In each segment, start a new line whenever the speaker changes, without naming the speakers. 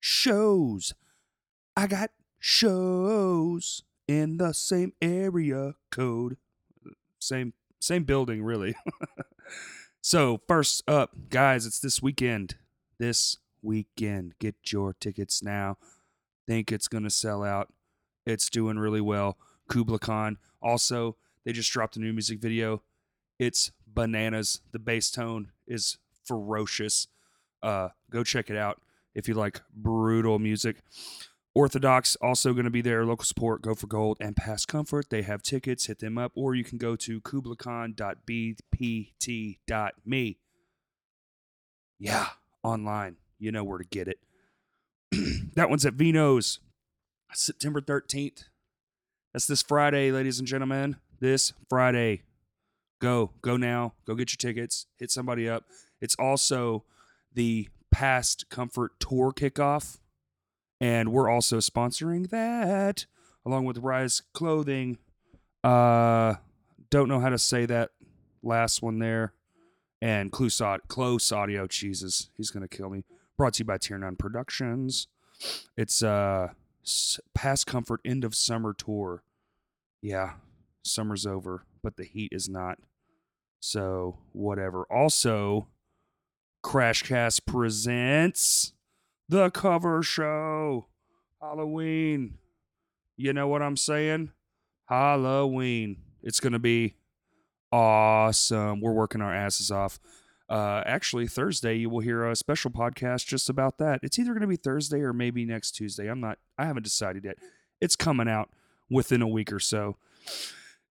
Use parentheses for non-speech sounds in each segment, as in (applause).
shows. I got shows in the same area code. Same same building really. (laughs) so, first up, guys, it's this weekend. This weekend. Get your tickets now. Think it's going to sell out. It's doing really well. Kubla Khan. Also, they just dropped a new music video. It's bananas. The bass tone is ferocious. Uh, go check it out if you like brutal music. Orthodox also going to be there. Local support, Go for Gold, and Past Comfort. They have tickets. Hit them up, or you can go to kublacon.bpt.me. Yeah, online. You know where to get it. (clears throat) that one's at Vino's, September 13th. That's this Friday, ladies and gentlemen. This Friday. Go, go now. Go get your tickets. Hit somebody up. It's also the Past Comfort Tour kickoff. And we're also sponsoring that along with Rise Clothing. Uh don't know how to say that last one there. And Close, Aud- Close Audio Jesus. He's gonna kill me. Brought to you by Tier 9 Productions. It's uh s- Past Comfort End of Summer Tour. Yeah, summer's over, but the heat is not. So whatever. Also, Crashcast presents the cover show. Halloween. You know what I'm saying? Halloween. It's going to be awesome. We're working our asses off. Uh, actually, Thursday, you will hear a special podcast just about that. It's either going to be Thursday or maybe next Tuesday. I'm not, I haven't decided yet. It's coming out within a week or so.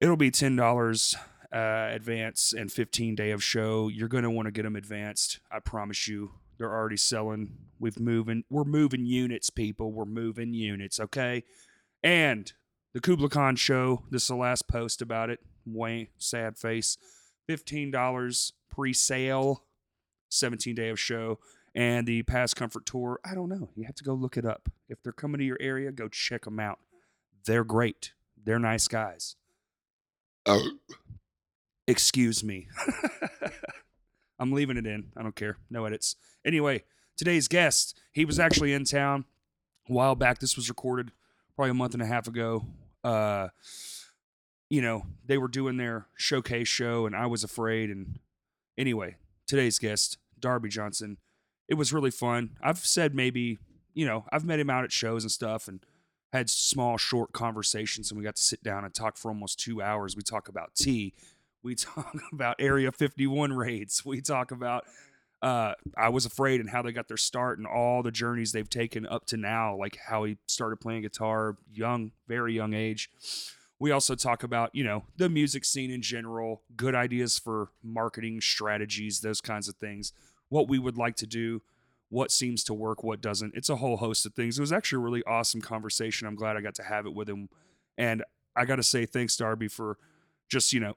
It'll be $10 uh, advance and 15 day of show. You're going to want to get them advanced. I promise you. They're already selling. We've moving. We're moving units, people. We're moving units. Okay. And the Kubla Khan show. This is the last post about it. Wayne, sad face. Fifteen dollars pre-sale. Seventeen day of show. And the Past Comfort Tour. I don't know. You have to go look it up. If they're coming to your area, go check them out. They're great. They're nice guys. Excuse me. (laughs) I'm leaving it in. I don't care. No edits. Anyway, today's guest, he was actually in town a while back. This was recorded probably a month and a half ago. Uh, you know, they were doing their showcase show, and I was afraid. And anyway, today's guest, Darby Johnson, it was really fun. I've said maybe, you know, I've met him out at shows and stuff, and had small, short conversations, and we got to sit down and talk for almost two hours. We talk about tea. We talk (laughs) about Area 51 raids. We talk about uh, I was afraid and how they got their start and all the journeys they've taken up to now, like how he started playing guitar young, very young age. We also talk about, you know, the music scene in general, good ideas for marketing strategies, those kinds of things, what we would like to do, what seems to work, what doesn't. It's a whole host of things. It was actually a really awesome conversation. I'm glad I got to have it with him. And I got to say thanks, Darby, for just, you know,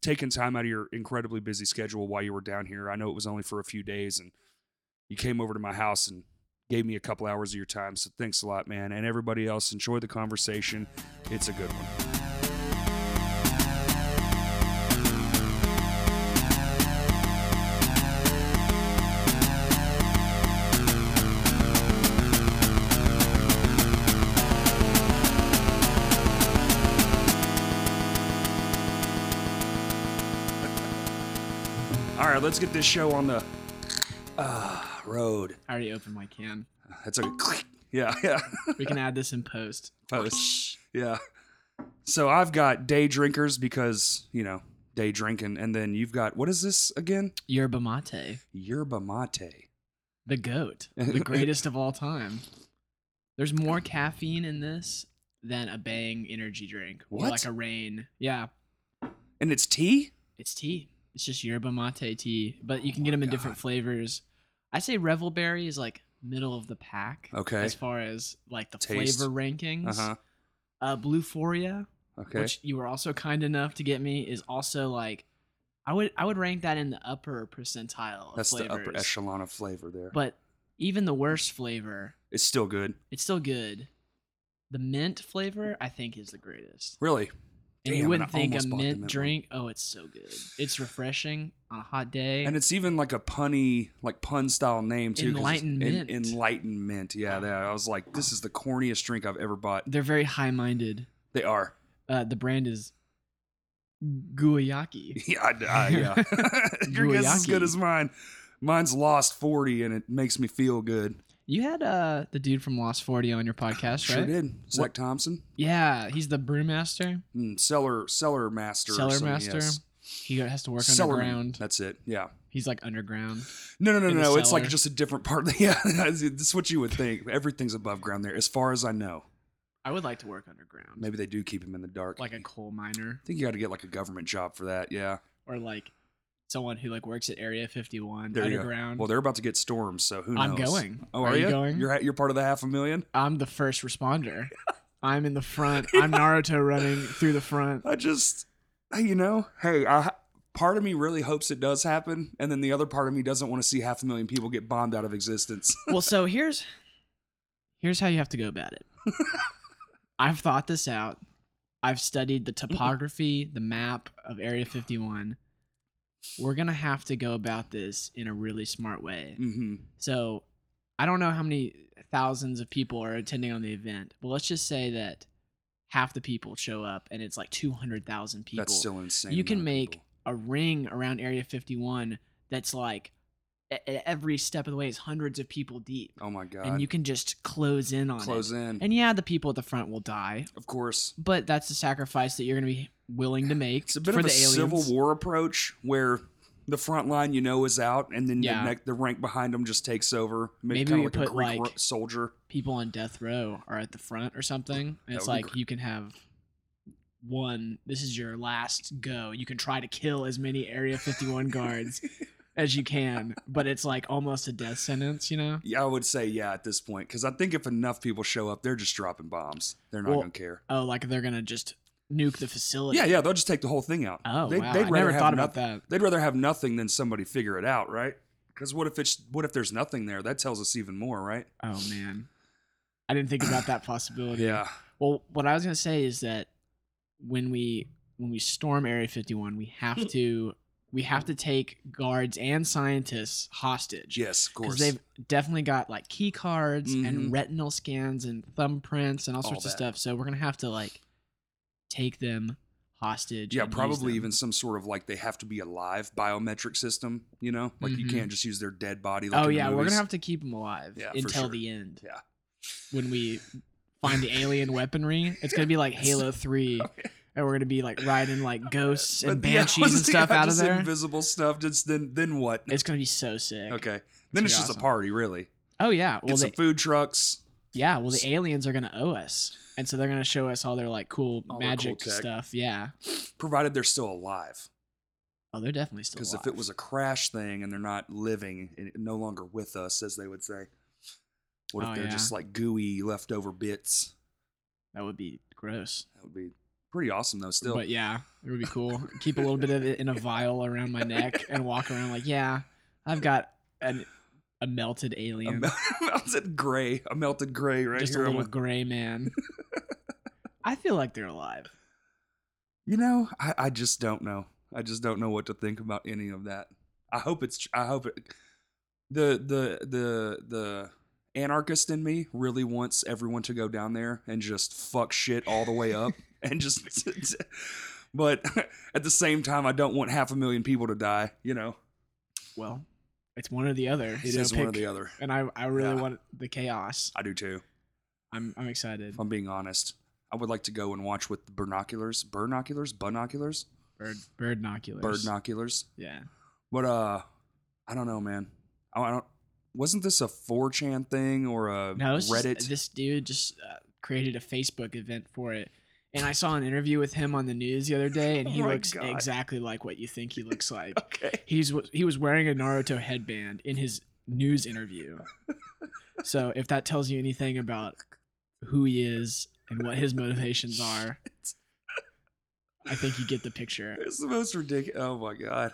taking time out of your incredibly busy schedule while you were down here. I know it was only for a few days and you came over to my house and gave me a couple hours of your time. So thanks a lot, man. And everybody else, enjoy the conversation. It's a good one. All right, let's get this show on the uh, road.
I already opened my can.
That's a click. Yeah, (laughs) yeah.
We can add this in post.
Post. Yeah. So I've got day drinkers because, you know, day drinking. And then you've got, what is this again?
(laughs) Yerba mate,
Yerba mate.
the goat, (laughs) the greatest of all time. There's more caffeine in this than a Bang energy drink. or
What?
Like a rain. Yeah,
And it's tea?
it's tea. It's just yerba mate tea, but you can get
my
them in different flavors. I say Revelberry is like middle of the pack
Okay.
as far as like the
Taste.
flavor rankings.
Uh huh.
Uh, Blueforia,
Okay.
which you were also kind enough to get me, is also like I would I would rank that in the upper percentile. Of
That's the upper
flavors.
echelon of flavor there.
But even the worst flavor,
it's still good.
it's still good. The mint flavor, I think, is the greatest.
Really?
And you
Damn,
wouldn't
I
think a
almost bought the mint
mint
one.
drink. Oh, it's so good. It's refreshing on a hot day.
And it's even like a punny, like pun style name too. 'cause it's en-
Enlightenment.
enlightenment. Yeah, that, I was like, this is the corniest drink I've ever bought.
They're very high minded.
They are. (laughs)
Uh, the brand is
(laughs)
Guayaki.
Yeah, I,
(laughs)
I- yeah. Your guess is as good
Guayaki.
as mine. Mine's lost forty, and it makes me feel good.
You had uh, the dude from Lost 40 on your podcast,
Sure
right?
did. Zach
What-
Thompson,
Yeah, he's the brewmaster,
mm, cellar cellar master, or
cellar
something,
master.
yes.
He has to work
Cellarman.
underground.
That's it. Yeah.
He's like underground.
No, no, no,
In the
no. It's like
cellar.
just a different part. (laughs) Of the, yeah, that's that's what you would think. Everything's above ground there, as far as I know.
I would like to work underground.
Maybe they do keep him in the dark.
like
I
a coal miner
think you got to get like a government job for that. Yeah.
or like someone who like works at Area 51
There you go.
underground.
Well, they're about to get storms, so who knows?
I'm going.
Oh, are, you
going?
You're ha- you're part of the half a million.
I'm the first
(laughs)
responder. I'm in the front. I'm Naruto running through the front.
I just, hey, you know, hey, I, part of me really hopes it does happen, and then the other part of me doesn't want to see half a million people get bombed out of
(laughs)
existence.
Well, so here's here's how you have to
(laughs)
go about it. I've thought this out. I've studied the topography, the map of Area 51. We're going to have to go about this in a really smart way.
hmm
So I don't know how many thousands of people are attending on the event, but let's just say that half the people show up and it's like 200,000 people.
That's still insane.
you
amount
can
of
make
people.
a ring around Area 51 that's like e- e- every step of the way is hundreds of people deep.
Oh my god.
and you can just close in on
close
it.
in.
And yeah, the people at the front will die,
of course.
but that's the sacrifice that you're going to be willing to make
It's a bit
for
of a
the aliens.
civil war approach where the front line you know is out, and then
Yeah.
the, neck, the rank behind them just takes over.
Maybe
kinda
we
like a
put,
Greek
like-
ro- soldier.
people on death row are at the front or something. And it's
would be
like you can have one. This is your last go. You can try to kill as many
(laughs)
Area 51 guards as you can, but it's like almost a death sentence, you know?
Yeah, I would say yeah at this point because I think if enough people show up, they're just dropping bombs. They're not
Well,
gonna care.
Oh, like they're gonna just nuke the facility.
Yeah, yeah, they'll just take the whole thing out.
Oh,
They-
wow.
they'd
I never
have
thought
nothing.
about that.
They'd rather have nothing than somebody figure it out, right? Because what if it's what if there's nothing there? That tells us even more, right?
Oh man, I didn't think about that possibility.
Yeah,
Well, what I was gonna say is that when we when we storm Area 51, we
Hmm.
have to we have to take guards and scientists hostage.
yes, of
Because
course.
they've definitely got like key cards
Mhm.
and retinal scans and thumbprints and all
All
sorts
that.
of stuff. So we're gonna have to like take them hostage.
yeah,
and use
probably
them.
even some sort of like they have to be alive biometric system. You know, like you
Mhm.
can't just use their dead body. Like
Oh
in the
yeah, we're
movies.
gonna have to keep them alive
Yeah, for
until
sure.
the end.
Yeah. (laughs)
When we find the alien weaponry, it's gonna be like Halo Three,
(laughs)
and we're gonna be like riding like ghosts and
But, yeah, (laughs)
banshees and
yeah,
stuff out of
just
there.
Invisible stuff. Just then, then what?
it's gonna be so sick.
okay, then
gonna
it's
be
just a
awesome.
party, really.
Oh yeah.
Get
Well,
some
they,
food trucks.
yeah. Well, the aliens are gonna owe us, and so they're gonna show us all their like cool
All their cool
magic
tech.
stuff. Yeah.
provided they're still alive.
Oh, they're definitely still.
Because if it was a crash thing and they're not living, and no longer with us, as they would say, what if
Oh,
they're
yeah.
just like gooey leftover bits?
that would be gross.
That would be pretty awesome, though. Still,
But yeah, it would be
(laughs)
cool. Keep a little bit of it in a vial around my neck and walk around like, yeah, I've got an a melted
a
alien.
mel- (laughs) melted gray, a melted gray right
just
here.
a
I'm
little
like,
gray
(laughs)
man. I feel like they're alive.
you know, I, I just don't know. I just don't know what to think about any of that. I hope it's. tr- I hope it. The the the the anarchist in me really wants everyone to go down there and just fuck shit all the way up and just. (laughs) but (laughs) at the same time, I don't want half a million people to die. You know,
Well, it's one or the other.
it is one or the other.
And I, I really
Yeah.
want the chaos.
I do too.
I'm, I'm excited.
If I'm being honest, I would like to go and watch with binoculars, binoculars, binoculars,
Bird, bird noculars.
binoculars.
Yeah.
But uh, I don't know, man. I I don't. Wasn't this a 4chan thing or a
No, it's just-
Reddit?
this dude just uh, created a Facebook event for it. And I saw an interview with him on the news the other day,
(laughs)
and
Oh
he
my
looks
God.
exactly like what you think he looks like.
(laughs) okay.
He's wa- he was wearing a Naruto headband in his news
(laughs)
interview. so if that tells you anything about who he is and what his motivations are, I think you get the picture.
It's the most ridiculous. Oh my god.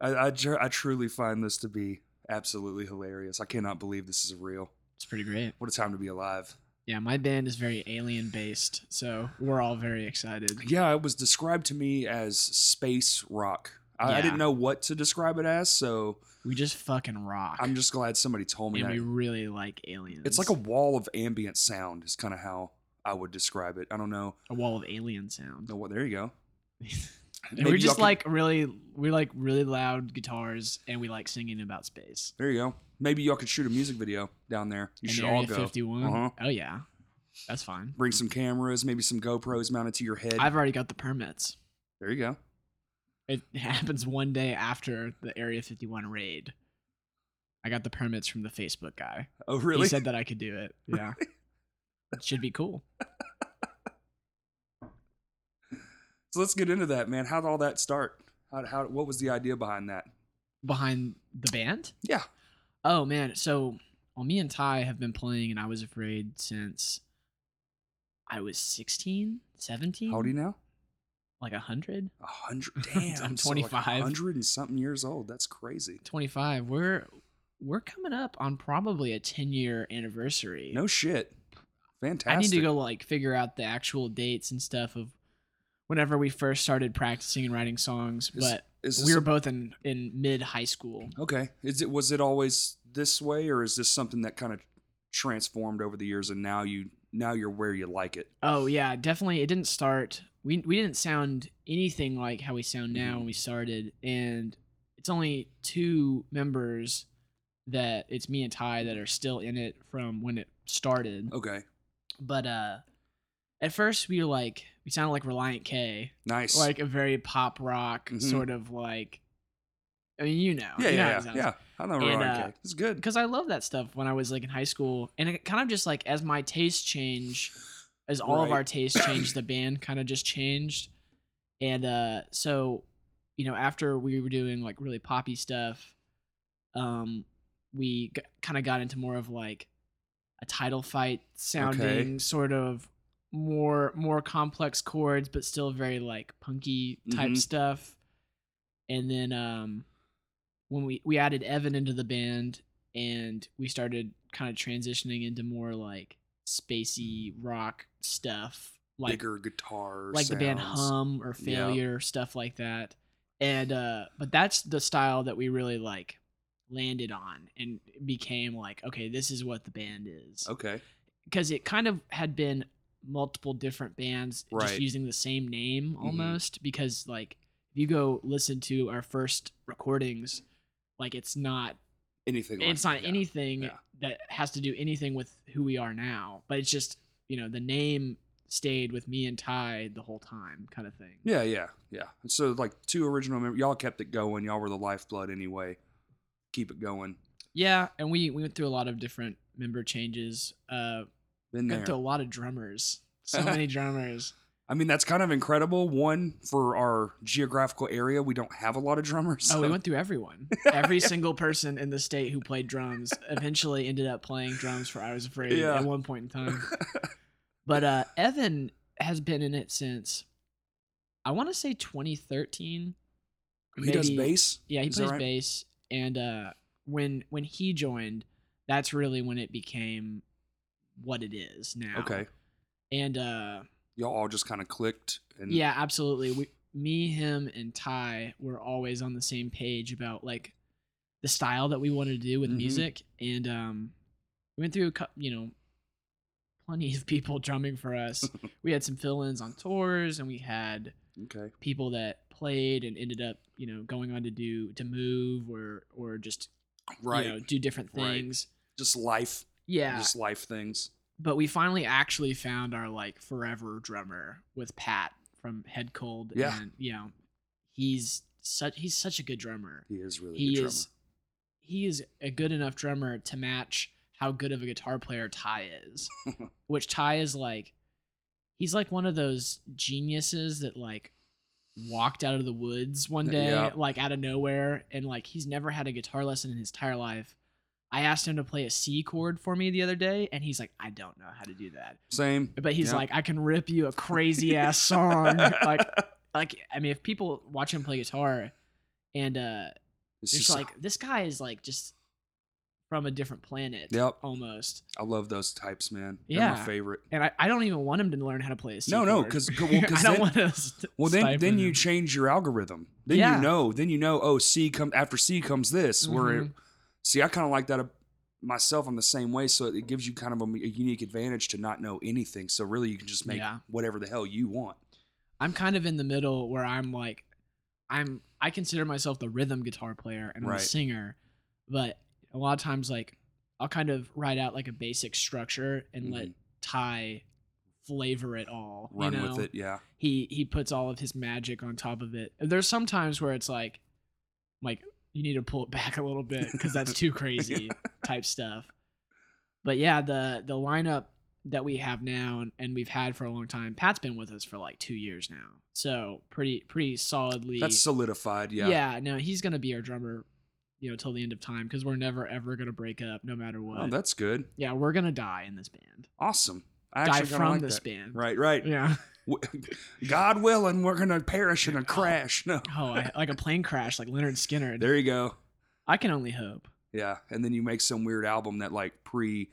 I I, tr- I truly find this to be absolutely hilarious. I cannot believe this is real.
It's pretty great.
What a time to be alive.
Yeah, my band is very alien based, so we're all very excited.
Yeah, it was described to me as space rock. I, I
Yeah.
didn't know what to describe it as, so
We just fucking rock.
I'm just glad somebody told me
and
that.
we really like aliens.
It's like a wall of ambient sound is kind of how I would describe it. I don't know.
a wall of alien sound. (laughs)
No, well, there you go.
And
Maybe
we're
y'all
just
can-
like really, we like really loud guitars, and we like singing about space.
there you go. Maybe y'all could shoot a music video down there. You
And
should
Area
all go.
51.
Uh-huh.
Oh yeah, that's fine.
Bring some cameras, maybe some GoPros mounted to your head.
I've already got the permits.
there you go.
It (laughs) happens one day after the Area 51 raid. I got the permits from the Facebook guy.
Oh, really?
He said that I could do
(laughs)
it. Yeah. it should be cool.
so let's get into that, man. How'd all that start? How, how, what was the idea behind that?
Behind the band?
Yeah.
Oh man, so well me and Ty have been playing and I was afraid since I was 16, 17.
How old are you now?
Like 100,
A hundred.
(laughs) I'm
Damn.
25.
hundred and something years old. That's crazy.
25. We're we're coming up on probably a 10-year anniversary.
No shit. Fantastic.
I need to go like figure out the actual dates and stuff of whenever we first started practicing and writing songs,
Is-
but
Is this
we were
a-
both in in mid high school.
Okay. Is it was it always this way or is this something that kind of transformed over the years and now you now you're where you like it?
Oh yeah, definitely. It didn't start. We we didn't sound anything like how we sound now
Mhm.
when we started, and it's only two members that it's me and Ty that are still in it from when it started.
Okay.
But uh, at first we were like we sounded like Reliant K,
Nice.
like a very pop rock
Mhm.
sort of like. I mean, you know,
yeah,
Oh, you know how
yeah,
it
yeah,
sounds.
yeah. I know
And,
Ron
uh,
K. It's good.
because I love that stuff when I was like in high school, and it kind of just like as my tastes change, as all of
Right.
our tastes changed, the band kind of just changed, and uh, so you know after we were doing like really poppy stuff, um, we g- kind of got into more of like a title fight sounding sort of more more complex chords, but still very like punky type
Mhm.
stuff, and then um when we we added Evan into the band and we started kind of transitioning into more like spacey rock stuff like
Bigger guitar
like the band
sounds.
Hum or
Yeah.
Failure stuff like that. And uh but that's the style that we really like landed on and became like okay, this is what the band is
Okay.
because it kind of had been multiple different bands just
Right. Mm-hmm.
using the same name almost because like if you go listen to our first recordings like it's not
Anything like
it's not
yeah.
anything
yeah.
that has to do anything with who we are now but it's just you know the name stayed with me and ty the whole time kind of thing
Yeah, yeah, yeah. And so like two original members y'all kept it going. Y'all were the lifeblood anyway. Keep it going.
yeah and we we went through a lot of different member changes uh
Been there.
went through a lot of drummers so
(laughs)
many drummers
I mean, that's kind of incredible. One, for our geographical area, we don't have a lot of drummers.
Oh, we
so- (laughs)
went through everyone. Every single person in the state who played drums eventually ended up playing drums for I Was Afraid
Yeah.
at one point in time. But uh, Evan has been in it since I want to say 2013.
he does
Maybe-
bass?
Yeah, he
Is that
plays
right?
bass. And uh, when when he joined, that's really when it became what it is now.
Okay.
And uh,
y'all all just kind of clicked and
yeah, absolutely. We, me, him, and Ty were always on the same page about like the style that we wanted to do with
Mhm.
music, and um, we went through a cou- you know plenty of people drumming
(laughs)
for us. we had some fill-ins on tours, and we had
okay
people that played and ended up you know going on to do to move or or just
right
you know do different
Right.
things.
just life
Yeah,
just life things
but we finally actually found our like forever drummer with Pat from Head Cold.
Yeah.
and, you know, he's such he's such a good drummer.
he is really
he
good
is he is a good enough drummer to match how good of a guitar player Ty
(laughs)
is, which Ty is like he's like one of those geniuses that like walked out of the woods one day
Yeah.
like out of nowhere and like he's never had a guitar lesson in his entire life. I asked him to play a C chord for me the other day and he's like I don't know how to do that.
same
But he's
Yeah.
like, I can rip you
(laughs)
a crazy ass song. like, like I mean, if people watch him play guitar, and uh,
it's
it's
just
like this guy is like just from a different planet
Yep.
almost.
I love those types, man. They're my
Yeah.
favorite.
And I, I don't even want him to learn how to play a C
No, no,
chord.
'cause-
(laughs)
'cause- well, 'cause
I don't
then-
want to. st-
Well, then
stifle
then you
him.
change your algorithm. Then
Yeah.
you know. Then you know. Oh, C come after C comes this. Where
Mhm.
see, I kind of like that ab- myself. I'm the same way. So it gives you kind of a, a unique advantage to not know anything. So really, you can just make
Yeah.
whatever the hell you want.
I'm kind of in the middle where I'm like, I'm I consider myself the rhythm guitar player and I'm
Right.
a singer, but a lot of times like I'll kind of write out like a basic structure and let Ty flavor it all.
Mm-hmm. Run
you
with
know?
it. Yeah.
He he puts all of his magic on top of it. There's some times where it's like, like you need to pull it (laughs) back a little bit because
(laughs)
that's too crazy type stuff. But yeah, the the lineup that we have now and, and we've had for a long time. Pat's been with us for like two years now, so pretty pretty solidly.
That's solidified. Yeah.
No, he's gonna be our drummer, you know, till the end of time because we're never ever gonna break up, no matter what.
Oh, that's good.
yeah, we're gonna die in this band.
Awesome. I
Die
actually kinda
from
like
this
that. (laughs)
band.
Right. Right.
Yeah. (laughs)
W- (laughs) God willing, we're gonna perish in a crash. (laughs) No.
Oh, I, like a plane crash, like
(laughs)
Leonard Skinner.
There you go.
I can only hope.
Yeah, and then you make some weird album that like pre,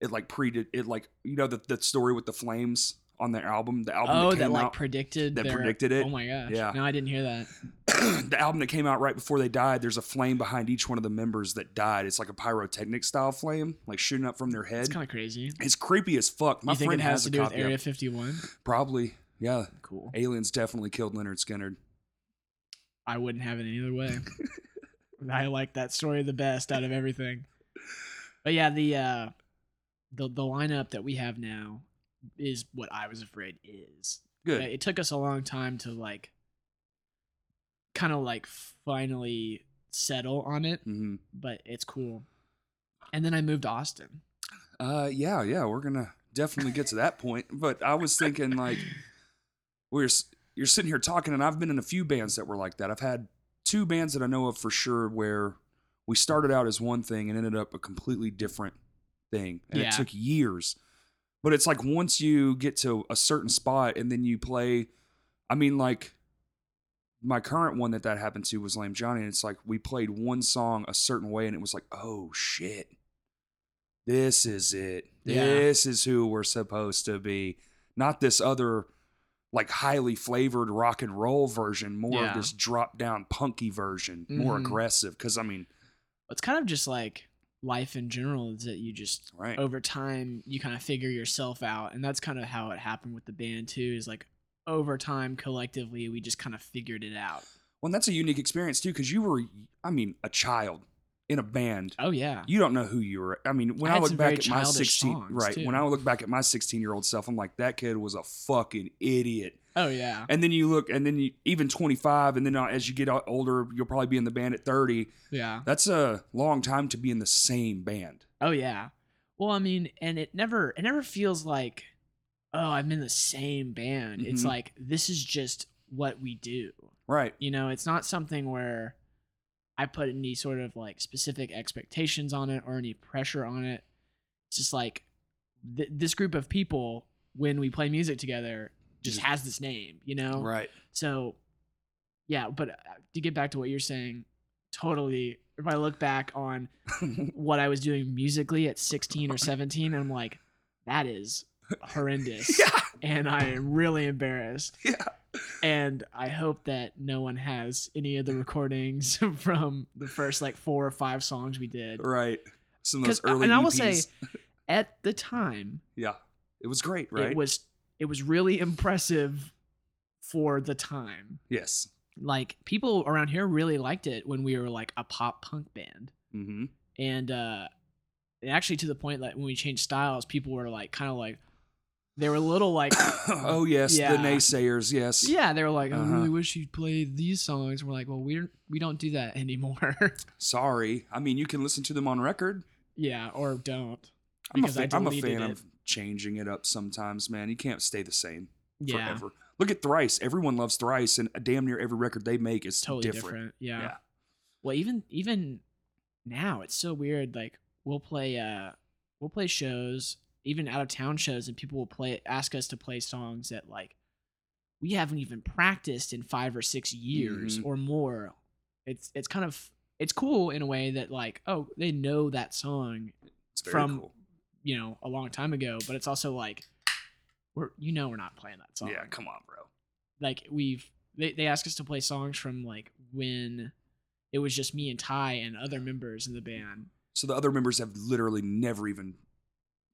it like pre did it like you know the that story with the flames on the album, the album
oh,
that
that,
Um, came
like
out,
predicted
that
their-
predicted it.
Oh my gosh.
Yeah.
No, I didn't hear that.
(clears throat) the album that came out right before they died. There's a flame behind each one of the members that died. It's like a pyrotechnic style flame, like shooting up from their head.
It's
It's,
kind of crazy.
creepy as fuck. My
you think
friend
it has, to
a
do with
copy. of- (laughs)
Area 51?
Probably, yeah.
Cool.
Aliens definitely killed Leonard Skinner.
I wouldn't have it any
(laughs)
other way. I like that story the best out of
(laughs)
everything. But yeah, the uh the the lineup that we have now is what I was afraid is.
Good.
It took us a long time to like kind of like finally settle on it,
hmm
but it's cool. And then I moved to Austin.
Uh, yeah, yeah, we're gonna definitely get to that point. But I was thinking like we're s- you're sitting here talking, and I've been in a few bands that were like that. I've had two bands that I know of for sure where we started out as one thing and ended up a completely different thing, and
Yeah.
it took years. But it's like once you get to a certain spot and then you play, I mean, like my current one that that happened to was Lame Johnny, and it's like we played one song a certain way, and it was like, oh shit, this is it.
Yeah.
This is who we're supposed to be, not this other like highly flavored rock and roll version, more
Yeah.
of this drop down punky version, more
Mhm.
aggressive. Because I mean,
It's kind of just like life in general is that you just
right?
over time you kind of figure yourself out and that's kind of how it happened with the band too is like over time collectively we just kind of figured it out
Well, and that's a unique experience too, because you were, I mean, a child in a band.
oh yeah
You don't know who you were. I mean, when
I
I,
had
look
some
back
very
at my
childish
sixteen,
songs,
right? When
too.
I look back at my sixteen-year-old self, I'm like, that kid was a fucking idiot.
oh yeah
And then you look, and then you, even 25, and then uh, as you get o- older, you'll probably be in the band at 30.
yeah
That's a long time to be in the same band.
oh yeah well i mean and it never it never feels like oh i'm in the same band it's
Mhm.
like this is just what we do
Right.
you know it's not something where i put any sort of like specific expectations on it or any pressure on it it's just like th- this group of people when we play music together just
Just-
has this name you know
Right.
so yeah but uh, to get back to what you're saying totally if i look back
(laughs)
on what i was doing musically at 16 or 17 i'm like
(laughs)
that is
(laughs)
horrendous
yeah.
and i am really embarrassed
Yeah.
and I hope that no one has any of the
Mm.
recordings (laughs) from the first like four or five songs we did.
Right. Some of those
'Cause-
early
uh, and I will
EPs.
say, at the time,
yeah. It was great, right?
it was it was really impressive for the time.
yes.
Like people around here really liked it when we were like a pop punk band,
Mm-hmm. (coughs)
and uh, and actually to the point that when we changed styles, people were like kind of like they were a little
(coughs)
like
oh yes,
Yeah.
the naysayers. Yes.
Yeah, they were like, I
Uh-huh.
really wish you'd play these songs. We're like, well, we're we don't do that anymore. (laughs)
Sorry. I mean, you can listen to them on record.
yeah, or don't.
I'm a,
Because I
fan, I'm a
deleted
fan
it.
of changing it up sometimes, man. You can't stay the same
Yeah,
forever. Look at Thrice. Everyone loves Thrice, and damn near every record they make is
it's totally different.
different.
Yeah.
Yeah.
Well, even even now, it's so weird. Like we'll play uh we'll play shows, even out of town shows, and people will play ask us to play songs that like we haven't even practiced in five or six years
Mhm.
or more. It's it's kind of it's cool in a way that like, oh, they know that song,
It's very
From-
cool.
you know, a long time ago, but it's also like we're you know we're not playing that song.
Yeah, come on, bro.
Like we've they, they ask us to play songs from like when it was just me and Ty and other members in the band.
So the other members have literally never even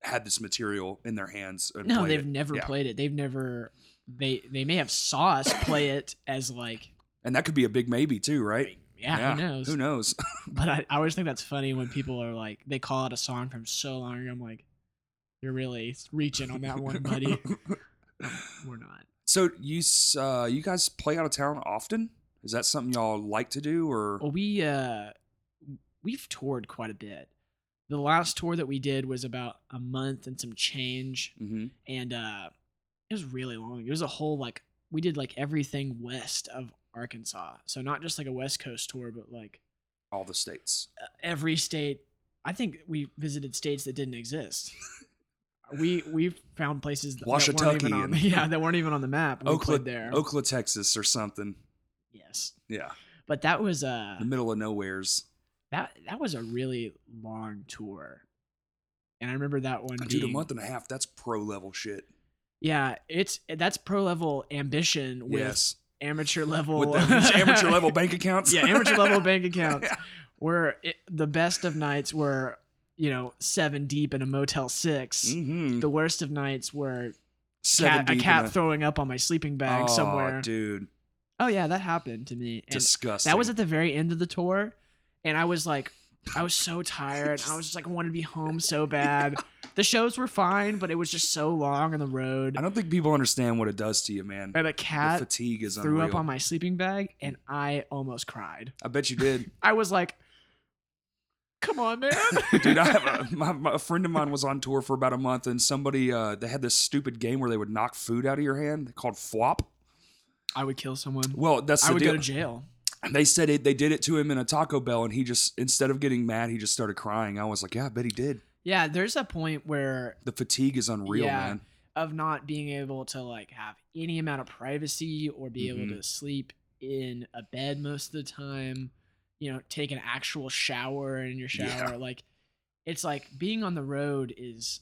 had this material in their hands. and
No,
played
they've
it.
never
Yeah.
played it. They've never they they may have saw us play it as like
And that could be a big maybe too, right?
yeah, who knows.
Who knows?
But I, I always think that's funny when people are like they call out a song from so long ago. I'm like, you're really reaching on
(laughs)
that one, buddy. We're not.
so you s- uh, you guys play out of town often? Is that something y'all like to do or
Well, we uh we've toured quite a bit. The last tour that we did was about a month and some change,
Mhm.
and uh it was really long. It was a whole like we did like everything west of Arkansas. So not just like a West Coast tour, but like e,
all the states?
every state. I think we visited states that
(laughs)
didn't exist. We we found places that weren't
Washatucky
even on,
and-
yeah that weren't even on the (laughs) map. We played
Oakland,
there,
Oakland, Texas or something.
yes.
Yeah.
But that was uh
The middle of nowhere's.
that that was a really long tour, and I remember that one.
Dude, a
being-
month and a half, that's pro level shit.
Yeah, it's that's pro level ambition with
yes.
amateur level
With
(laughs)
the amateur level bank accounts.
yeah, amateur level
(laughs)
bank accounts.
Yeah.
Where it, the best of nights were, you know, seven deep in a Motel 6
Mhm.
The worst of nights were
Seven
cat, a
deep in
cat throwing up on my sleeping bag
Aw,
somewhere.
Dude,
Oh yeah, that happened to me. And
disgusting.
that was at the very end of the tour, and I was like, I was so tired. I
(laughs)
was just like, I wanted to be home so bad. The shows were fine, but it was just so long on the road.
I don't think people understand what it does to you, man.
And a
The
cat
fatigue is
threw
unreal.
up on my sleeping bag, and I almost cried.
I bet you did,
I was like, Come on, man,
(laughs) dude. I have a, (laughs) my, my, a friend of mine was on tour for about a month, and somebody uh, they had this stupid game where they would knock food out of your hand called flop.
(laughs) I would kill someone.
Well, that's the
I would
deal.
go to jail.
they said it. They did it to him in a Taco Bell, and he just instead of getting mad, he just started crying. I was like, yeah, I bet he did.
Yeah, there's a point where
The fatigue is unreal,
Yeah.
man.
of not being able to like have any amount of privacy or be
Mhm.
able to sleep in a bed most of the time you know take an actual shower in your shower
Yeah.
like it's like being on the road is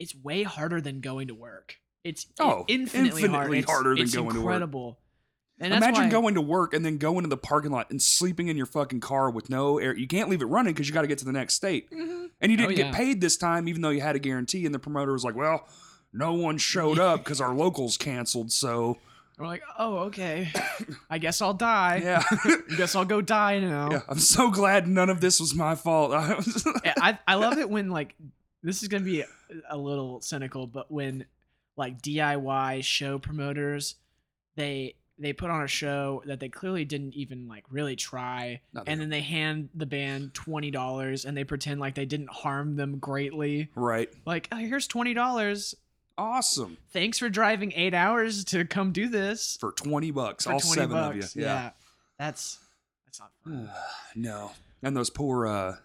it's way harder than going to work it's
Oh,
infinitely, hard.
infinitely
It's-
harder than
it's
going to work.
incredible. and that's
Imagine
why-
going to work and then going to the parking lot and sleeping in your fucking car with no air. You can't leave it running because you got to get to the next state.
Mhm.
And you didn't
Oh,
get
yeah.
paid this time, even though you had a guarantee. And the promoter was like, well, no one showed up because our locals canceled. So,
we're like oh okay
(coughs)
i guess i'll die
yeah. (laughs)
i guess i'll go die now
yeah. I'm so glad none of this was my fault. (laughs) I was-
I
(laughs)
I love it when like this is gonna be a little cynical, but when like DIY show promoters they they put on a show that they clearly didn't even like really try,
No, they
and then they hand the band twenty dollars and they pretend like they didn't harm them greatly.
right.
Like oh, here's twenty dollars.
Awesome.
Thanks for driving eight hours to come do this
For 20 bucks,
for
all
twenty
seven
bucks.
of you. Yeah. Hmm.
that's that's not fun.
(sighs) no. And those poor, uh,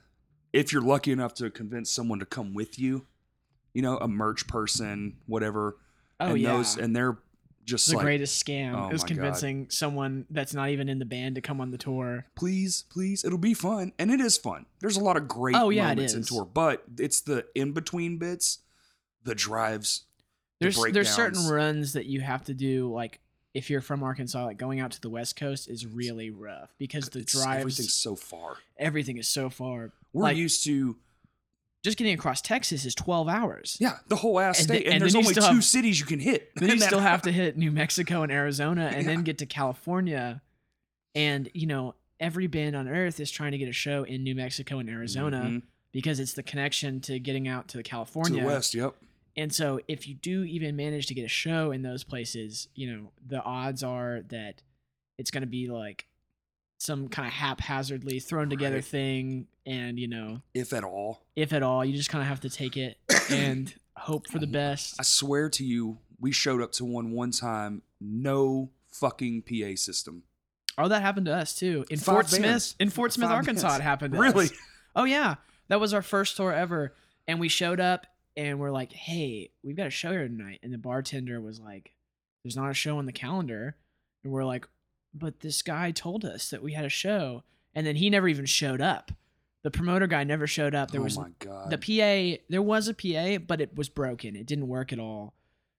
if you're lucky enough to convince someone to come with you, you know, a merch person, whatever.
Oh
and
yeah.
those and they're just
the
like
greatest scam
Oh
is
my God.
convincing someone that's not even in the band to come on the tour.
please please it'll be fun and it is fun there's a lot of great
Oh, yeah, it
moments in
is.
tour but it's the in between bits the drives the
There's there's certain
breakdowns.
runs that you have to do like if you're from Arkansas, like going out to the West Coast is really rough because the
It's-
drives
everything's so far
everything is so far.
we're
Like-
used to
Just getting across Texas is 12 hours.
yeah the whole ass
And
state
the-
and,
and
there's
then you
only two
still have-
cities you can hit
(laughs)
(laughs)
Then you
And that-
still have to hit New Mexico and Arizona and then get to California. And you know, every band on earth is trying to get a show in New Mexico and Arizona
Mhm.
because it's the connection to getting out to
to
California.
the west yep
And so if you do even manage to get a show in those places, you know, the odds are that it's going to be like some kind of haphazardly thrown together
Right.
thing and, you know,
if at all
if at all, you just kind of have to take it
(coughs)
and hope for the best.
Um, i swear to you we showed up to one one time no fucking pa system
Oh, that happened to us too. In
Five
Fort
bands.
Smith, in Fort Smith,
Five
Arkansas,
bands.
it happened to
really
us. Oh yeah, that was our first tour ever, and we showed up and we're like, "Hey, we've got a show here tonight," and the bartender was like, "There's not a show on the calendar," and we're like, "But this guy told us that we had a show," and then he never even showed up. The promoter guy never showed up. There
oh
was
my god.
the PA. There was a PA, but it was broken. It didn't work at all.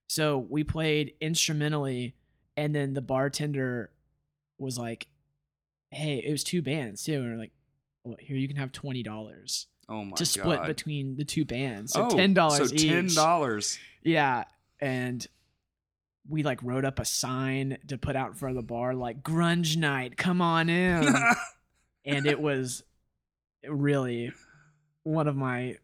So we played instrumentally, and then the bartender was like, "Hey, it was two bands too." And we are like, "Well, here you can have twenty dollars
oh my
to split
god.
between the two bands, so
Oh,
ten dollars
So
each."
ten dollars.
Yeah, and we like wrote up a sign to put out in front of the bar, like "Grunge Night, come
(laughs)
on in." and it was really one of my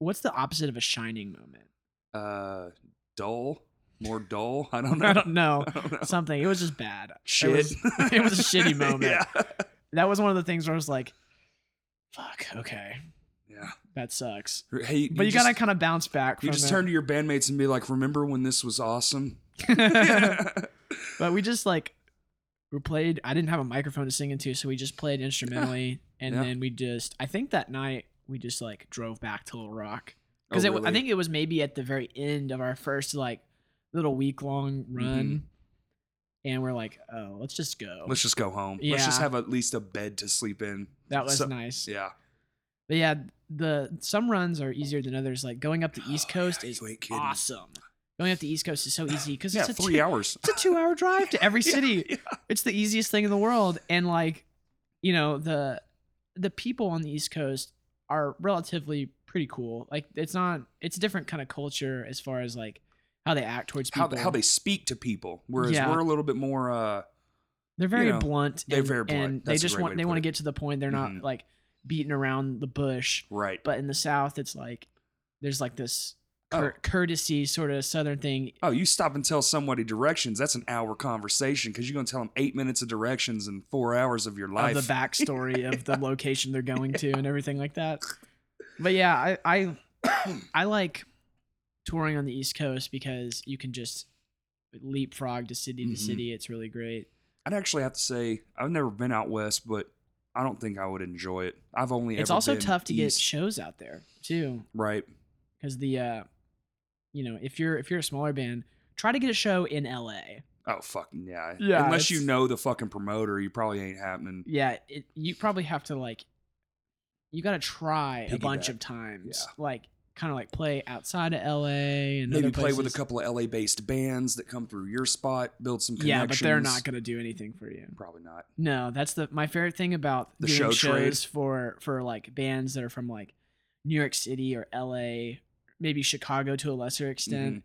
what's the opposite of a shining moment (laughs)
uh, dull. More dull. I don't know. (laughs)
(laughs) i don't know
I don't know.
something it was just bad
Shit.
was- (laughs) it was
(laughs)
a shitty moment.
yeah.
that was one of the things where i was like fuck okay
Yeah.
that sucks
Hey,
but you,
just-
gotta kind of bounce back from
You just
it.
turn to your bandmates and be like, "Remember when this was
(laughs)
awesome?" (laughs) Oh,
but we just like we played i didn't have a microphone to sing into so we just played instrumentally and
Yeah.
then we just i think that night we just like drove back to little rock because
Oh,
I
really?
think it was maybe at the very end of our first like little week long
Mm-hmm.
run, and we're like, oh, let's just go.
let's just go home. Let's just
Yeah.
have at least a bed to sleep in.
that was
so-
nice.
Yeah.
But yeah, the some runs are easier than others. Like going up the East
Oh, yeah,
Coast is
you ain't kidding.
awesome. Going up the East Coast is so easy because
Yeah,
it's a
three
two,
hours.
it's a two hour drive to
(laughs)
every
Yeah,
city.
yeah.
It's the easiest thing in the world, and like, you know the the people on the East Coast are relatively pretty cool. Like it's not it's a different kind of culture as far as like how they act towards
How
people.
they, how they speak to people, whereas
Yeah.
we're a little bit more. uh
They're very
know,
blunt.
they're
and-
very blunt.
And
That's a
they
great
just
way
want
to
they
put
want
it.
to get to the point. They're
Mhm.
not like beating around the bush.
Right.
But in the South, it's like there's like this cour-
Oh.
courtesy sort of Southern thing.
Oh, you stop and tell somebody directions. That's an hour conversation because you're going to tell them eight minutes of directions and four hours of your life.
Of the
(laughs)
backstory of the location they're going to and everything like that. But yeah, I I, I like touring on the East Coast because you can just leapfrog to city to
Mhm.
city. It's really great.
I'd actually have to say I've never been out west, but I don't think I would enjoy it. I've only.
it's
ever
also
been
tough to get
east,
shows out there too.
right.
because the uh you know if you're if you're a smaller band try to get a show in la
Oh fucking yeah.
Yeah,
Unless you
it's-
know the fucking promoter, you probably ain't happening.
yeah it, you probably have to like you gotta try a bunch
Piggyback.
of times
Yeah.
like kind of like play outside of la and
Maybe
other
play with a
places.
couple of LA based bands that come through your spot, build some connections.
yeah but they're not gonna do anything for you
probably not.
no that's the my favorite thing about
The
doing
show trade.
shows for for like bands that are from like new york city or la maybe chicago to a lesser extent
Mm-hmm.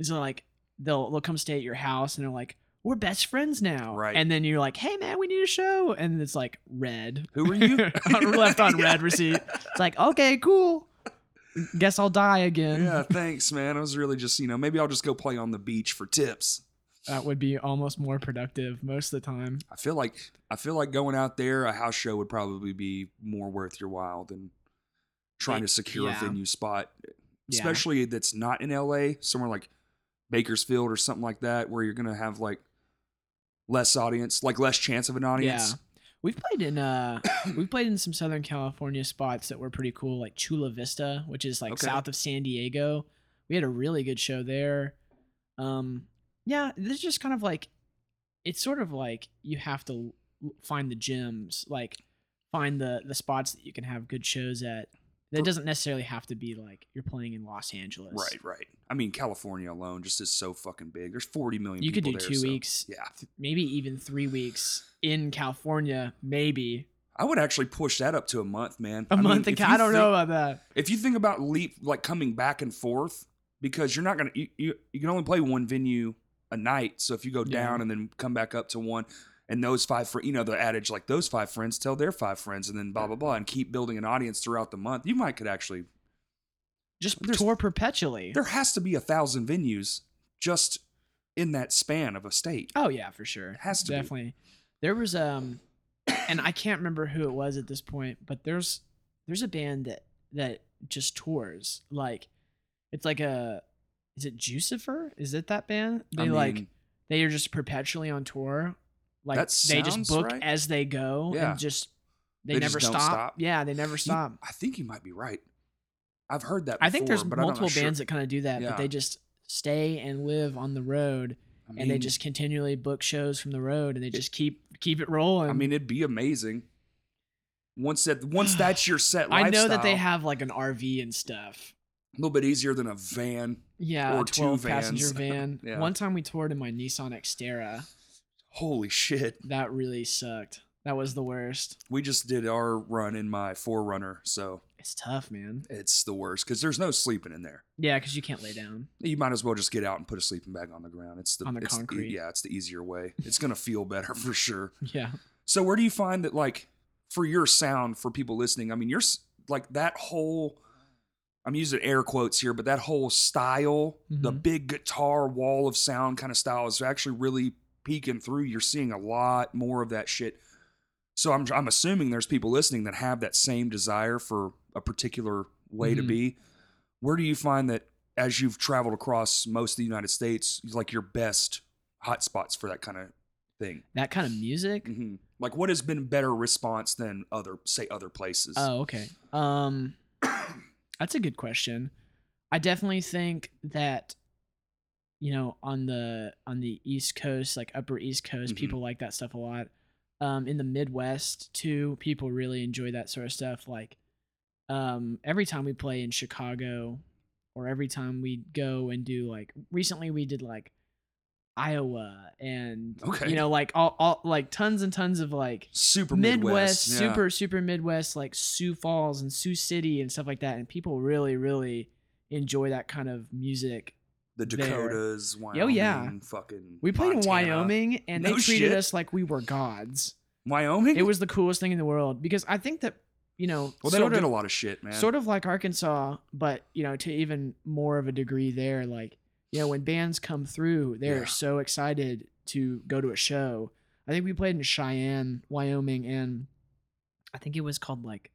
is they're like they'll they'll come stay at your house and they're like we're best friends now
Right.
and then you're like hey man we need a show and it's like red
Who are (laughs)
(laughs)
you?
left on
Yeah. (laughs)
red receipt it's like okay cool guess i'll die again
Yeah, thanks, man. I was really just, you know, maybe I'll just go play on the beach for tips.
that would be almost more productive most of the time
I feel like I feel like going out there, a house show would probably be more worth your while than trying to secure
Yeah.
a venue spot,
Yeah.
especially that's not in LA, somewhere like Bakersfield or something like that, where you're gonna have like less audience, like less chance of an audience.
we've played in uh (coughs) we played in some southern california spots that were pretty cool like chula vista which is like
Okay.
south of san diego we had a really good show there um yeah this is just kind of like it's sort of like you have to l- find the gems like find the the spots that you can have good shows at that
For-
doesn't necessarily have to be like you're playing in los angeles
Right, right. I mean, California alone just is so fucking big. There's 40 million.
you could
people
do
there,
two
so-
weeks
Yeah,
maybe even three weeks in california maybe
I would actually push that up to a month, man.
a
I mean,
month in
if you
Ca- i don't
think-
know about that
If you think about leap, like coming back and forth, because you're not gonna you you, you can only play one venue a night. So if you go
Yeah.
down and then come back up to one, and those five fr- you know the adage like those five friends tell their five friends, and then blah blah blah, and keep building an audience throughout the month, you might could actually.
just
There's-
tour perpetually.
There has to be a thousand venues just in that span of a state.
Oh yeah, for sure.
It has to be.
definitely. There was um, (coughs) and I can't remember who it was at this point, but there's there's a band that that just tours like it's like a is it Jucifer? Is it that band? They
I
like
mean,
they are just perpetually on tour. Like
That
they just
sounds
book
right.
as they go
Yeah.
and just they,
They just
never
don't
stop.
stop.
Yeah, they never
you-
stop.
I think you might be right. I've heard that. Before,
I think there's
but I'm not
multiple
sure.
bands that kind of do that,
Yeah.
but they just stay and live on the road
I
and they
mean,
just continually book shows from the road and they
It-
just keep keep it rolling.
I mean, it'd be amazing. Once that once that's your set
(sighs) I know
lifestyle,
that they have like an RV and stuff.
a little bit easier than a van.
Yeah,
Or
a
two
12 passenger van.
vans. (laughs) Yeah.
One time we toured in my Nissan Xterra.
Holy shit.
That really sucked. That was the worst.
We just did our run in my forerunner, so
It's tough, man.
it's the worst because there's no sleeping in there.
Yeah, because you can't lay down. (laughs)
You might as well just get out and put a sleeping bag on the ground. It's the,
On the
it's
concrete.
yeah, it's the easier way. It's gonna feel better (laughs) for sure.
Yeah.
So where do you find that like for your sound for people listening? I mean, you're s- like that whole I'm using air quotes here, but that whole style, the
Mhm.
big guitar wall of sound kind of style is actually really peeking through. You're seeing a lot more of that shit. So I'm I'm assuming there's people listening that have that same desire for a particular way to
Mhm.
be. Where do you find that as you've traveled across most of the United States, like your best hotspots for that kind of thing?
That kind of music.
hmm Like, what has been better response than other, say, other places?
Oh, okay. Um, that's a good question. I definitely think that, you know, on the on the East Coast, like Upper East Coast,
Mhm.
people like that stuff a lot. Um, in the Midwest too, people really enjoy that sort of stuff. Like, um, every time we play in Chicago, or every time we go and do like recently we did like Iowa and
Okay.
you know like all all like tons and tons of like
super
Midwest,
Midwest, yeah.
super super Midwest, like Sioux Falls and Sioux City and stuff like that, and people really really enjoy that kind of music.
the
there.
Dakotas, Wyoming,
Oh, yeah.
fucking.
We played
Montana.
in Wyoming, and
No
they treated
shit.
us like we
(laughs)
were gods.
Wyoming.
It was the coolest thing in the world because I think that you know,
well, they don't
sort of,
get a lot of shit, man.
sort of like Arkansas, but you know, to even more of a degree there, like you know, when bands come through, they're
Yeah.
so excited to go to a show. I think we played in Cheyenne, Wyoming, and I think it was called like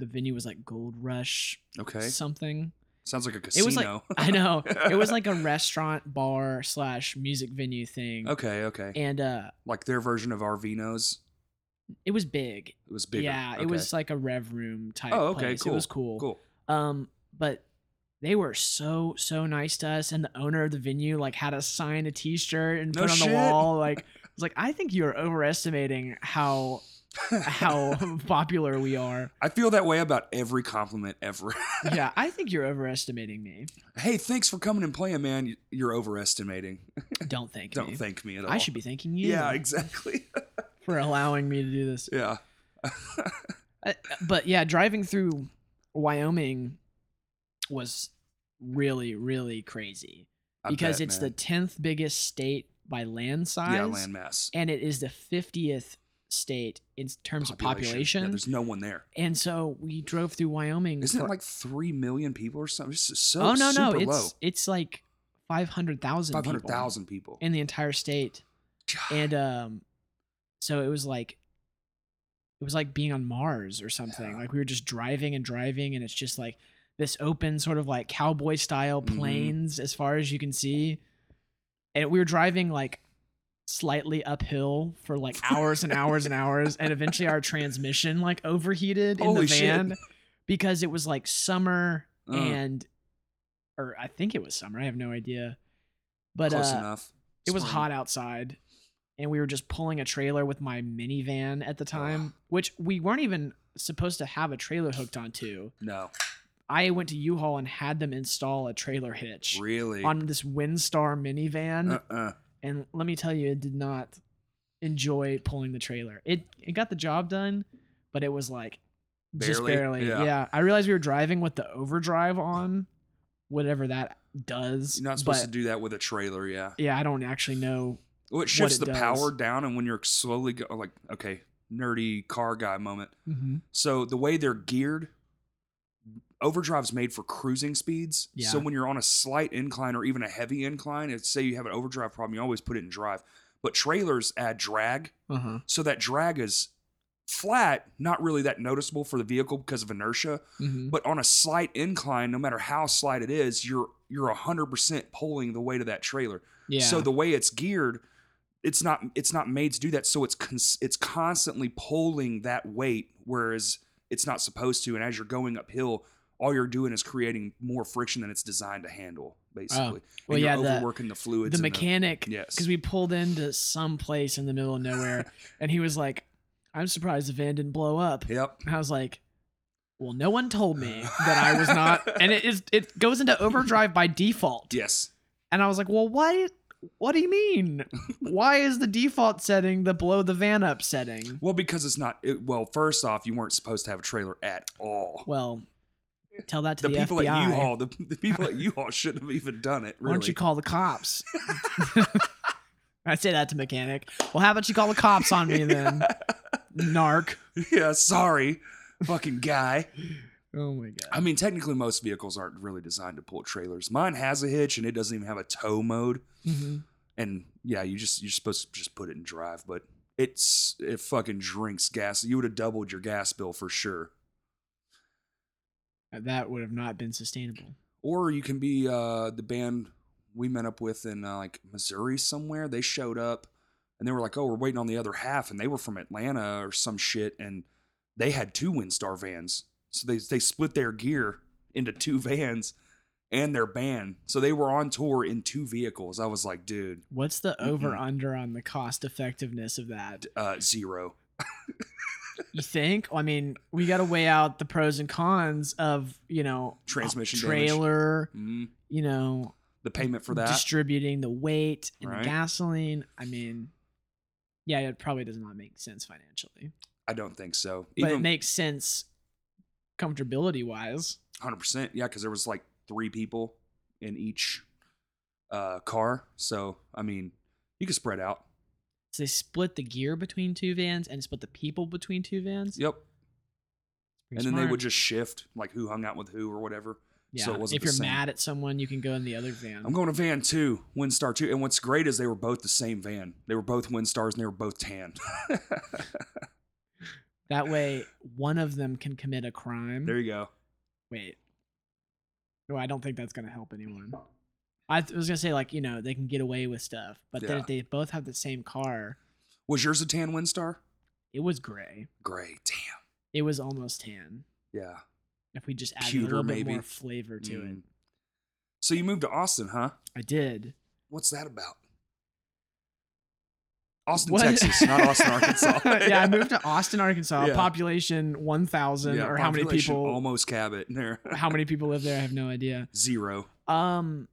the venue was like Gold Rush
okay, (laughs)
something.
sounds like a
It
casino. (laughs)
was like- I know. It was like a restaurant bar slash music venue thing.
okay, okay,
And uh
like their version of Arvinos.
it was big.
It was bigger.
Yeah,
okay.
it was like a rev room type.
Oh, okay,
place. It was cool.
cool. (laughs)
Um, but they were so so nice to us, and the owner of the venue like had us sign a T-shirt and
No
put on
shit.
the
(laughs)
wall. Like, I was like, I think you're overestimating how
(laughs)
how popular we are.
I feel that way about every compliment ever. (laughs)
Yeah, I think you're overestimating me.
hey, thanks for coming and playing, man. You- You're overestimating. (laughs)
Don't thank
Don't
me.
thank me at all.
I should be thanking you
Yeah, (laughs) exactly.
for allowing me to do this.
yeah.
Uh, but yeah, driving through Wyoming was really really crazy
I
because
bet,
it's
man.
the tenth biggest state by land size.
yeah landmass
and it is the 50th state in terms
Yeah,
of population.
there's no one there.
and so we drove through Wyoming.
Isn't
for-
it like three million people or something? It's just so
oh no no
super
it's
low.
it's like 500,000
Five
people
hundred thousand people.
in the entire state.
God,
And um so it was like it was like being on Mars or something.
Yeah.
Like we were just driving and driving and it's just like this open sort of like cowboy style
Mhm.
plains as far as you can see. And we were driving like slightly uphill for like hours and hours and hours and eventually our transmission like overheated
Holy
in the
shit.
van because it was like summer
Uh.
and or I think it was summer, I have no idea. But
close
uh
enough.
it was
Spring.
hot outside and we were just pulling a trailer with my minivan at the time which we weren't even supposed to have a trailer hooked onto
No,
i went to u-haul and had them install a trailer hitch
really.
on this windstar minivan
uh-uh.
and let me tell you it did not enjoy pulling the trailer it it got the job done but it was like just
Barely?
barely
Yeah.
yeah. i realized we were driving with the overdrive on whatever that does
You're not supposed to
but
do that with a trailer. Yeah.
yeah i don't actually know
Well, it shifts
it
the
does.
power down, and when you're slowly go, like, okay, nerdy car guy moment.
Mm-hmm.
So the way they're geared, overdrive's made for cruising speeds. So
Yeah.
when you're on a slight incline or even a heavy incline, it's say you have an overdrive problem, you always put it in drive. But trailers add drag,
uh-huh
so that drag is flat, not really that noticeable for the vehicle because of inertia.
mm-hmm.
But on a slight incline, no matter how slight it is, you're you're hundred percent pulling the weight of that trailer.
Yeah.
So the way it's geared, it's not it's not made to do that. So it's cons- it's constantly pulling that weight, whereas it's not supposed to. And as you're going uphill, all you're doing is creating more friction than it's designed to handle, basically.
Oh. well,
and
yeah,
you're
the-
overworking the, fluids.
the
and
mechanic because
Yes.
we pulled into some place in the middle
(laughs)
of nowhere and he was like i'm surprised the van didn't blow up
Yep.
and i was like well no one told me that i
(laughs)
was not and it is it goes into overdrive by default
Yes.
and i was like well why what do you mean why is the default setting the blow the van
(laughs)
up setting
Well, because it's not. It, well, first off, you weren't supposed to have a trailer at all.
well tell that to
the
the,
people
FBI.
at U-Haul, the, the people at U-Haul shouldn't have even done it.
Why
Really.
don't you call the cops? (laughs) I say that to mechanic. Well, how about you call the cops
(laughs)
on me then, narc?
yeah. Sorry, fucking guy.
Oh my god.
I mean, technically, most vehicles aren't really designed to pull trailers. Mine has a hitch, and it doesn't even have a tow mode.
Mm-hmm.
And yeah, you just you're supposed to just put it in drive, but it's it fucking drinks gas. You would have doubled your gas bill for sure.
That would have not been sustainable.
or you can be uh, the band we met up with in uh, like Missouri somewhere. They showed up and they were like, "Oh, we're waiting on the other half," and they were from Atlanta or some shit, and they had two Windstar vans, so they they split their gear into two (laughs) vans and their band, so they were on tour in two vehicles. I was like, dude,
What's the over
Mhm.
under on the cost effectiveness of that?
uh, zero.
You think? I mean, we got to weigh out the pros and cons of you know
Transmission damage.
trailer,
Mm,
you know,
the payment for that.
distributing the weight and
Right.
the gasoline. I mean, yeah, it probably does not make sense financially.
I don't think so.
but it
Even
makes sense comfortability wise.
hundred percent. Yeah, because there was like three people in each uh, car. So I mean, you could spread out.
So they split the gear between two vans and split the people between two vans.
Yep.
Pretty
and then they
smart. Mm-hmm.
would just shift like who hung out with who or whatever.
yeah.
so it wasn't
if
the
you're
same.
mad at someone, you can go in the other van.
I'm going to van two, Windstar two. And what's great is they were both the same van. They were both Winstars and they were both tan. (laughs)
that way, one of them can commit a crime.
there you go.
Wait. No, I don't think that's gonna help anyone. I th- was gonna say like you know they can get away with stuff, but then
Yeah.
if they both have the same car,
Was yours a tan Windstar?
it was gray.
Gray. Damn.
It was almost tan.
Yeah.
If we just added a
Pewter,
little
maybe.
bit more flavor to it,
Mm. So you moved to Austin, huh?
I did.
What's that about? Austin,
What?
Texas, not Austin, Arkansas.
(laughs) yeah, I moved
(laughs)
to Austin, Arkansas.
Yeah.
Population one thousand,
Yeah,
or how many
population
people?
Almost Cabot. (laughs) There.
How many people live there? I have no idea.
Zero.
Um.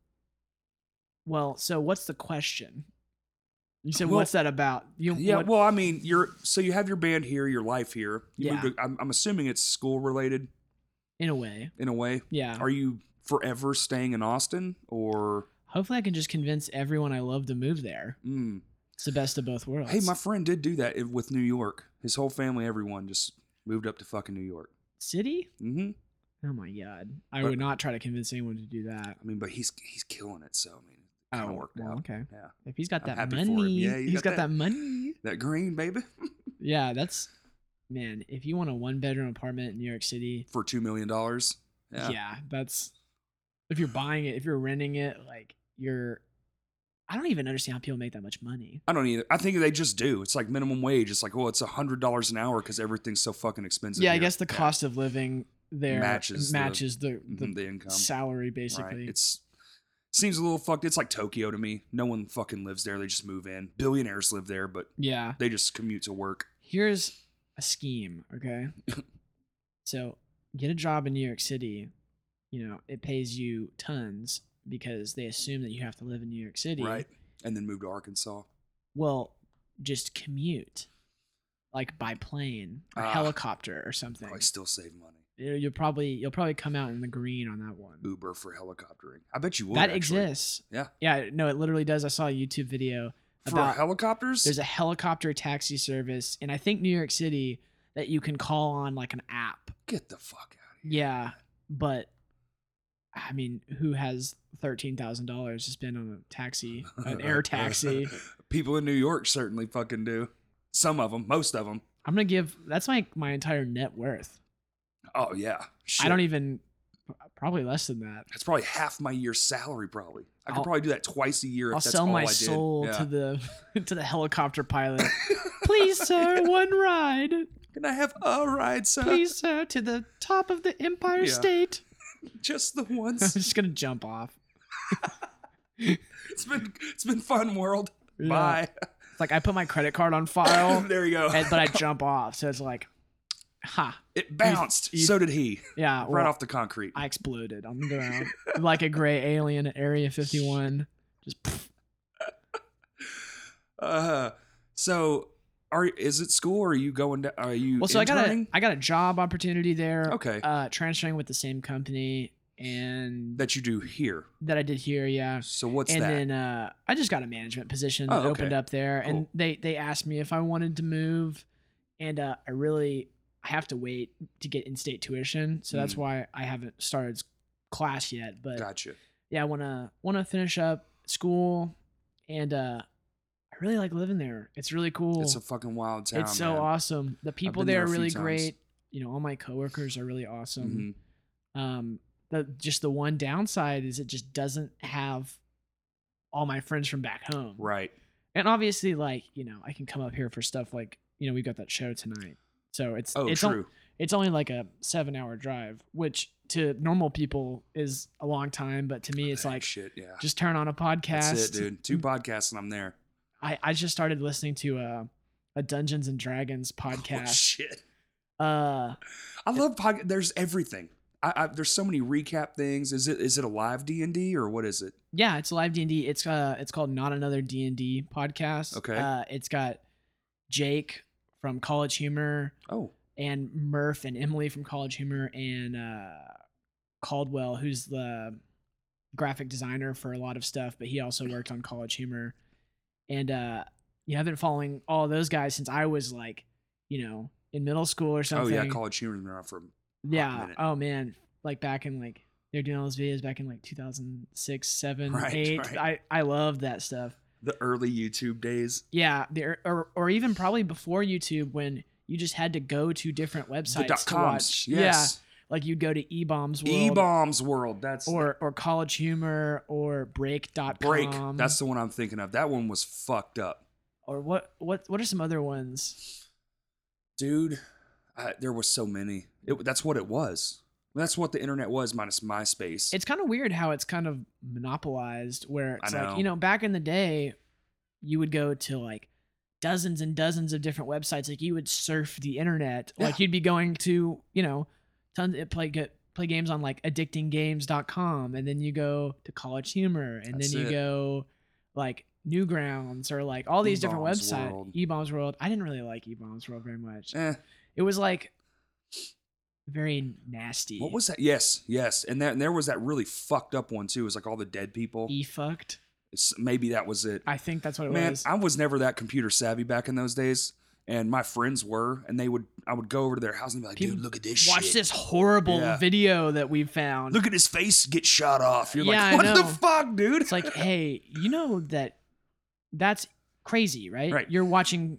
Well, so what's the question? You said
Well-
what's that about? You
Yeah.
what-
Well, I mean, you're so you have your band here, your life here. You
Yeah.
moved to- I'm, I'm assuming it's school related
in a way,
in a way.
yeah.
Are you forever staying in Austin or?
Hopefully, I can just convince everyone I love to move there.
Mm.
It's the best of both worlds.
Hey, my friend did do that in- with New York. His whole family, everyone, just moved up to fucking New York.
city.
hmm
Oh my god, I
But-
would not try to convince anyone to do that.
I mean, but he's he's killing it. So I mean, it
Oh,
kinda worked
well,
out.
okay.
Yeah,
If he's got
I'm
that
happy for
money,
him. Yeah, he's
he's
got
got that money.
that green baby (laughs)
Yeah, that's man. If you want a one bedroom apartment in New York City,
for two million dollars.
yeah. that's if you're buying it, if you're renting it, like you're. I don't even understand how people make that much money.
I don't either. I think they just do. It's like minimum wage. It's like, well, it's a hundred dollars an hour because everything's so fucking expensive.
yeah, I
here.
guess the cost of living there
Matches
matches
the-
the
Mhm,
the,
the income.
salary
Right.
basically.
It's seems a little fucked. It's like Tokyo to me. No one fucking lives there. They just move in. Billionaires live there, but
yeah.
they just commute to work.
Here's a scheme,
(laughs)
okay? so get a job in New York City. You know, it pays you tons because they assume that you have to live in New York City.
Right. And then move to Arkansas.
Well, just commute, like by plane or
Ah.
helicopter or something.
Probably still save money.
You- You'll probably you'll probably come out in the green on that one.
Uber for helicoptering. I bet you would.
that
actually.
exists.
Yeah.
Yeah. No, it literally does. I saw a YouTube video
For
about
helicopters?
there's a helicopter taxi service, and I think New York City that you can call on like an app.
Get the fuck out of here.
Yeah, but I mean, who has thirteen thousand dollars to spend on a taxi,
(laughs)
an air taxi?
People in New York certainly fucking do. Some of them, most of them.
I'm gonna give that's my my entire net worth.
Oh, yeah. Shit.
I don't even probably less than that.
That's probably half my year's salary, probably. I could
I'll-
probably do that twice a year if
I'll
that's
sell
all
my
I did.
soul
Yeah.
to the (laughs) to the
(laughs)
helicopter pilot. Please, sir, one ride.
Can I have a ride, sir?
Please, sir, to the top of the Empire
Yeah. (laughs)
State.
Just
(laughs)
the
I'm
once.
just gonna jump off.
It's been it's been fun, world.
Yeah.
Bye.
(laughs) It's like I put my credit card on file,
(laughs) there you go.
and, but I jump off. So it's like, ha,
it bounced.
you-
so did he.
yeah.
right
well,
off the concrete.
I exploded on the ground like a gray alien
(laughs)
at Area 51. Just pff,
Uh, so are is it school or are you going to are you
well, so I got a
interning?
I got a job opportunity there.
Okay.
Uh, transferring with the same company and
that you do here.
that I did here, yeah.
So what's
and
that?
then uh, I just got a management position
Oh,
that
okay.
opened up there, and
Cool.
they they asked me if I wanted to move, and uh, I really I have to wait to get in state tuition, so that's
Mm.
why I haven't started s- class yet. But
gotcha.
yeah, I wanna wanna finish up school, and uh, I really like living there. It's really cool.
It's a fucking wild town.
It's so
man.
awesome. The people
been
there
there
are
a few
really
times.
great. You know, all my coworkers are really awesome
Mhm.
um the just the one downside is it just doesn't have all my friends from back home
Right.
and obviously like you know i can come up here for stuff like you know we got that show tonight so it's
Oh,
it's, on-
true.
it's only like a seven hour drive which to normal people is a long time but to me it's
Ah,
like
shit. Yeah.
just turn on a podcast
That's it, dude. Two podcasts and I'm there. (laughs)
i i just started listening to a, a dungeons and dragons
Oh,
podcast
shit.
uh
I love podcast. There's everything. I, I, there's so many recap things. Is it is it a live D and D or what is it?
Yeah, it's live D and D. It's uh, it's called Not Another D and D podcast.
Okay.
Uh, it's got Jake from College Humor
Oh,
and Murph and Emily from College Humor and uh, Caldwell, who's the graphic designer for a lot of stuff, but he also worked on College Humor. And uh, you know, I've been following all those guys since I was like, you know, in middle school or something.
oh yeah. College humor been around for
Yeah.
minute.
Oh man, like back in like they're doing all those videos back in like 2006,
(laughs)
7,
Right,
8.
right.
I I loved that stuff.
the early YouTube days.
Yeah, there or or even probably before YouTube when you just had to go to different
the
websites
dot
to
coms.
watch.
Yes.
Yeah, like you'd go to eBombs
E
World
bombs world. That's
or or College Humor or Break.com.
break. That's the one I'm thinking of. That one was fucked up,
or what what what are some other ones?
dude. I, there were so many. It, that's what it was. That's what the internet was minus MySpace.
It's kind of weird how it's kind of monopolized where
I
it's
know.
like, you know, back in the day, you would go to like dozens and dozens of different websites. Like you would surf the internet. Like you'd be going to, you know, tons it play get play games on like addictinggames.com and then you go to college humor and
That's
then you
it.
go like Newgrounds or like all these different
E-Bombs
websites.
World.
E-Bombs World. I didn't really like E-Bombs World very much.
Eh,
It was like very nasty.
what was that? Yes, yes. And, that, and there was that really fucked up one too. It was like all the dead people.
E fucked?
It's- maybe that was it.
I think that's what it
Man,
was.
I was never that computer savvy back in those days, and my friends were, and they would. I would go over to their house and be like,
People-
"Dude, look at this
watch
shit.
this horrible
Yeah.
video that we found.
Look at his face get shot off." You're
Yeah, I
like, "What the
know.
fuck, dude?" (laughs)
it's like, hey, you know that that's crazy, right?
Right.
You're watching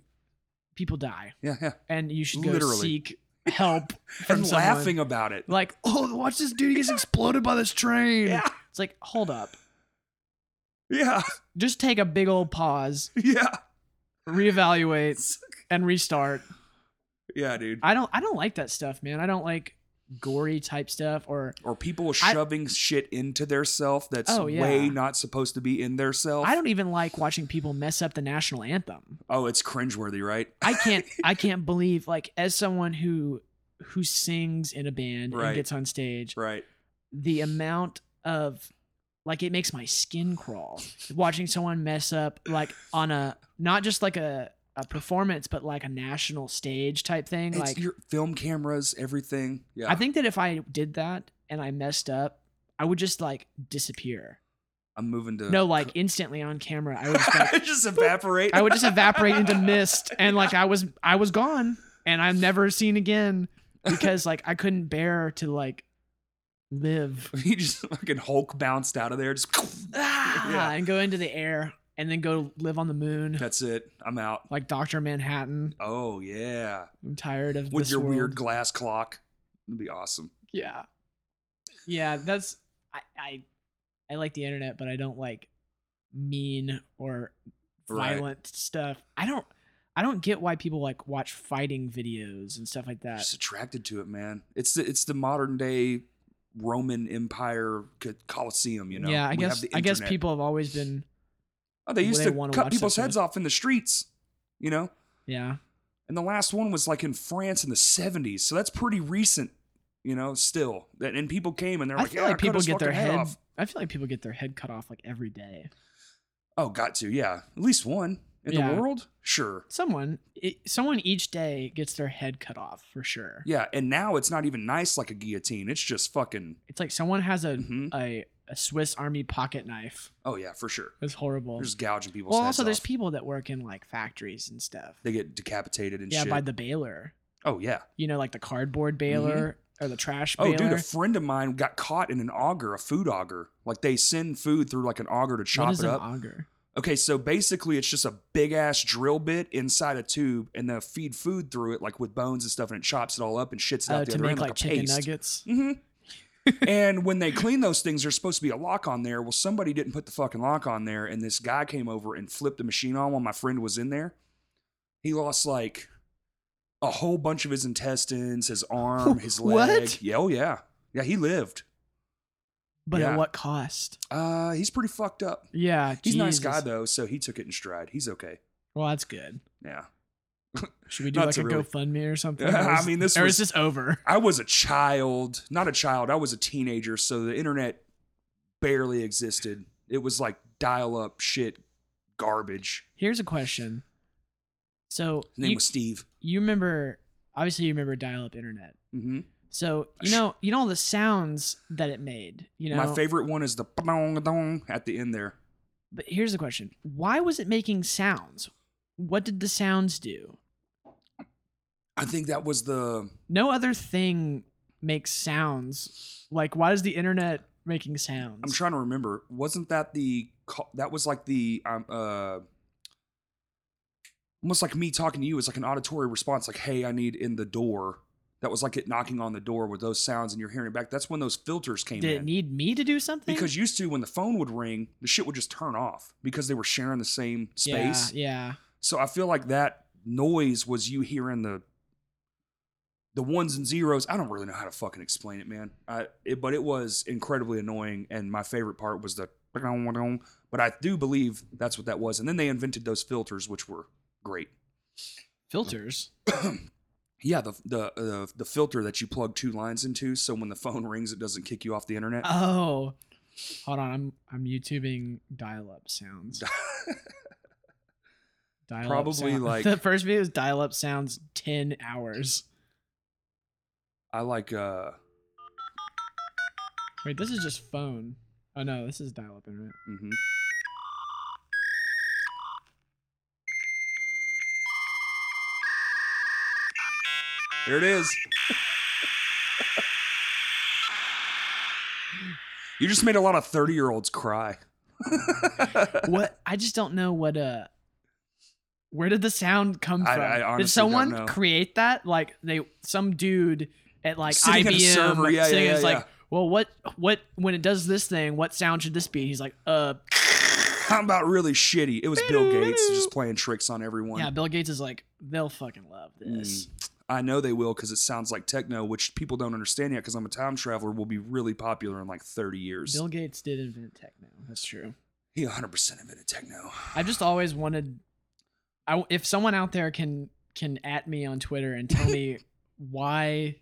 people die,
yeah,
(laughs)
yeah,
and you should go
Literally.
seek help from
(laughs) and
someone.
laughing about it.
Like, oh, watch this dude he gets exploded by this train.
Yeah,
It's like, hold up,
yeah, (laughs)
just take a big old pause,
yeah,
reevaluate, and restart.
yeah, dude.
I don't, I don't like that stuff, man. I don't like gory type stuff or
Or people shoving shit into their self that's
Oh, yeah.
way not supposed to be in their self.
I don't even like watching people mess up the national anthem.
oh, it's cringeworthy, right? (laughs)
I can't I can't believe like as someone who who sings in a band
Right.
and gets on stage,
Right.
the amount of like it makes my skin crawl watching someone mess up like on a not just like a, a performance but like a national stage type thing.
It's
like
your film cameras, everything. Yeah.
I think that if I did that and I messed up, I would just like disappear.
I'm moving to (laughs)
No, like instantly on camera, I would just like, (laughs)
just evaporate.
I would just evaporate into mist and like I was I was gone and I'm never seen again because like I couldn't bear to like live
(laughs) He just fucking Hulk bounced out of there. Just (laughs)
ah,
Yeah.
and go into the air and then go live on the moon
that's it. I'm out.
like Doctor Manhattan.
Oh yeah,
I'm tired of
with
this
your
world.
weird glass clock, it'd be awesome.
yeah yeah that's I, I I like the internet but I don't like mean or
Right.
violent stuff. I don't I don't get why people like watch fighting videos and stuff like that.
Just attracted to it, man. It's the it's the modern day Roman Empire co- Coliseum. You know,
yeah, I
We have
guess
the
I guess
internet.
people have always been
Oh, they used
they
to
wanna
cut
watch
people's
that
heads off in the streets. You know,
yeah.
and the last one was like in France in the '70s, so that's pretty recent. You know, still, That- and people came and they're
I
like,
feel
"Yeah,
like
cut
people
his
get their
fucking head
head.
off."
I feel like people get their head cut off like every day.
Oh, got to, yeah, at least one in
Yeah.
the world, sure.
Someone, it, someone each day gets their head cut off for sure.
Yeah, and now it's not even nice like a guillotine. It's just fucking.
It's like someone has a
mhm.
a, a Swiss Army pocket knife.
Oh yeah, for sure.
It's horrible.
They're just gouging people's
Well,
heads
also there's
off.
people that work in like factories and stuff.
they get decapitated and
yeah,
shit.
by the baler.
oh yeah.
You know, like the cardboard baler or the trash
Oh
baler.
dude, a friend of mine got caught in an auger, a food auger. Like they send food through like an auger to chop
what is
it
an
up.
auger?
Okay, so basically it's just a big ass drill bit inside a tube, and they feed food through it like with bones and stuff, and it chops it all up and shits it
Oh,
out the
to
other
make
end
like,
like, a
chicken
paste.
nuggets.
hmm and when they clean those things, there's supposed to be a lock on there. Well, somebody didn't put the fucking lock on there, and this guy came over and flipped the machine on while my friend was in there. He lost like a whole bunch of his intestines, his arm, his leg.
(laughs) What?
Yeah, oh yeah, yeah. He lived.
But
Yeah.
at what cost?
Uh, he's pretty fucked up.
Yeah,
He's a nice guy
Jesus.
though, so he took it in stride. He's okay.
Well, that's good.
Yeah,
Should we do
Not
like
to
a
really-
GoFundMe or something? Or
I
is-
mean, this
or
was-
is this over? (laughs)
I was a child, not a child. I was a teenager, so the internet barely existed. It was like dial-up shit, garbage.
Here's a question. So
His name
you,
was Steve.
you remember obviously you remember dial-up internet.
hmm
So you know you know all the sounds that it made. You know,
My favorite one is the dong dong at the end there.
but here's the question: Why was it making sounds? What did the sounds do?
I think that was the
No other thing makes sounds. Like why is the internet making sounds?
I'm trying to remember. Wasn't that the co- that was like the um uh almost like me talking to you is like an auditory response like hey, I need in the door. That was like it knocking on the door with those sounds and you're hearing it back. That's when those filters came
Did it
in.
need me to do something?
because used to when the phone would ring, the shit would just turn off because they were sharing the same
yeah,
space.
yeah,
So I feel like that noise was you hearing the the ones and zeros. I don't really know how to fucking explain it, man. I, it, but it was incredibly annoying, and my favorite part was the. But I do believe that's what that was. And then they invented those filters, which were great.
filters.
Yeah, the the uh, the filter that you plug two lines into, so when the phone (laughs) rings, it doesn't kick you off the internet.
Oh, hold on, I'm I'm YouTubing dial-up sounds. dial-up
Probably,
sound-
like-
(laughs) the first video is dial up sounds 10 hours
(laughs) I like uh,
wait this is just phone oh no this is dial up
(laughs)
internet
mhm. there it is. you just made a lot of thirty-year-olds cry. (laughs)
what i just don't know what uh where did the sound come
I-
from
I honestly don't
did someone
know.
create that like they some dude at like
Sitting at a
ibm
server,
like,
yeah,
sitting
yeah,
is
yeah, yeah.
like well what what when it does this thing what sound should this be he's like uh
How about really shitty? It was Bill Gates just playing tricks on everyone.
yeah bill gates is like they'll fucking love
Mm.
this
I know they will because it sounds like techno, which people don't understand yet. Because I'm a time traveler, will be really popular in like 30 years.
bill gates did invent techno that's true
he 100% invented techno.
I just always wanted. I if someone out there can can at me on Twitter and tell me
(laughs)
why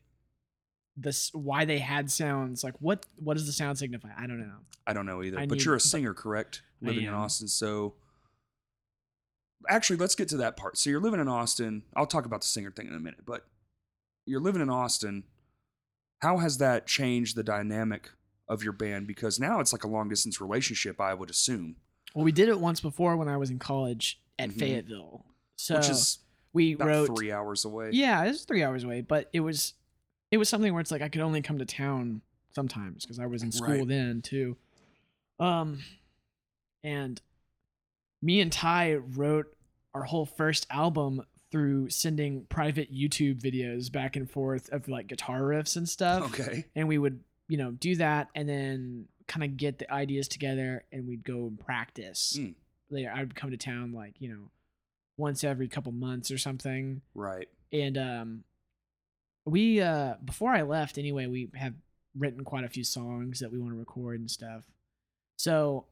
this why they had sounds like what what does the sound signify? I don't know.
I don't know either.
I
but
need-
you're a singer, correct?
I
Living in
am.
Austin. So actually, let's get to that part. So you're living in Austin. I'll talk about the singer thing in a minute, but you're living in Austin. How has that changed the dynamic of your band? Because now it's like a long distance relationship, I would assume,
Well, we did it once before when I was in college at
Mhm.
Fayetteville. So
which is
we
about
wrote.
three hours away.
Yeah, it was three hours away, but it was it was something where it's like I could only come to town sometimes because I was in school
Right.
then too. Um, and me and Ty wrote our whole first album through sending private YouTube videos back and forth of like guitar riffs and stuff,
Okay.
and we would you know do that and then kind of get the ideas together and we'd go and practice.
Mm.
Later, I would come to town like you know once every couple months or something
Right.
and um we uh before i left anyway we have written quite a few songs that we want to record and stuff. So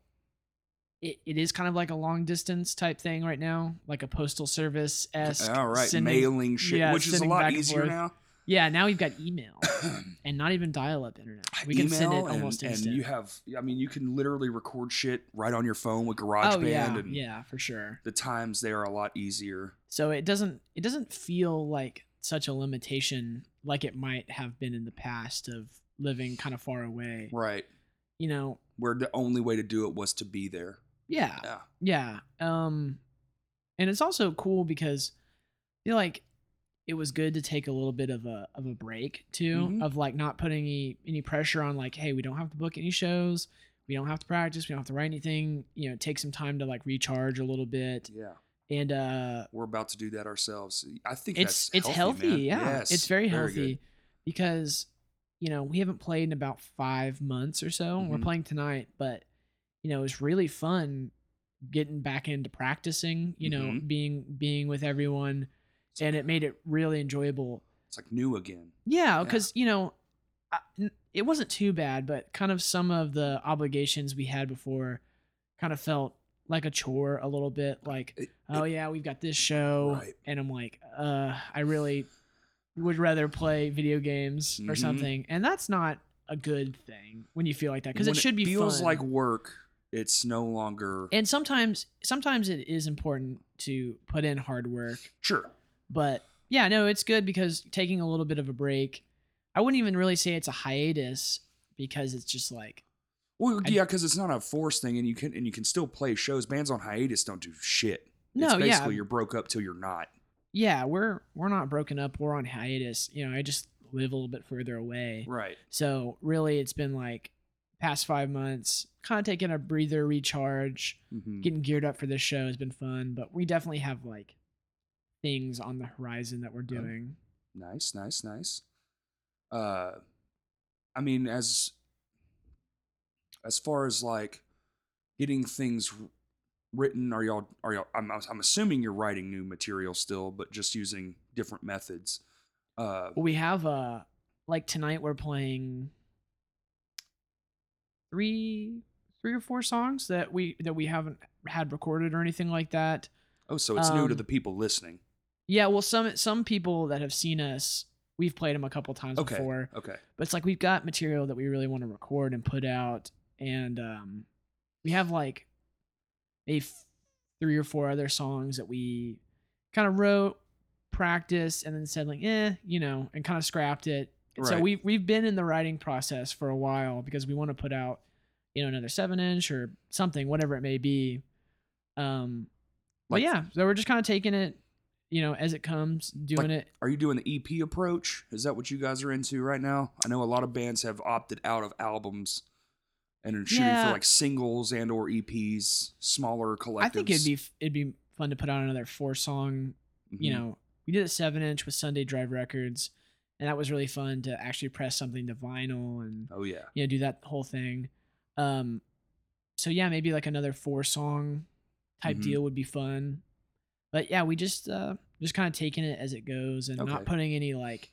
it, it is kind of like a long distance type thing right now, like a postal service esque.
All right, mailing shit,
yeah,
which is a
sending back
lot
and
easier
forth.
now.
Yeah, now we've got email
(clears throat)
and not even dial
(coughs)
up internet. We can send it
Email and-
almost
and,
instant.
you have. I mean, you can literally record shit right on your phone with GarageBand,
oh yeah,
and
yeah, for sure.
the times they are a lot easier.
So it doesn't it doesn't feel like such a limitation like it might have been in the past of living kind of far away.
Right,
You know,
where the only way to do it was to be there.
yeah.
Yeah,
Yeah. Um and it's also cool because I feel like it was good to take a little bit of a of a break too
Mhm.
of like not putting any any pressure on like hey, we don't have to book any shows. We don't have to practice, we don't have to write anything, you know, take some time to like recharge a little bit
yeah.
and uh
We're about to do that ourselves. I think
it's
that's
it's healthy,
man.
yeah.
Yes,
it's very
good.
healthy because you know we haven't played in about five months or so. We're
Mhm.
playing tonight, but you know it's really fun getting back into practicing. You know,
Mhm.
being being with everyone, and it made it really enjoyable.
It's like new again.
Yeah,
Yeah.
because you know I n it wasn't too bad, but kind of some of the obligations we had before kind of felt like a chore a little bit, like
It-
oh yeah, we've got this show,
Right.
and I'm like, uh, I really would rather play video games or
Mhm.
something, and that's not a good thing when you feel like that because it
when
should be
feels
fun.
like work. It's no longer
and sometimes sometimes it is important to put in hard work,
sure.
but yeah, no, it's good because taking a little bit of a break. I wouldn't even really say it's a hiatus because it's just like
Well,
I-
yeah, because it's not a forced thing, and you can and you can still play shows. Bands on hiatus don't do shit.
No,
it's
yeah.
basically you're broke up till you're not.
yeah, we're we're not broken up, we're on hiatus. You know, I just live a little bit further away.
Right.
So really, it's been like past five months, kind of taking a breather, recharge,
hmm
getting geared up for this show has been fun. But we definitely have like things on the horizon that we're doing.
Nice, nice, nice. Uh, I mean, as as far as like getting things wr- written, are y'all are y'all? I'm I'm assuming you're writing new material still, but just using different methods. Uh,
Well, we have uh like tonight we're playing three three or four songs that we that we haven't had recorded or anything like that.
oh, so it's new to
um,
the people listening.
Yeah, well some some people that have seen us we've played them a couple times
Okay.
before.
Okay.
but it's like we've got material that we really want to record and put out and um we have like a f- three or four other songs that we kind of wrote practiced and then said like eh you know and kind of scrapped it And so
Right.
we've, we've been in the writing process for a while because we want to put out you know another seven inch or something whatever it may be um but
Like-
yeah so we're just kind of taking it you know as it comes doing it
Are you doing the EP approach? Is that what you guys are into right now? I know a lot of bands have opted out of albums and are shooting
Yeah.
for like singles and or EPs, smaller collectives.
i think it'd be f- it'd be fun to put out another four song you
Mhm.
know, we did a seven inch with Sunday Drive Records, and that was really fun to actually press something to vinyl and
Oh yeah.
you know do that whole thing. Um, so yeah, maybe like another four song type
Mhm.
deal would be fun. But yeah, we just uh just kind of taking it as it goes and
Okay.
not putting any like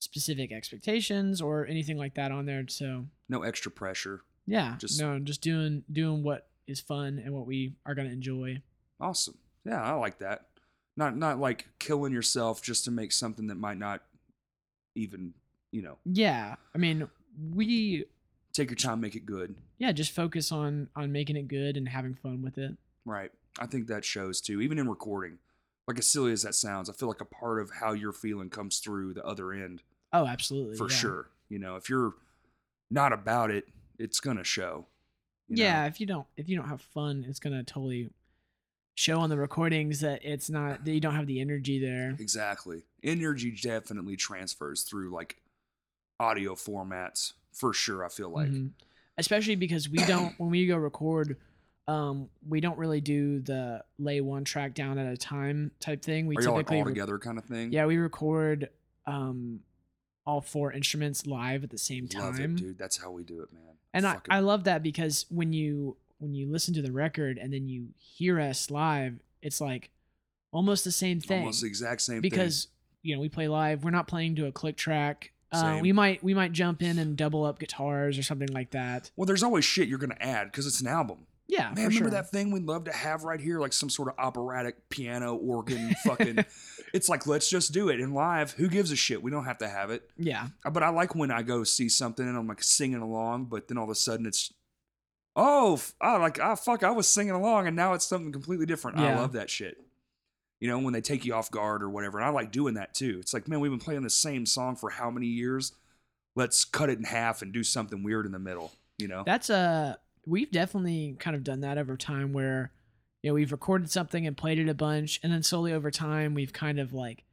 specific expectations or anything like that on there. So
No extra pressure.
yeah,
Just-
no, just doing doing what is fun and what we are gonna enjoy.
Awesome. Yeah, I like that. Not not like killing yourself just to make something that might not even, you know,
Yeah, I mean we
take your time, make it good.
yeah just focus on on making it good and having fun with it
Right. I think that shows too, even in recording. Like as silly as that sounds, I feel like a part of how you're feeling comes through the other end.
oh absolutely
for
yeah.
sure. You know, if you're not about it, it's gonna show. you know?
yeah if you don't if you don't have fun it's gonna totally show on the recordings that it's not that you don't have the energy there
exactly. Energy definitely transfers through like audio formats for sure. I feel like
Mhm. especially because we
(coughs)
don't when we go record um we don't really do the lay one track down at a time type thing we
are y'all like
typically
all
re-
together kind of thing?
yeah we record um all four instruments live at the same
love
time
it, dude. That's how we do it, man.
and I,
Fucking-
I love that because when you when you listen to the record and then you hear us live it's like almost the same thing
almost the exact same thing.
because you know we play live we're not playing to a click track Uh,
Same.
we might we might jump in and double up guitars or something like that.
Well, there's always shit you're gonna add because it's an album.
Yeah,
Man,
for
remember
sure.
that thing we'd love to have right here, like some sort of operatic piano,
(laughs)
organ, fucking. it's like let's just do it in live. Who gives a shit? We don't have to have it.
Yeah,
Uh, But I like when I go see something and I'm like singing along, but then all of a sudden it's, oh, f- I like I fuck, I was singing along and now it's something completely different. I
Yeah.
love that shit. You know, when they take you off guard or whatever, and I like doing that too. It's like, man, we've been playing the same song for how many years? Let's cut it in half and do something weird in the middle. You know,
that's a we've definitely kind of done that over time where you know we've recorded something and played it a bunch, and then slowly over time we've kind of like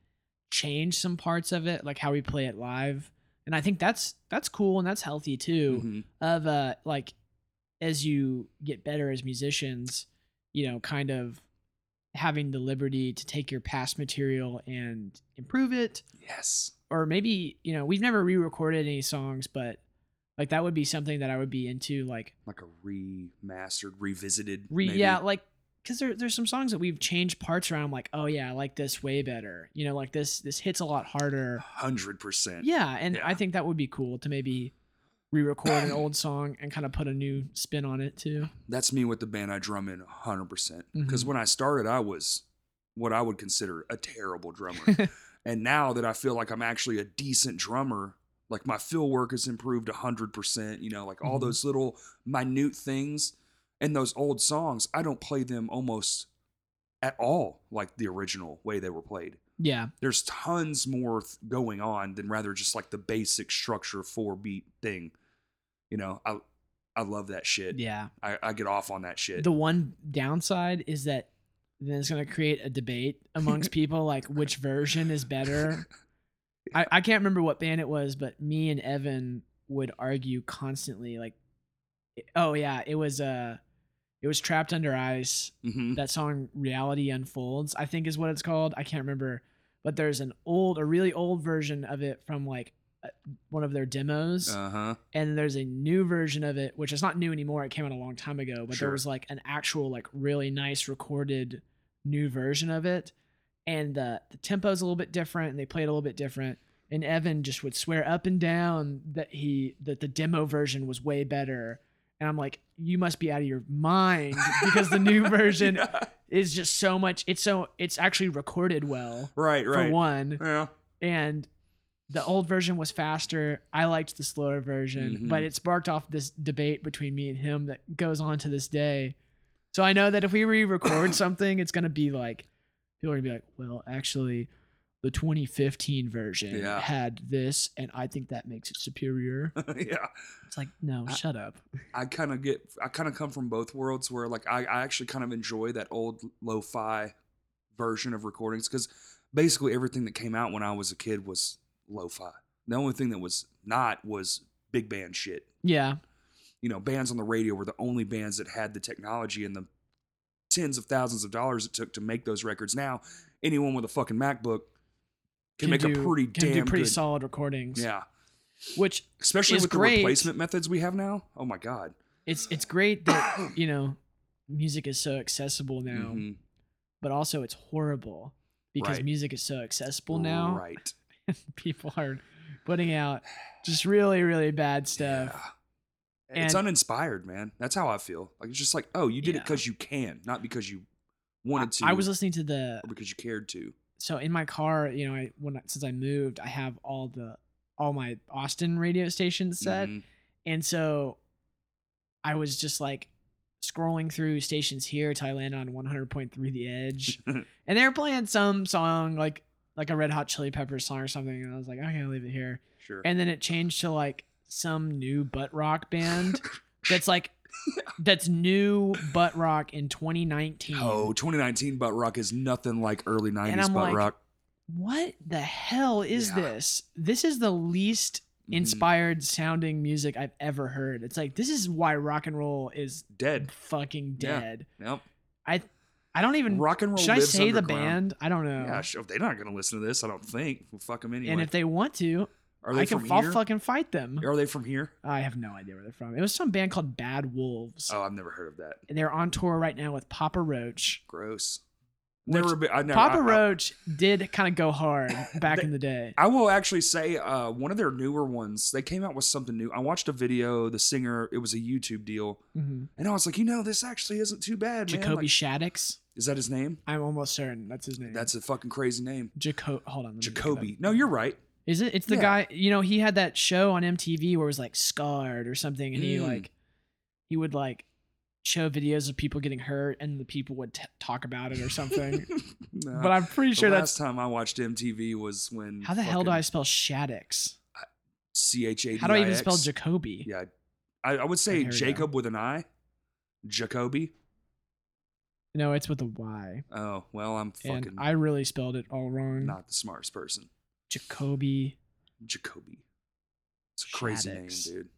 changed some parts of it, like how we play it live. And I think that's that's cool and that's healthy too.
Mhm.
of uh like as you get better as musicians, you know, kind of having the liberty to take your past material and improve it
yes,
or maybe, you know, we've never re-recorded any songs, but like that would be something that I would be into like
like a remastered, revisited.
re-
maybe.
yeah, like cuz there there's some songs that we've changed parts around like, oh yeah, I like this way better. You know, like this this hits a lot harder.
hundred percent.
Yeah, and
Yeah.
I think that would be cool to maybe re-record an old song and kind of put a new spin on it too.
that's me with the band I drum in 100%. Because
Mhm.
when I started, I was what I would consider a terrible drummer. and now that I feel like I'm actually a decent drummer, like my fill work has improved 100%, you know, like all
Mhm.
those little minute things and those old songs, I don't play them almost at all like the original way they were played.
Yeah.
There's tons more th- going on than rather just like the basic structure four beat thing. You know, I I love that shit.
Yeah.
I, I get off on that shit.
The one downside is that then it's going to create a debate amongst people like which version
(laughs)
is better. I, I can't remember what band it was, but me and Evan would argue constantly like oh yeah, it was uh it was trapped under ice.
hmm
That song Reality Unfolds, I think is what it's called. I can't remember, but there's an old a really old version of it from like uh, one of their demos.
Uh huh.
and then there's a new version of it which is not new anymore it came out a long time ago but
Sure.
there was like an actual like really nice recorded new version of it and the the tempo's a little bit different and they played a little bit different and evan just would swear up and down that he that the demo version was way better and i'm like you must be out of your mind because
(laughs)
the new version is just so much it's so it's actually recorded well
Right.
for
Right.
one
Yeah. (laughs)
and the old version was faster. I liked the slower version,
Mhm.
but it sparked off this debate between me and him that goes on to this day. So I know that if
(coughs)
we re-record something, it's gonna be like people are gonna be like, "Well, actually, the 2015 version
Yeah.
had this, and I think that makes
(laughs)
it superior."
yeah.
It's like, no,
I-
shut up.
I kind of get. I kind of come from both worlds where like I, I actually kind of enjoy that old lo-fi version of recordings because basically everything that came out when I was a kid was lo-fi. The only thing that was not was big band shit.
Yeah,
You know, bands on the radio were the only bands that had the technology and the tens of thousands of dollars it took to make those records. Now, anyone with a fucking MacBook can, make a pretty
can
damn
do pretty
good.
solid recordings.
yeah.
which
especially
is
with
great.
the replacement methods we have now. Oh my god.
it's it's
(coughs)
great that you know music is so accessible now.
Mhm.
but also it's horrible because
Right.
music is so accessible now.
right?
(laughs) People are putting out just really, really bad stuff.
Yeah. It's
And-
uninspired, man. That's how I feel. Like it's just like, oh, you did it
Yeah.
because you can, not because you
I,
wanted to.
I was listening to the
or because you cared to.
so in my car, you know, I when I- since I moved, I have all the all my Austin radio stations set,
Mhm.
and so I was just like scrolling through stations here till I landed on 100.3 The
(laughs)
Edge, and they were playing some song like like a Red Hot Chili Peppers song or something, and I was like, okay, I'll leave it here.
Sure.
and then it changed to like some new butt
(laughs)
rock band that's like that's new butt rock in 2019
oh, 2019 butt rock is nothing like early 90s
I'm
butt
like,
rock.
what the hell is
Yeah.
this this is the least
Mhm.
inspired sounding music i've ever heard it's like this is why rock and roll is
Dead.
fucking
Yeah.
dead
Nope.
i don't even
Rock and roll.
should i
lives
say the
underground.
band i don't know
Yeah, sure. They're not gonna listen to this. I don't think. Well, fuck them anyway.
and if they want to
Are they
i can
from
i'll
here?
fucking fight them
Are they from here?
i have no idea where they're from it was some band called bad wolves
Oh, I've never Oh, heard of that.
and they're on tour right now with papa roach
Gross. Never been. I, never,
Papa
I- I-
Roach did kind of
(laughs)
go hard back in the day.
I will actually say uh, one of their newer ones. They came out with something new. I watched a video. The singer. It was a YouTube deal,
Mhm.
and I was like, you know, this actually isn't too bad. man.
Jacoby
Like,
Shaddix.
is that his name?
I'm almost certain that's his name.
That's a fucking crazy name.
Jaco. Hold on. let me look it up.
Jacoby. No, you're right.
Is it? It's the
Yeah.
guy. You know, he had that show on MTV where it was like scarred or something, and he
Mm.
like he would like show videos of people getting hurt, and the people would t- talk about it
(laughs)
or something.
Nah.
but I'm pretty sure
the
that's
last time I watched MTV was when.
how the hell do I spell Shaddix?
C H A D I X.
How do I even spell Jacoby? Oh,
Yeah, I, I would say
Here we go.
Jacob with an I. Jacoby.
No, it's with a Y,
Oh well, I'm
and
fucking
I really spelled it all wrong.
not the smartest person.
Jacoby.
Jacoby. It's a crazy
Shaddix.
name, dude.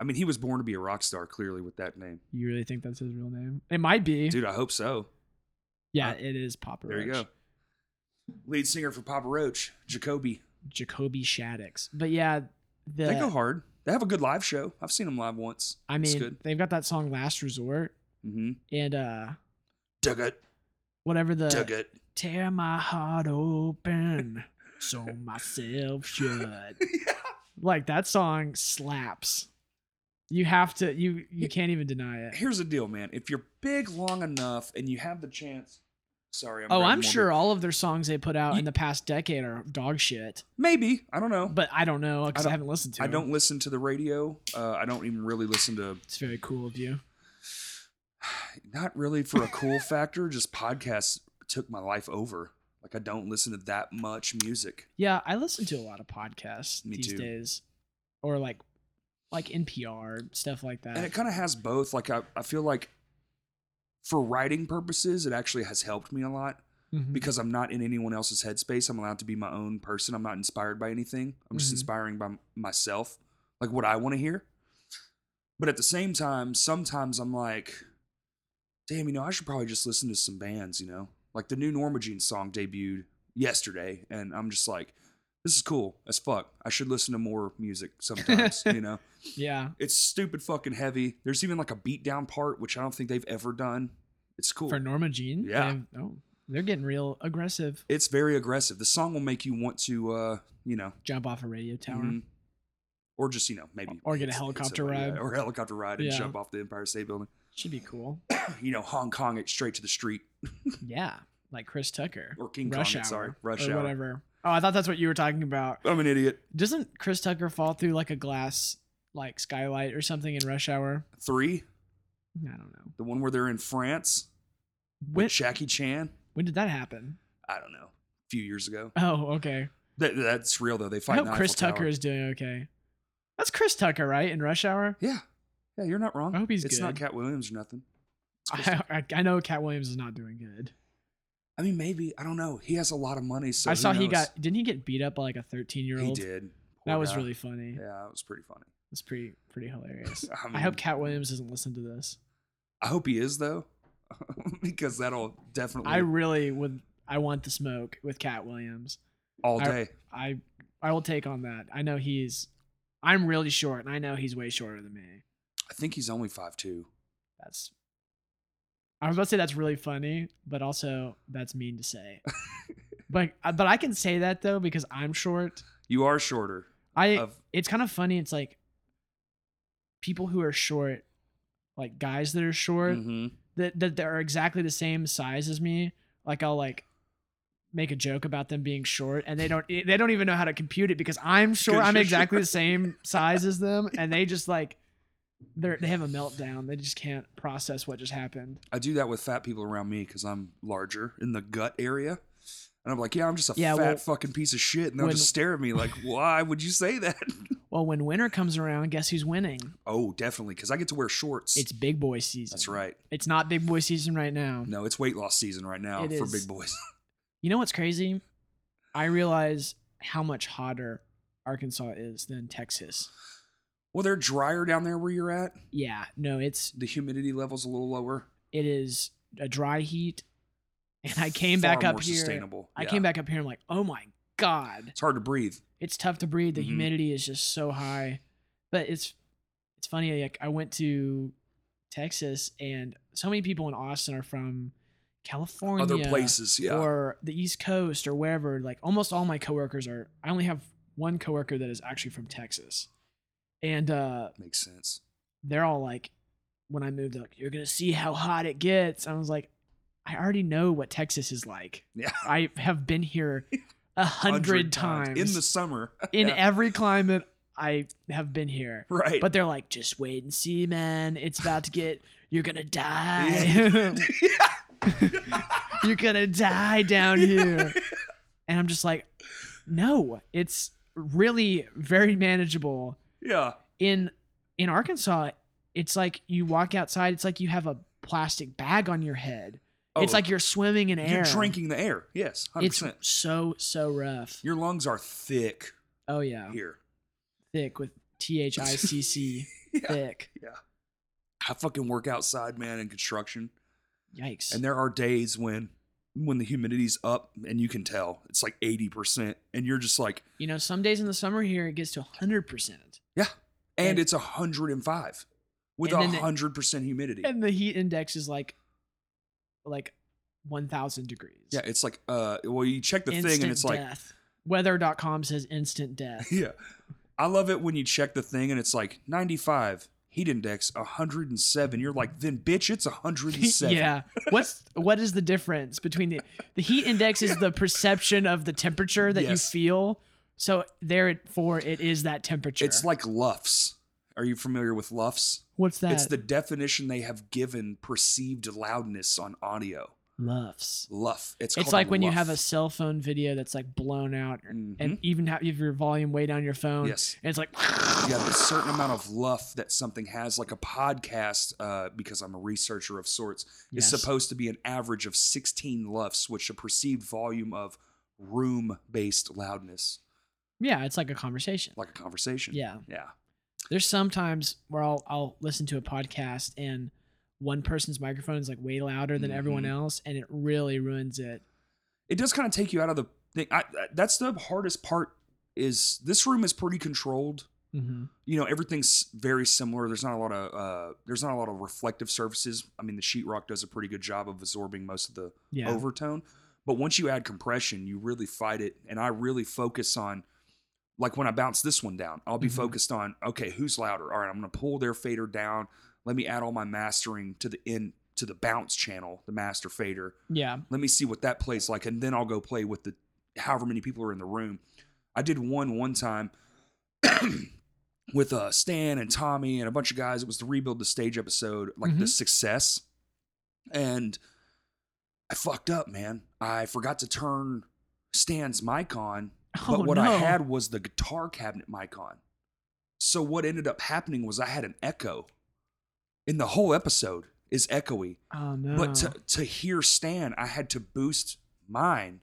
I mean, he was born to be a rock star, clearly, with that name.
You really think that's his real name? It might be.
Dude, I hope so.
yeah,
uh,
it is Papa
There you
Roach.
go. Lead singer for Papa Roach, Jacoby.
Jacoby Shaddix. But yeah, the,
They go hard. They have a good live show. I've seen them live once.
I
it's
mean,
good.
they've got that song Last Resort
Mm-hmm.
and uh
Dug it,
whatever the
dug it. (laughs)
tear my heart open so myself should. Like that song slaps. You have to you you can't even deny it.
Here's the deal, man. If you're big long enough and you have the chance, sorry. I'm
Oh,
grabbing
I'm
more
sure
beer.
all of their songs they put out
You-
in the past decade are dog shit,
Maybe I don't know.
but I don't know because I,
don't-
haven't listened to.
Oh. I
'em.
don't listen to the radio. Uh, I don't even really listen to
It's very cool of you.
not really for a
(laughs)
cool factor just podcasts took my life over like i don't listen to that much music
Yeah, I listen to a lot of podcasts
Me
these
too.
days, or like like NPR stuff like that.
and it kind of has both like I, I feel like for writing purposes it actually has helped me a lot
Mhm.
because i'm not in anyone else's headspace i'm allowed to be my own person i'm not inspired by anything i'm just
Mhm.
inspiring by m- myself like what i want to hear but at the same time sometimes i'm like damn you know i should probably just listen to some bands you know like the new norma jean song debuted yesterday and i'm just like this is cool as fuck i should listen to more music sometimes you know
yeah,
it's stupid fucking heavy. There's even like a beatdown part, which I don't think they've ever done. It's cool.
for Norma Jean, they
Yeah.
have- oh, they're getting real aggressive.
it's very aggressive. The song will make you want to, uh, you know,
Jump off a radio tower.
mhm. or just you know maybe
Or get a
hit- hit
helicopter
somebody, yeah,
ride.
or helicopter ride and
Yeah.
jump off the Empire State Building. (clears throat)
Should
(coughs)
be cool.
you know, Hong Kong it straight to the street
yeah, like Chris Tucker.
or King
Rush
Kong. it,
Hour.
Sorry, Rush
or
Hour. Oh.
whatever. Oh, I thought that's what you were talking about.
I'm an idiot.
Doesn't Chris Tucker fall through like a glass like skylight or something in Rush Hour?
Three,
I don't know.
the one where they're in France
When
with Jackie Chan.
when did that happen?
I don't know, a few years ago.
Oh, okay.
That, that's real though. They
I
fight. in
hope
the
Chris
Eiffel Tower.
Tucker is doing okay. That's Chris Tucker, right? In Rush Hour.
Yeah, yeah, you're not wrong.
I hope he's
It's not
good.
Cat Williams or nothing. It's Chris
I, I, I know Cat Williams is not doing good.
I mean, maybe I don't know. He has a lot of money, so
I
who
saw he
knows?
got didn't he get beat up by like a thirteen year
He
old?
did.
That
Poor
was
guy.
really funny.
Yeah, Mm. that was pretty funny.
It's pretty pretty hilarious.
(laughs) I,
I hope
mean,
Cat Williams doesn't listen to this.
I hope he is though, (laughs) because that'll definitely
I really would. I want the smoke with Cat Williams.
all
I-
day.
I I will take on that. I know he's. I'm really short, and I know he's way shorter than me.
I think he's only five two.
That's. I was about to say that's really funny, but also that's mean to (laughs) say. but uh, but I can say that though because I'm short.
You are shorter.
I
of
it's kind of funny. It's like people who are short, like guys that are short,
Mhm.
that that they're exactly the same size as me. Like I'll like make a joke about them being short, and they don't e, they don't even know how to compute it because I'm short.
'Cause
I'm
you're
exactly the (laughs) same size as them, and they just like they are they have a meltdown. They just can't process what just happened.
I do that with fat people around me because I'm larger in the gut area. And I'm like, yeah, I'm just a
Yeah,
fat
well,
fucking piece of shit. And they'll
when-
just stare at me like, (laughs) why would you say that? (laughs)
Well, when winter comes around, guess who's winning?
oh, definitely. Because I get to wear shorts.
It's big boy season.
That's right.
It's not big boy season right now.
No, it's weight loss season right now
It
for
is.
big boys. (laughs)
You know what's crazy? I realize how much hotter Arkansas is than Texas.
well, they're drier down there where you're at.
Yeah, no, it's
the humidity level's a little lower.
it is a dry heat. And I came
Far
back up
more
here.
Sustainable.
I
Yeah.
came back up here. I'm like, oh my god,
It's hard to breathe.
it's tough to breathe. The
Mhm.
humidity is just so high. But it's it's funny. Like I went to Texas, and so many people in Austin are from California,
Other places, yeah.
or the East Coast or wherever. Like almost all my coworkers are. I only have one coworker that is actually from Texas, and uh,
Makes sense.
they're all like, when I moved, they're like, "You're gonna see how hot it gets." I was like, I already know what Texas is like.
Yeah.
(laughs) I have been here
(laughs)
a hundred times
in the summer. (laughs)
in
Yeah.
every climate. I have been here.
right.
But they're like, just wait and see, man. It's about to get. You're gonna die.
Yeah.
(laughs) you're gonna die down here. And I'm just like, no. It's really very manageable
yeah.
in in Arkansas. It's like you walk outside. It's like you have a plastic bag on your head. it's like you're swimming in air.
Oh. you're drinking the air. Yes, hundred
It's
percent.
so so rough.
Your lungs are thick
Oh yeah,
here. (laughs)
thick with T H I C C.
Yeah.
Thick.
I fucking work outside, man, in construction,
Yikes.
and there are days when when the humidity's up and you can tell it's like eighty percent, and you're just like,
You know, some days in the summer here it gets to 100%.
and,
And-
it's hundred and five with
And then the-
hundred percent humidity.
And the heat index is like like 1000 degrees.
yeah, it's like uh, well, you check the thing and it's like
death. weather.com says instant
(laughs)
death.
Yeah. I love it when you check the thing and it's like 95, heat index 107. You're like, then bitch, it's 107.
yeah. What's what is the difference between the the heat index is the perception of the temperature that
Yes.
you feel. So therefore it is that temperature.
It's like LUFS. Are you familiar with LUFS?
what's that?
It's the definition they have given perceived loudness on audio.
luffs.
LUF. It's,
It's
called
like when you
luff.
have a cell phone video that's like blown out and
Mhm.
even have you have your volume way down your phone.
Yes.
And it's like
You have a certain amount of luff that something has, like a podcast, uh, because I'm a researcher of sorts,
Yes.
is supposed to be an average of 16 luffs, which is a perceived volume of room based loudness,
Yeah, it's like a conversation.
like a conversation.
Yeah.
Yeah.
There's sometimes where I'll I'll listen to a podcast and one person's microphone is like way louder than everyone
Mhm.
else and it really ruins it.
it does kind of take you out of the thing. I, I- that's the hardest part. Is this room is pretty controlled.
Mm-hmm.
You know, everything's very similar. There's not a lot of uh, there's not a lot of reflective surfaces. I mean, the sheetrock does a pretty good job of absorbing most of the
Yeah.
overtone. But once you add compression, you really fight it. And I really focus on, like when I bounce this one down, I'll be
Mhm.
focused on, okay, who's louder? All right, I'm going to pull their fader down. Let me add all my mastering to the end, to the bounce channel, the master fader
Yeah.
let me see what that plays like and then i'll go play with the however many people are in the room i did one one time (clears throat) with uh stan and tommy and a bunch of guys it was the rebuild the stage episode like the
Mhm.
success and i fucked up man i forgot to turn stan's mic on but
oh,
what
no.
i had was the guitar cabinet mic on so what ended up happening was i had an echo in the whole episode is echoey
Oh no.
but to, to hear Stan, I had to boost mine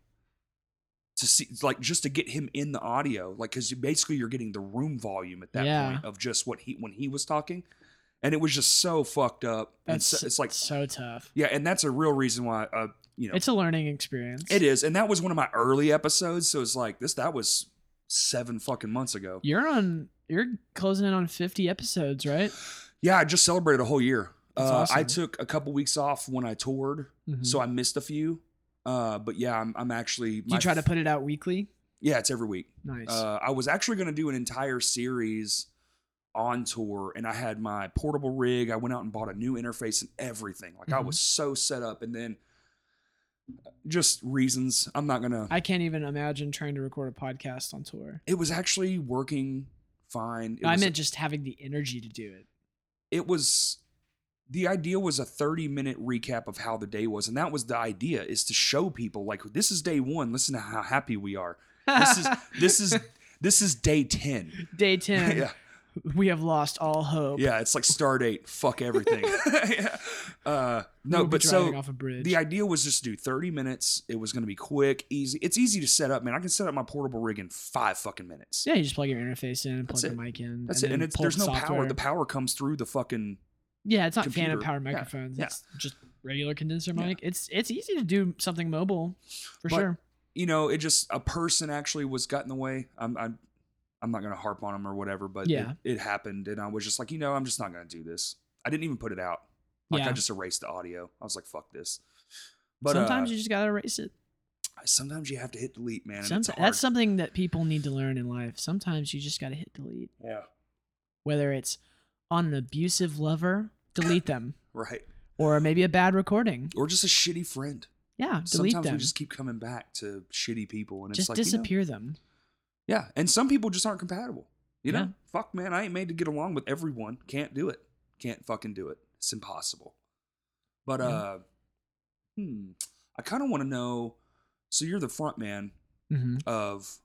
to see, like, just to get him in the audio, like, because you, basically you're getting the room volume at that
Yeah.
point of just what he when he was talking, and it was just so fucked up. And
that's
so, it's like,
so tough.
yeah, and that's a real reason why, uh, you know,
It's a learning experience.
it is, and that was one of my early episodes, so it's like this that was seven fucking months ago.
You're on you're closing in on 50 episodes, right?
Yeah, I just celebrated a whole year.
That's
uh, I
awesome.
took a couple weeks off when I toured,
Mhm.
Mm-hmm. so I missed a few. Uh, but yeah, I'm, I'm actually.
Do you try to put it out weekly?
Yeah, it's every week.
Nice.
Uh, I was actually going to do an entire series on tour, and I had my portable rig. I went out and bought a new interface and everything. Like I
Mhm.
was so set up, and then uh, just reasons. I'm not gonna.
I can't even imagine trying to record a podcast on tour.
it was actually working fine. It
I
was,
meant just having the energy to do
(laughs)
it.
it was. The idea was a 30 minute recap of how the day was, and that was the idea: is to show people like this is day one. Listen to how happy we are. This is this
(laughs)
is this is day 10.
day
(laughs)
10.
yeah.
We have lost all hope.
Yeah, it's like Stardate. Fuck
(laughs)
everything. (laughs) yeah. uh, no,
We'll be
but
driving
so
off a bridge.
the idea was just to do 30 minutes. It was going to be quick, easy. It's easy to set up, man. I can set up my portable rig in five fucking minutes.
yeah, you just plug your interface in, plug
That's
your
it.
mic in.
That's it.
then
And it's,
pull up
there's no power.
software.
The power comes through the fucking.
yeah, it's not fan
computer.
power
Yeah,
microphones.
yeah.
It's just regular condenser
Yeah.
mic. It's it's easy to do something mobile for
But-
sure.
You know, it just a person actually was got in the way. I'm I'm, I'm not gonna harp on him or whatever, but
Yeah.
it, it happened, and I was just like, you know, I'm just not gonna do this. I didn't even put it out. Like
yeah.
I just erased the audio. I was like, fuck this. But
sometimes
sometimes,
you just gotta erase it.
sometimes you have to hit delete, man. and
Some,
it's hard.
that's something that people need to learn in life. Sometimes you just gotta hit delete.
yeah,
Whether it's on an abusive lover, delete them,
right.
or maybe a bad recording.
Or just a shitty friend.
Yeah,
(laughs)
delete
sometimes
them.
we
Just,
just keep coming back to shitty people, and it's like you know,
disappear them.
yeah, and some people just aren't compatible. You know,
Yeah.
fuck, man, I ain't made to get along with everyone. Can't do it. Can't fucking do it. It's impossible. But
Yeah.
uh, hmm, I kind of want to know. So you're the front man
Mm-hmm.
of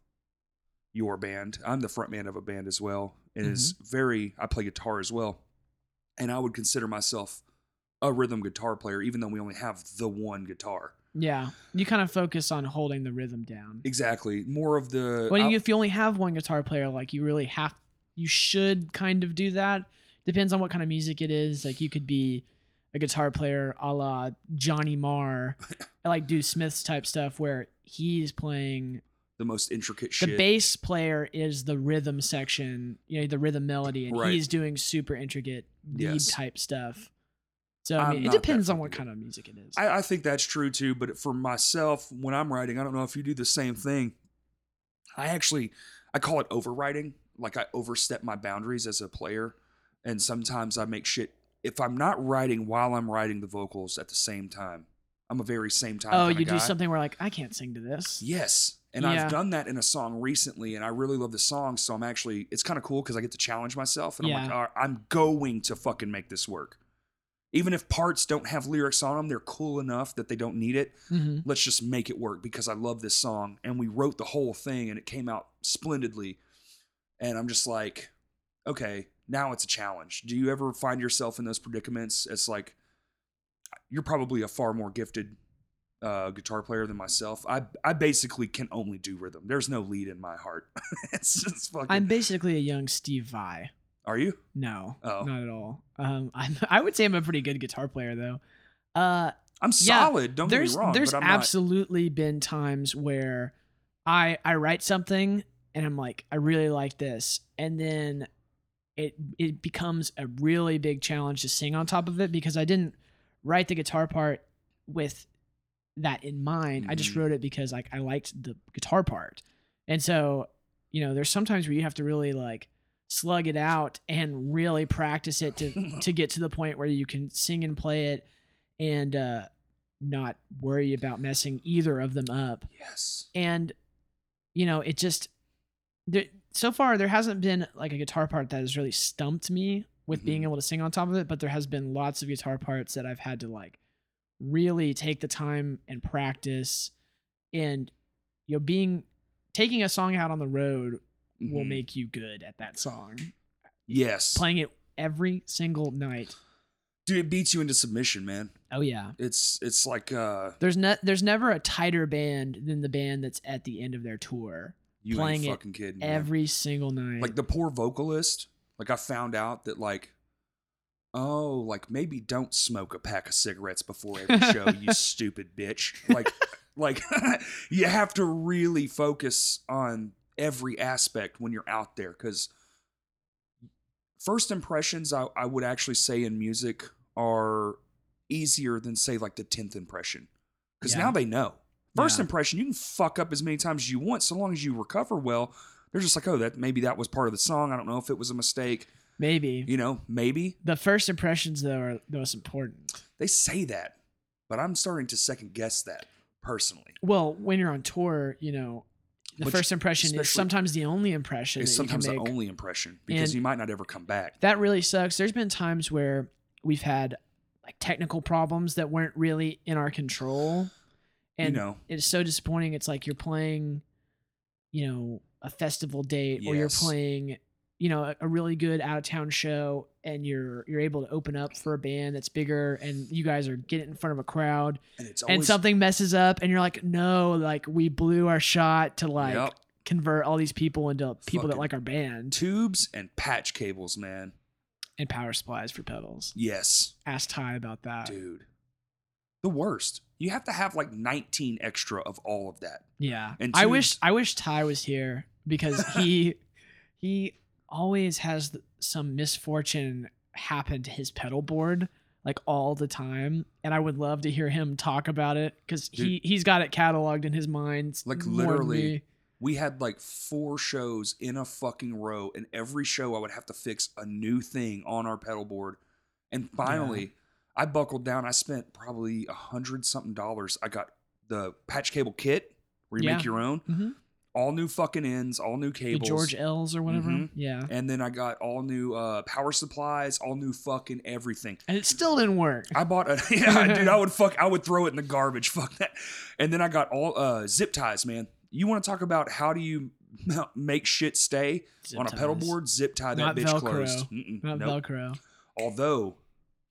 your band. I'm the front man of a band as well. And it's
Mm-hmm.
very I play guitar as well. And I would consider myself a rhythm guitar player, even though we only have the one guitar.
Yeah, you kind of focus on holding the rhythm down.
Exactly. More of the
When
I-
you, if you only have one guitar player, like you really have, you should kind of do that. Depends on what kind of music it is. Like you could be a guitar player a la Johnny Marr,
(coughs)
I like do Smith's type stuff where he's playing.
the most intricate
The
shit.
bass player is the rhythm section, you know, the rhythm melody, and
Right.
he's doing super intricate lead
Yes.
type stuff. So I
I'm
mean,
not
it
that
depends on what
familiar.
kind of music it is.
I, I think that's true too, but for myself, when I'm writing, I don't know if you do the same
Mm-hmm.
thing. I actually I call it overwriting. Like I overstep my boundaries as a player. And sometimes I make shit if I'm not writing while I'm writing the vocals at the same time. I'm a very same time.
oh,
kinda
you do
guy.
something where like I can't sing to this.
Yes. And
Yeah.
I've done that in a song recently, and I really love the song. So I'm actually, it's kind of cool because I get to challenge myself. And I'm like,
Yeah.
all right, I'm going to fucking make this work. Even if parts don't have lyrics on them, they're cool enough that they don't need it.
hmm
Let's just make it work because I love this song. And we wrote the whole thing, and it came out splendidly. And I'm just like, okay, now it's a challenge. Do you ever find yourself in those predicaments? It's like, you're probably a far more gifted uh, guitar player than myself. I I basically can only do rhythm. There's no lead in my heart. (laughs) it's just fucking.
I'm basically a young Steve Vai.
are you?
No,
Oh.
not at all. Um, (laughs) I'm, I would say I'm a pretty good guitar player though. Uh,
I'm
Yeah,
solid. don't
there's
get me wrong.
there's
but I'm
absolutely been times where I I write something and I'm like I really like this, and then it it becomes a really big challenge to sing on top of it because I didn't write the guitar part with that in mind. I just
Mhm.
wrote it because like I liked the guitar part, and so you know there's sometimes where you have to really like slug it out and really practice it to to get to the point where you can sing and play it and uh, not worry about messing either of them up.
not. Yes.
And you know, it just there, so far there hasn't been like a guitar part that has really stumped me with being
Mhm.
able to sing on top of it, but there has been lots of guitar parts that I've had to like really take the time and practice and you know being taking a song out on the road will
Mhm.
make you good at that song.
Yes.
Playing it every single night.
Dude, it beats you into submission, man.
Oh yeah.
It's it's like uh,
There's ne- there's never a tighter band than the band that's at the end of their tour.
you
Playing
ain't
it
fucking kidding. man.
Every single night.
like the poor vocalist like i found out that like oh like maybe don't smoke a pack of cigarettes before
(laughs)
every show you stupid bitch like like (laughs) you have to really focus on every aspect when you're out there because first impressions I, I would actually say in music are easier than say like the 10th impression because
Yeah.
now they know first
Yeah.
impression you can fuck up as many times as you want so long as you recover well they're just like oh that maybe that was part of the song i don't know if it was a mistake
Mm-hmm. Maybe.
you know maybe
The first impressions though are the most important.
they say that but i'm starting to second guess that personally
Well, when you're on tour, you know, the
Which-
first impression is
especially-
sometimes the only impression
it's
that you can
sometimes the
make.
only impression because
And-
you might not ever come back
that really sucks. There's been times where we've had like technical problems that weren't really in our control. And
you know
it's so disappointing. It's like you're playing, you know, a festival date or you're
Yes.
playing, you know, a, a really good out of town show and you're you're able to open up for a band that's bigger and you guys are getting in front of a crowd
and it's
and
always
something messes up and you're like, no, like we blew our shot to like
Yep.
convert all these people into people that
Fucking-
like our band
tubes and patch cables man
and power supplies for pedals.
yes
Ask Ty about that.
dude the worst you have to have like 19 extra of all of that
Yeah.
And
I
two-
wish I wish Ty was here
(laughs)
because he he always has th- some misfortune happen to his pedal board. like all the time, and I would love to hear him talk about it because he he's got it cataloged in his mind.
Like,
more than
literally,
me.
We had like four shows in a fucking row, and every show I would have to fix a new thing on our pedal board. And finally, I buckled down. I spent probably a hundred something dollars. I got the patch cable kit where you
Yeah.
make your own,
Mhm.
all new fucking ends, all new
the
cables.
George L's or whatever.
Mhm.
Yeah,
and then I got all new uh, power supplies, all new fucking everything.
and it still didn't work.
I bought a (laughs) yeah, dude. I would fuck. I would throw it in the garbage. (laughs) Fuck that. And then I got all uh, zip ties, man. You want to talk about how do you (laughs) make shit stay
Zip
on a pedal
ties.
board? Zip tie that
Not
bitch
Velcro.
closed. Mm-mm,
not
nope.
Velcro.
Although,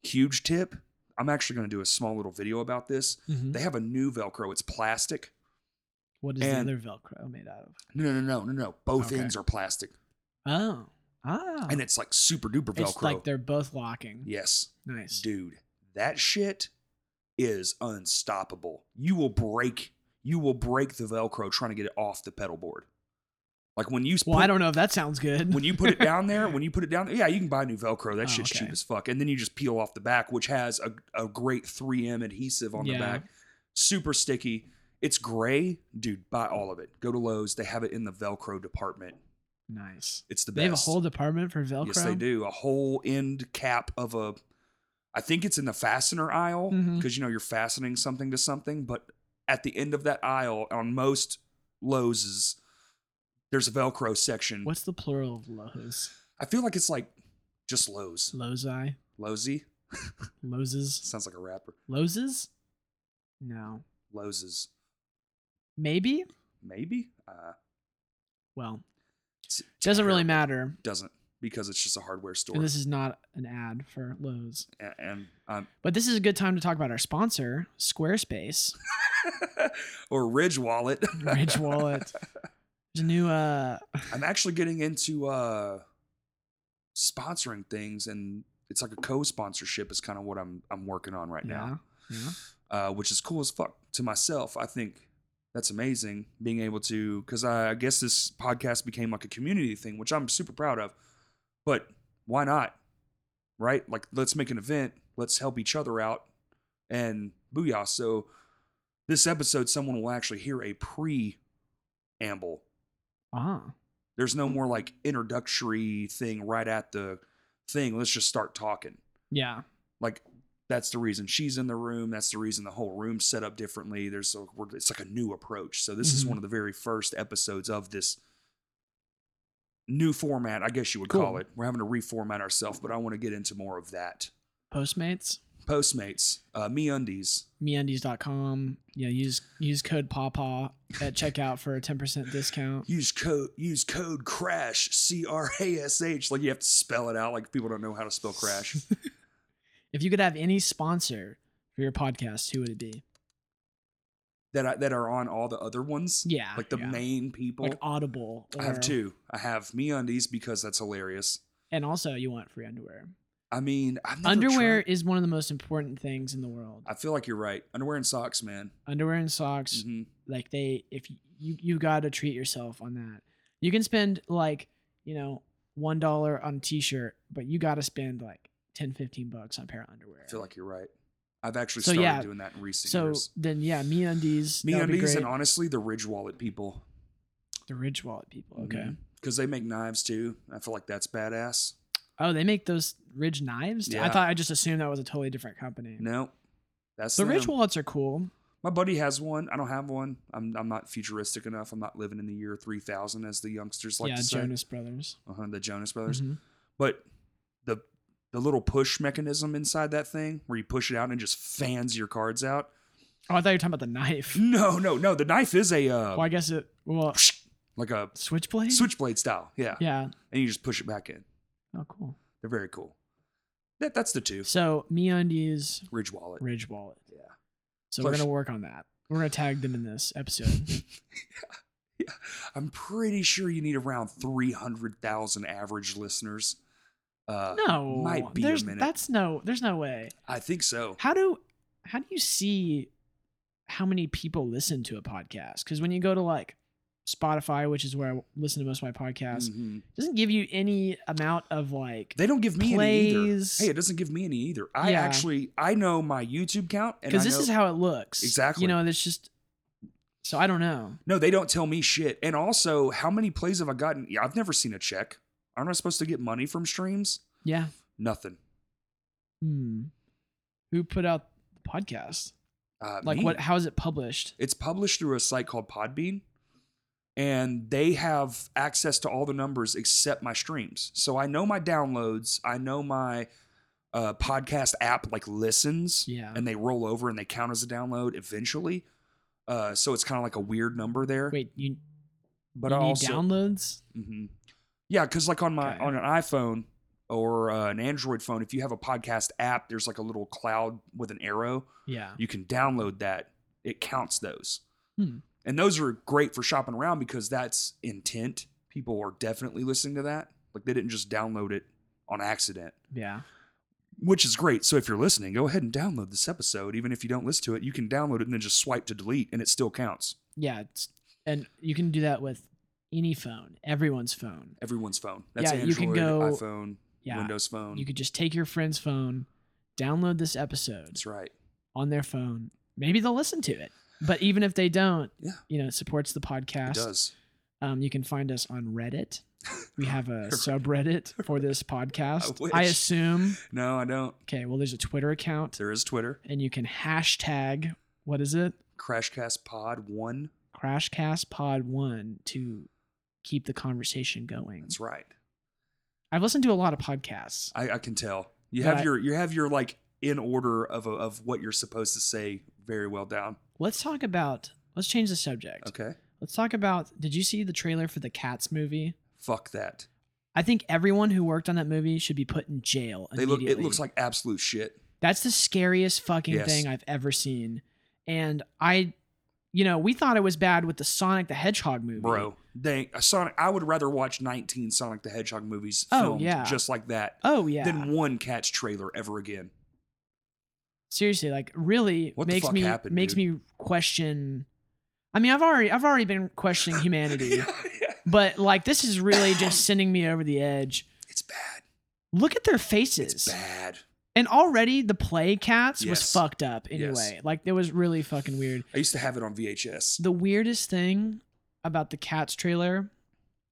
huge tip. I'm actually going to do a small little video about this.
Mhm.
They have a new Velcro. It's plastic.
What is the
and-
other Velcro made out of?
No, no, no, no, no. Both
Okay.
ends are plastic,
Oh, ah,
and it's like super duper Velcro.
it's like they're both locking.
yes,
Nice.
dude, that shit is unstoppable. You will break, you will break the Velcro trying to get it off the pedal board. Like when you s-
Well,
put,
I don't know if that sounds good.
when you put it down there, when you put it down there, yeah, you can buy new Velcro. That
Oh,
shit's
okay.
cheap as fuck. And then you just peel off the back, which has a, a great 3M adhesive on
Yeah.
the back. Super sticky. It's gray, dude. Buy all of it. Go to Lowe's. They have it in the Velcro department.
nice.
It's the best.
They have a whole department for Velcro.
Yes, they do. A whole end cap of a, I think it's in the fastener aisle because
Mhm.
you know you're fastening something to something. But at the end of that aisle, on most Lowe's, there's a Velcro section.
What's the plural of Lowe's?
I feel like it's like just Lowe's.
Lozi?
Lozy
Lowe's?
sounds like a rapper.
Lowe's? No.
Lowe's,
Maybe?
maybe. Uh,
Well,
it's
doesn't really
terrible.
matter.
Doesn't because it's just a hardware store.
And this is not an ad for Lowe's.
A- and um, (laughs)
But this is a good time to talk about our sponsor, Squarespace,
or Ridge Wallet. (laughs)
Ridge Wallet. There's a new uh
I'm actually getting into uh sponsoring things and it's like a co-sponsorship is kind of what I'm I'm working on right now.
Yeah, yeah.
Uh which is cool as fuck to myself. I think that's amazing being able to cuz I, I guess this podcast became like a community thing, which I'm super proud of. But why not? Right? Like let's make an event, let's help each other out and booyah. So this episode someone will actually hear a preamble
Ah.
there's no more like introductory thing right at the thing. Let's just start talking.
Yeah.
Like that's the reason she's in the room. That's the reason the whole room's set up differently. There's a, we're- it's like a new approach. So this is
Mhm.
one of the very first episodes of this new format, I guess you would
Cool.
call it. We're having to reformat ourselves, but I want to get into more of that.
Postmates,
Postmates, uh, me undies.
meundies.com. Yeah, use use code pawpaw at checkout for a 10% discount.
Use code use code crash C R A S H. Like you have to spell it out. Like people don't know how to spell crash.
(laughs) If you could have any sponsor for your podcast, who would it be?
that I, that are on all the other ones.
Yeah.
like the
yeah.
main people.
like Audible.
I have
or-
two. I have me undies because that's hilarious.
And also, you want free underwear.
I mean, I've never
Underwear
tried-
is one of the most important things in the world.
I feel like you're right. Underwear and socks, man.
Underwear and socks,
hmm
like they, if you you got to treat yourself on that. You can spend like you know one dollar on a t-shirt, but you got to spend like 10, 15 bucks on a pair of underwear.
I feel like you're right. I've actually
So,
started
yeah.
doing that in recent
so
years.
then, yeah, me undies,
Me undies and
all-
honestly, the Ridge Wallet people.
the Ridge Wallet people. Okay.
Because they make knives too. I feel like that's badass.
Oh, they make those Ridge knives. too? I
Yeah.
thought I just assumed that was a totally different company.
No, that's
the Ridge
them.
Wallets are cool.
My buddy has one. I don't have one. I'm I'm not futuristic enough. I'm not living in the year 3000 as the youngsters like
yeah,
to say.
Jonas Brothers.
Uh-huh, the Jonas Brothers.
Mhm.
but the the little push mechanism inside that thing where you push it out and it just fans your cards out
Oh, I thought you were talking about the knife.
no no no the knife is a uh,
Well, I guess it. Well,
like a
switchblade.
switchblade style yeah.
Yeah.
and you just push it back in
Oh, cool.
they're very cool that, that's the two
So MeUndies
ridge wallet
Ridge Wallet.
yeah
So we're
Plus-
gonna work on that. We're gonna tag them in this episode.
i'm pretty sure you need around 300000 average listeners (laughs) uh
no,
might be a
there's
minute.
that's no. There's no way.
i think so
How do how do you see how many people listen to a podcast? Because when you go to like Spotify, which is where I listen to most of my podcasts,
Mhm.
doesn't give you any amount of like
They don't give me any either.
plays.
Hey, it doesn't give me any either. I
Yeah.
actually I know my YouTube count and I
because this
know-
is how it looks.
Exactly.
You know, it's just. So I don't know.
No, they don't tell me shit. And also, how many plays have I gotten? Yeah, I've never seen a check. Aren't I supposed to get money from streams?
Yeah.
Nothing.
Hmm. Who put out the podcast?
Uh,
Like
me.
what? How is it published?
It's published through a site called Podbean, and they have access to all the numbers except my streams. So I know my downloads, I know my uh, podcast app like listens,
Yeah.
and they roll over and they count as a download eventually. Uh, so it's kind of like a weird number there.
Wait, you,
but
you
I
need
also
downloads?
hmm Yeah, because like on my
Okay.
on an iPhone or uh, an Android phone, if you have a podcast app, there's like a little cloud with an arrow.
Yeah.
You can download that. It counts those,
Hmm.
and those are great for shopping around because that's intent. People are definitely listening to that. Like they didn't just download it on accident,
Yeah.
which is great. So if you're listening, go ahead and download this episode. Even if you don't listen to it, you can download it and then just swipe to delete, and it still counts.
Yeah. It's, and you can do that with any phone, everyone's phone.
Everyone's phone. That's
Yeah,
Android,
you can go-
iPhone,
Yeah.
Windows Phone.
You could just take your friend's phone, download this episode
that's right.
on their phone. Maybe they'll listen to it. But even if they don't,
Yeah.
you know, it supports the podcast.
It does.
Um, you can find us on Reddit. We
(laughs)
have a subreddit for this podcast.
wish.
I, assume.
No, I don't.
Okay, well, there's a Twitter account,
There is Twitter,
and you can hashtag what is it?
Crashcast Pod One.
Crashcast Pod One to keep the conversation going.
That's right.
I've listened to a lot of podcasts.
I, I can tell. You
But
have
I-
your you have your like in order of a, of what you're supposed to say very well down.
Let's talk about. Let's change the subject.
Okay.
Let's talk about. Did you see the trailer for the Cats movie?
Fuck that.
I think everyone who worked on that movie should be put in jail.
They look. It
immediately.
looks like absolute shit.
That's the scariest fucking
Yes.
thing I've ever seen. And I, you know, we thought it was bad with the Sonic the Hedgehog movie.
Bro, they a Sonic. I would rather watch 19 Sonic the Hedgehog movies
Oh,
filmed
yeah.
just like that
Oh, yeah.
than one Cats trailer ever again.
Seriously, like really
What the
makes
fuck
me
happened,
makes me question I mean, I've already I've already been
(laughs)
questioning humanity,
Yeah, yeah.
but like this is
(coughs)
really just sending me over the edge.
It's bad.
Look at their
It's
faces.
bad.
And already the play cats was
Yes.
fucked up
Yes.
anyway. Like it was really fucking weird.
I used to have it on VHS.
the weirdest thing about the cats trailer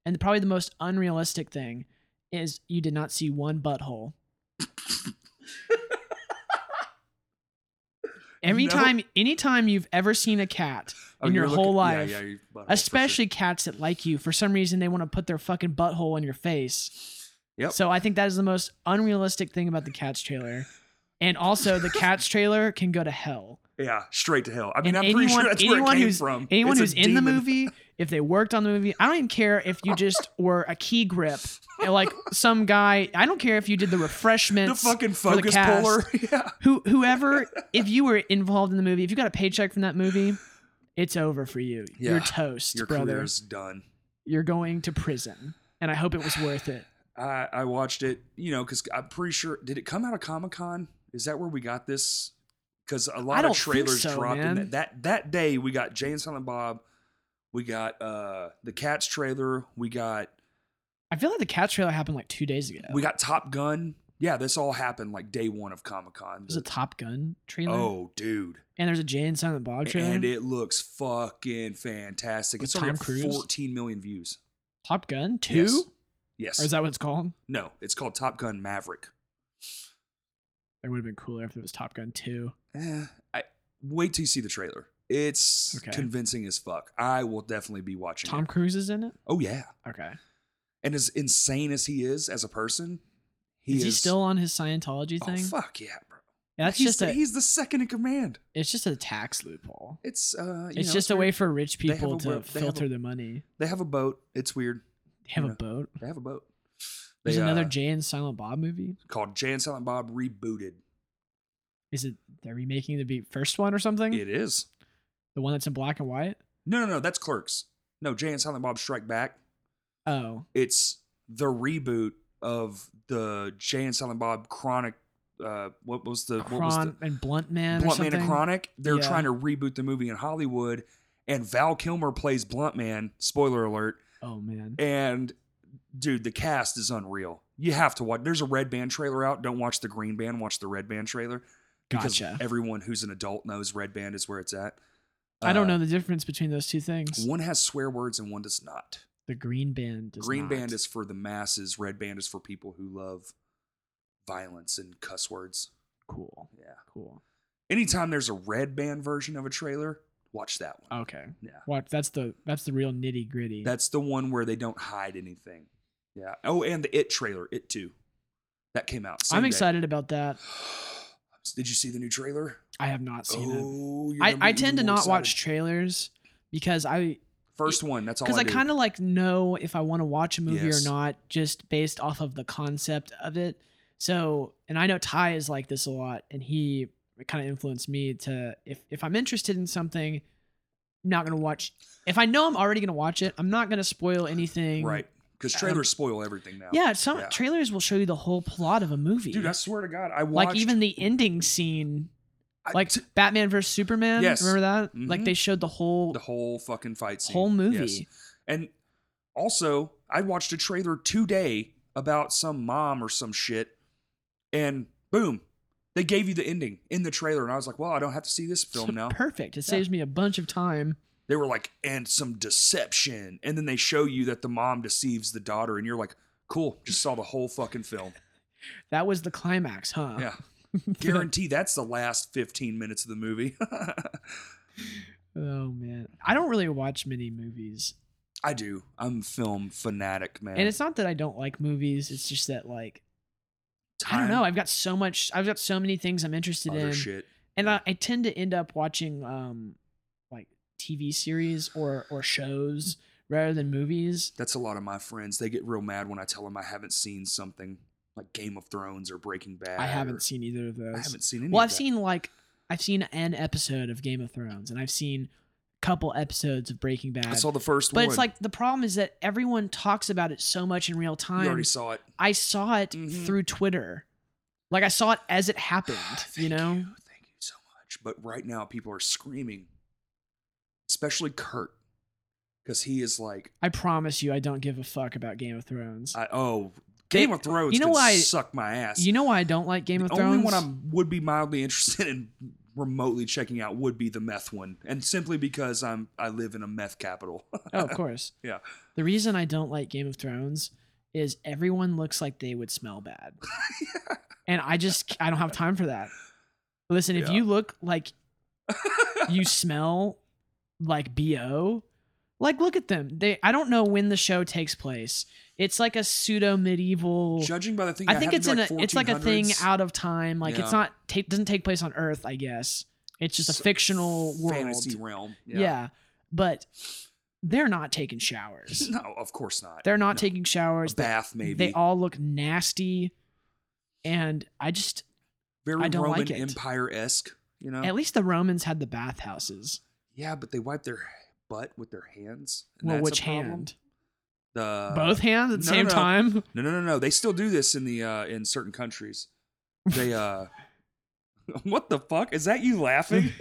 and probably the most unrealistic thing is you did not see one butthole
(laughs)
every
No.
time anytime you've ever seen a cat in your
Oh, you're
whole
yeah,
life,
yeah, your butthole for sure.
especially cats that like you for some reason they want to put their fucking butthole in your face
Yep.
so i think that is the most unrealistic thing about the cats trailer and also the cats trailer can go to hell
Yeah, straight to hell. I mean,
And
I'm pretty sure
anyone-
that's where it
anyone
came
who's-
from.
Anyone
It's a
who's in the
demon.
movie, if they worked on the movie, I don't even care if you just were a key grip, like some guy. I don't care if you did the
the
refreshments.
fucking
for the
focus
cast.
puller. (laughs) Yeah,
who, whoever, if you were involved in the movie, if you got a paycheck from that movie, it's over for you.
Yeah.
You're toast,
your
brother.
career is done.
You're going to prison, and I hope it was worth it.
I, I watched it, you know, because I'm pretty sure. Did it come out of Comic Con? Is that where we got this? Because a lot
don't
of
think
trailers
so,
dropped in
man.
that, that that day. We got Jane Silent Bob. We got uh the Cats trailer. We got
I feel like the cat trailer happened like two days ago.
we got Top Gun. Yeah, this all happened like day one of Comic Con.
there's a Top Gun trailer,
Oh, dude.
and there's a Oh, Jay and Silent Bob trailer.
And it looks fucking fantastic.
With
it's already
Tom
at
Cruise?
14 million views.
Top Gun two,
Yes. Yes.
or is that what it's called?
no, it's called Top Gun Maverick.
It would have been cooler if it was Top Gun two.
Eh, I wait till you see the trailer. It's
Okay.
convincing as fuck. I will definitely be watching.
Tom
it.
Cruise is in it.
Oh yeah.
Okay.
And as insane as he is as a person, he
is,
is,
he still on his Scientology
Oh
thing?
fuck yeah, bro.
That's
he's
just
the,
a
he's the second in command.
it's just a tax loophole.
It's uh, you
It's
know,
just a way
weird.
for rich
They have
people
a
to
web- they have a-
filter their money.
They have a boat. It's weird.
They have
Yeah.
a boat.
They have a boat.
There's
They,
another
uh,
Jay and Silent Bob movie.
called Jan Silent Bob rebooted.
Is it they're remaking the be- first one or something?
It is.
The one that's in black and white?
No, no, no. That's Clerks. No, Jan Silent Bob Strike Back.
Oh.
it's the reboot of the Jay and Silent Bob Chronic. Uh, what was the what was
Cron
the
and Blunt Man or
Blunt Man
something.
and Chronic? They're
Yeah.
trying to reboot the movie in Hollywood, and Val Kilmer plays Blunt Man. Spoiler alert.
Oh man.
And dude, the cast is unreal. You have to watch. There's a red band trailer out. Don't watch the green band. Watch the red band trailer. Because uh,
Gotcha.
everyone who's an adult knows red band is where it's at.
I don't
Uh,
know the difference between those two things.
One has swear words and one does not.
The green band. Does
green
not.
band is for the masses. Red band is for people who love violence and cuss words.
cool.
Yeah.
Cool.
Anytime there's a red band version of a trailer, watch that one.
Okay.
Yeah.
What? That's the that's the real nitty gritty.
That's the one where they don't hide anything. Yeah. Oh, and the It trailer, It Too, that came out. same
I'm
day.
excited about that.
(sighs) Did you see the new trailer?
I have not seen it.
oh, you're
I,
gonna be
I
even
tend to
more
not
excited.
watch trailers because I
first one. That's all.
because I, kind of like know if I want to watch a movie
Yes.
or not just based off of the concept of it. So, and I know Ty is like this a lot, and he kind of influenced me to if if I'm interested in something, not gonna watch. If I know I'm already gonna watch it, I'm not gonna spoil anything.
right because
Um,
trailers spoil everything now.
Yeah. Some
Yeah.
trailers will show you the whole plot of a movie.
dude, I swear to God, I watched
like even the ending scene,
I-
like
t-
Batman versus Superman.
Yes.
Remember that?
Mhm.
Like they showed the whole
the whole fucking fight scene,
whole movie.
Yes. And also, I watched a trailer today about some mom or some shit, and boom, they gave you the ending in the trailer, and I was like, well, I don't have to see this film now.
Perfect. It
Yeah.
saves me a bunch of time.
they were like, and some deception. And then they show you that the mom deceives the daughter, and you're like, cool, just saw the whole fucking film.
(laughs) That was the climax, huh? (laughs)
Yeah. Guarantee that's the last 15 minutes of the movie. (laughs)
Oh man, I don't really watch many movies,
I do. I'm film fanatic, man.
and it's not that I don't like movies. It's just that like I
Time,
don't know. I've got so much. I've got so many things I'm interested
Other
in,
shit.
and I, I tend to end up watching um like TV series or or shows rather than movies.
That's a lot of my friends. They get real mad when I tell them I haven't seen something like Game of Thrones or Breaking Bad.
I
or-
haven't seen either of those.
I haven't seen any.
well,
of
I've
that.
seen like I've seen an episode of Game of Thrones, and I've seen a couple episodes of Breaking Bad.
I saw the first
but
one.
it's like the problem is that everyone talks about it so much in real
you
time.
already saw
(sighs)
it.
I saw it
Mhm.
through Twitter. Like I saw it as it happened, you
Ah, Thank
know?
thank you so much. But right now, people are screaming, especially Kurt, because he is like,
I promise you I don't give a fuck about Game of Thrones.
I, oh, Game
They-
of Thrones.
you know
can
why-
Suck my ass.
you know why I don't like Game
the
of
only
Thrones?
one I would be mildly (laughs) interested in remotely checking out would be the meth one, and simply because I'm I live in a meth capital. (laughs)
oh, of course.
Yeah.
The reason I don't like Game of Thrones is everyone looks like they would smell bad.
(laughs)
And I just I don't have time for that. Listen, if
Yeah.
you look like you smell like BO, like look at them. They I don't know when the show takes place. It's like a pseudo medieval
Judging by the thing,
I
that
think it's in
happened in like
a it's like a thing
1400s,
out of time. Like
Yeah.
it's not take doesn't take place on Earth, I guess. It's just a
s-
fictional world.
fantasy realm.
yeah. But they're not taking showers.
(laughs) (laughs) No, of course not.
They're
No.
not taking showers.
a bath maybe.
They all look nasty. And I just
Very
I don't
Roman
like it.
Empire esque, you know.
at least the Romans had the bathhouses.
Yeah, but they wipe their butt with their hands. and
Well,
that's a
which
problem.
hand?
The
Both hands at the
no,
same
no.
time?
No, no, no, no. They still do this in the uh, in certain countries. They uh, (laughs) what the fuck is that? You
(laughs)
laughing?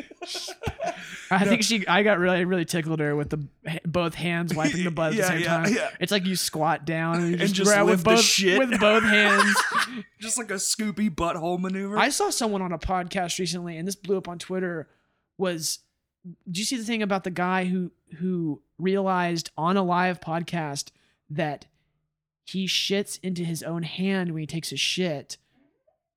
I
No.
think she I got really really tickled her with the both hands wiping the butt
(laughs)
at
Yeah,
the same
yeah,
time.
yeah.
It's like you squat down and you
And
just,
just
grab
lift
with
the
both
shit.
with both
(laughs)
hands.
Just like a Scoopy butthole maneuver.
I saw someone on a podcast recently, and this blew up on Twitter. Was do you see the thing about the guy who who realized on a live podcast that he shits into his own hand when he takes a shit?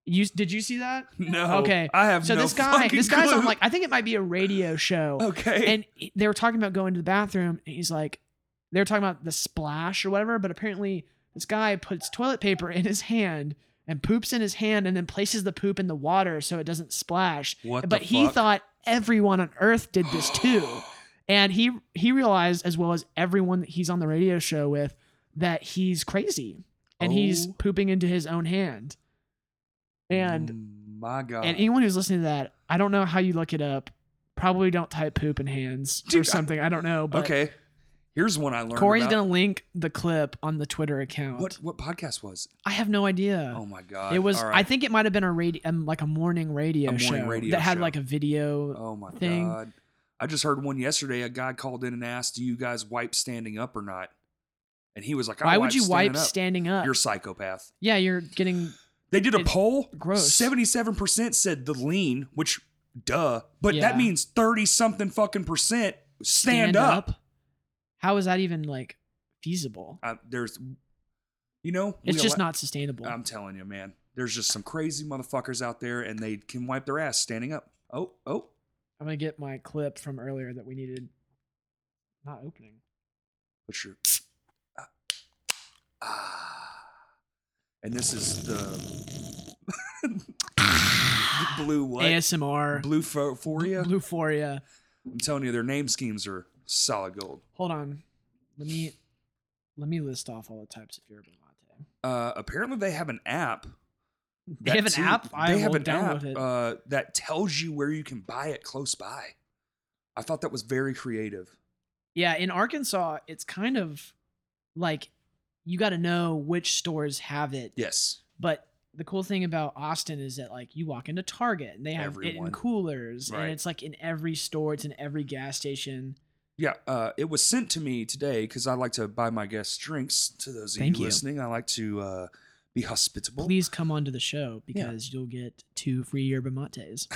You did you see that?
(laughs) no.
Okay.
I have
So
no
this guy,
fucking
this guy's
clue.
on like I think it might be a radio show,
(laughs) Okay.
and he- they were talking about going to the bathroom, and he's like, they were talking about the splash or whatever, but apparently this guy puts toilet paper in his hand and poops in his hand, and then places the poop in the water so it doesn't splash
what? the
but he
fuck?
thought everyone on earth did
(gasps)
this too and he he realized as well as everyone that he's on the radio show with that he's crazy and he's
Oh.
pooping into his own hand and
Mm, my God.
and anyone who's listening to that i don't know how you look it up probably don't type poop in hands or
Dude, I-
something i don't know but
okay. Here's one I learned.
corey's
about.
gonna link the clip on the twitter account
What what podcast was? it?
i have no idea
Oh my god!
Uh, it was
All
i
right.
think it might have been a radio um, like a morning radio
morning
show
radio
that had
show.
like a video
Oh my
thing.
god! I just heard one yesterday. A guy called in and asked, "Do you guys wipe standing up or not?" And he was like, I
Why would you
standing
wipe
up.
standing up?
You're a psychopath."
yeah, you're getting
They did a
It's
poll.
gross.
Seventy-seven percent said the lean, which, duh, but
Yeah.
that means thirty something fucking percent stand, up.
How is that even like feasible?
Uh, there's, you know, Um,
It's
we
just
allow-
not sustainable.
I'm telling you, man. There's just some crazy motherfuckers out there, and they can wipe their ass standing up. Oh, oh,
I'm gonna get my clip from earlier that we needed. Not opening.
Put your (sniffs) ah, ah. and this is the (laughs) blue what
ASMR.
blue fo- Foria.
Bluephoria.
I'm telling you, their name schemes are solid gold.
Hold on. Let me let me list off all the types of yerba mate.
Uh, apparently, they have an app.
They
that
have an
too-
app. I
they have
will
an
download
app
it.
Uh, that tells you where you can buy it close by. I thought that was very creative.
Yeah, in Arkansas, it's kind of like you got to know which stores have it.
Yes,
But the cool thing about Austin is that like you walk into Target and they have it in
Everyone.
coolers
Right.
and it's like in every store, it's in every gas station.
Yeah, uh, it was sent to me today because I like to buy my guests drinks. To those of
Thank
you,
you.
listening, I like to uh, be hospitable.
Please come onto the show
Yeah.
because you'll get two free yerba
(laughs)
mates.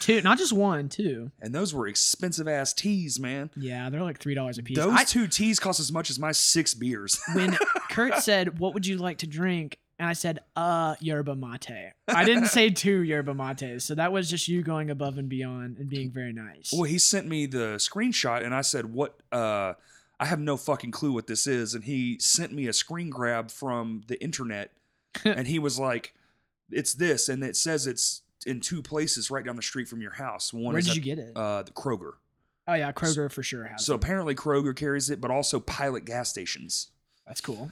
two, not just one, two.
And those were expensive ass teas, man.
Yeah, they're like three dollars a piece.
Those
I-
two teas cost as much as my six
(laughs)
beers. (laughs)
when Kurt said, "What would you like to drink?" and I said, "Uh, yerba mate." I
(laughs)
didn't say two yerba mates, so that was just you going above and beyond and being very nice.
well, he sent me the screenshot, and I said, "What? Uh, I have no fucking clue what this is." And he sent me a screen grab from the internet,
(laughs)
and he was like, "It's this," and it says it's in two places right down the street from your house. One
Where
is
did
at,
you get it?
uh, the Kroger.
oh yeah, Kroger for sure has.
So
it.
apparently Kroger carries it, but also Pilot gas stations
that's cool.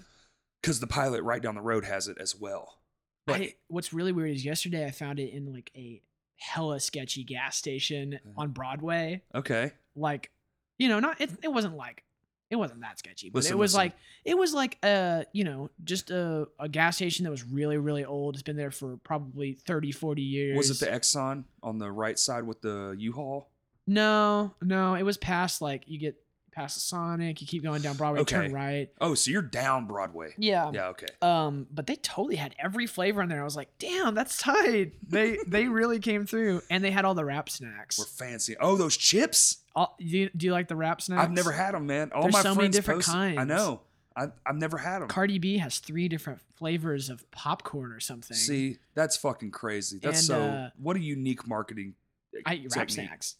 because the Pilot right down the road has it as well.
I
But
didn't- what's really weird is yesterday I found it in like a hella sketchy gas station
Uh-huh.
on Broadway.
okay,
Like, you know, not it. It wasn't like it wasn't that sketchy, but
Listen,
it was
listen.
like it was like a you know just a, a gas station that was really really old. It's been there for probably 30, 40 years.
was it the Exxon on the right side with the U-Haul?
No, no, it was past like you get past the Sonic, you keep going down Broadway,
Okay.
turn right.
Oh, so you're down Broadway?
Yeah.
Yeah, okay.
Um, but they totally had every flavor in there. I was like, damn, that's tight.
(laughs)
They they really came through, and they had all the wrap snacks.
We're fancy. Oh, those chips!
All, do, you, do you like the wrap snacks?
I've never had them, man. All
There's
my
so many
friends
different
posted- I
kinds.
know. I, I've never had them.
Cardi B has three different flavors of popcorn or something.
See, that's fucking crazy. That's
And,
so.
uh,
what a unique marketing.
I eat wrap
technique.
snacks.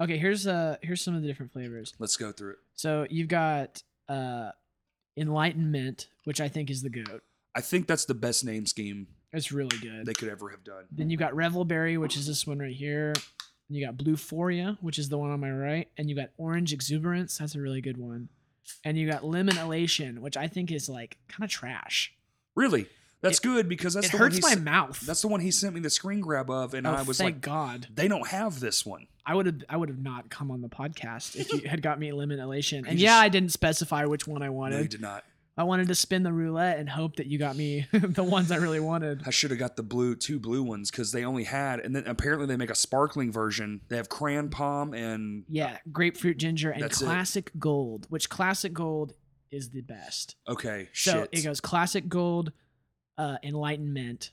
Okay, here's uh here's some of the different flavors.
Let's go through it.
So you've got uh enlightenment, which I think is the goat.
I think that's the best name scheme
It's really good.
they could ever have done.
Then you've got Revelberry, which is this one right here. And you got Bluephoria, which is the one on my right. And you got Orange Exuberance. That's a really good one. And you got Lemon Elation, which I think is like kind of trash.
Really, that's good because that's
it
the
hurts
one
my
he
mouth.
That's the one he sent me the screen grab of, and
oh,
I was
thank
like,
God.
they don't have this one.
I would have I would have not come on the podcast
(laughs)
if you had got me Lemon Elation. And
You
yeah,
just-
I didn't specify which one I
No, you
wanted.
did not.
I wanted to spin the roulette and hope that you got me (laughs) the ones I really wanted.
I should have got the blue, two blue ones because they only had, and then apparently they make a sparkling version. They have crayon palm and
Yeah, grapefruit ginger and
That's it.
classic gold, which classic gold is the best.
okay,
So
shit.
it goes classic gold, uh, enlightenment,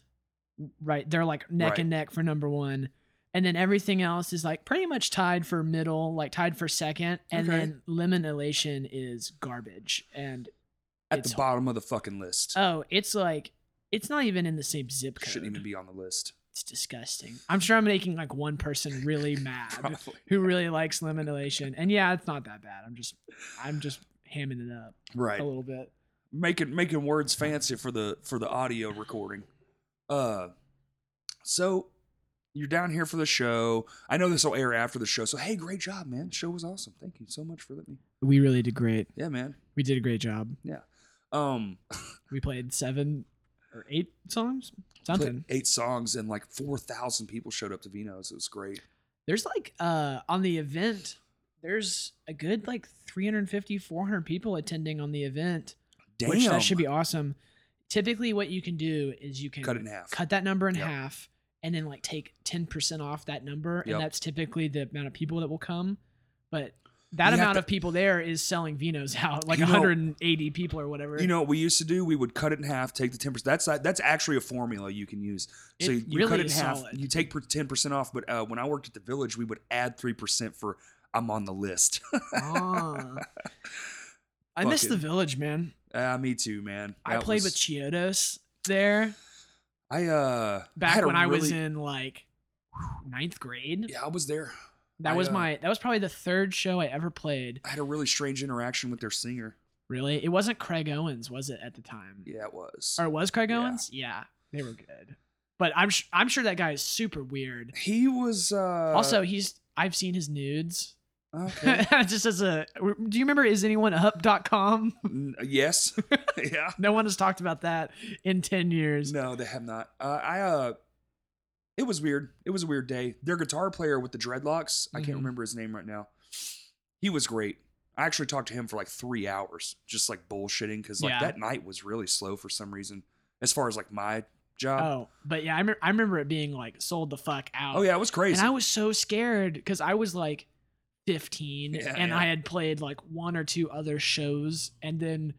right? They're like neck and neck for number one, and then everything else is like pretty much tied for middle, like tied for second, and
Okay.
then lemon elation is garbage, and
At
it's-
the bottom of the fucking list,
oh, it's like it's not even in the same zip code.
shouldn't even be on the list.
It's disgusting. I'm sure I'm making like one person really
(laughs)
mad
Probably.
who really likes lemon elation, and yeah, it's not that bad. I'm just, I'm just hamming it up
Right.
a little bit.
making making words fancy for the for the audio recording. Uh, so you're down here for the show. I know this will air after the show. So hey, great job, man. The show was awesome. Thank you so much for letting me.
We really did great.
Yeah, man.
We did a great job.
Um,
We played seven or eight songs,
put
something.
eight songs and like four thousand people showed up to Vino's. It was great.
There's like uh on the event, there's a good like 350, 400 people attending on the event,
Damn,
which that should be awesome. Typically, what you can do is you can
cut it in half.
cut that number in
Yep.
half and then like take 10% off that number.
Yep.
And that's typically the amount of people that will come. But
You
that
have
amount
to-
of people there is selling vinos out, like
You know-
180 people or whatever.
You know what we used to do? We would cut it in half, take the ten percent. That's like- that's actually a formula you can use. So
It
you, you
really
cut it in
is
half.
solid.
You take ten percent off. But uh, when I worked at the village, we would add three percent for I'm on the list. (laughs)
Ah. I miss
Fuck
the
it.
village, man.
uh, me too, man.
I
That
played
was-
with Chiodos there
I uh
back
had a
when I was
really-
in like ninth grade.
Yeah, I was there.
that
I,
was
uh,
my that was probably the third show I ever played.
I had a really strange interaction with their singer.
Really, it wasn't Craig Owens, was it at the time?
Yeah, it was.
Or was Craig
Yeah.
Owens? Yeah, they were good. But I'm sh- I'm sure that guy is super weird.
He was uh
also, he's I've seen his nudes.
okay.
(laughs) Just as a, do you remember is anyone up.com?
N- yes. (laughs) yeah.
(laughs) No one has talked about that in ten years.
No, they have not. Uh, I uh it was weird. It was a weird day. Their guitar player with the dreadlocks, I can't
Mhm.
remember his name right now. He was great. I actually talked to him for like 3 hours just like bullshitting cuz like
Yeah.
that night was really slow for some reason as far as like my job.
Oh, but yeah, I, me- I remember it being like sold the fuck out.
Oh, yeah, it was crazy.
and I was so scared because I was like 15
Yeah,
and
yeah.
I had played like one or two other shows, and then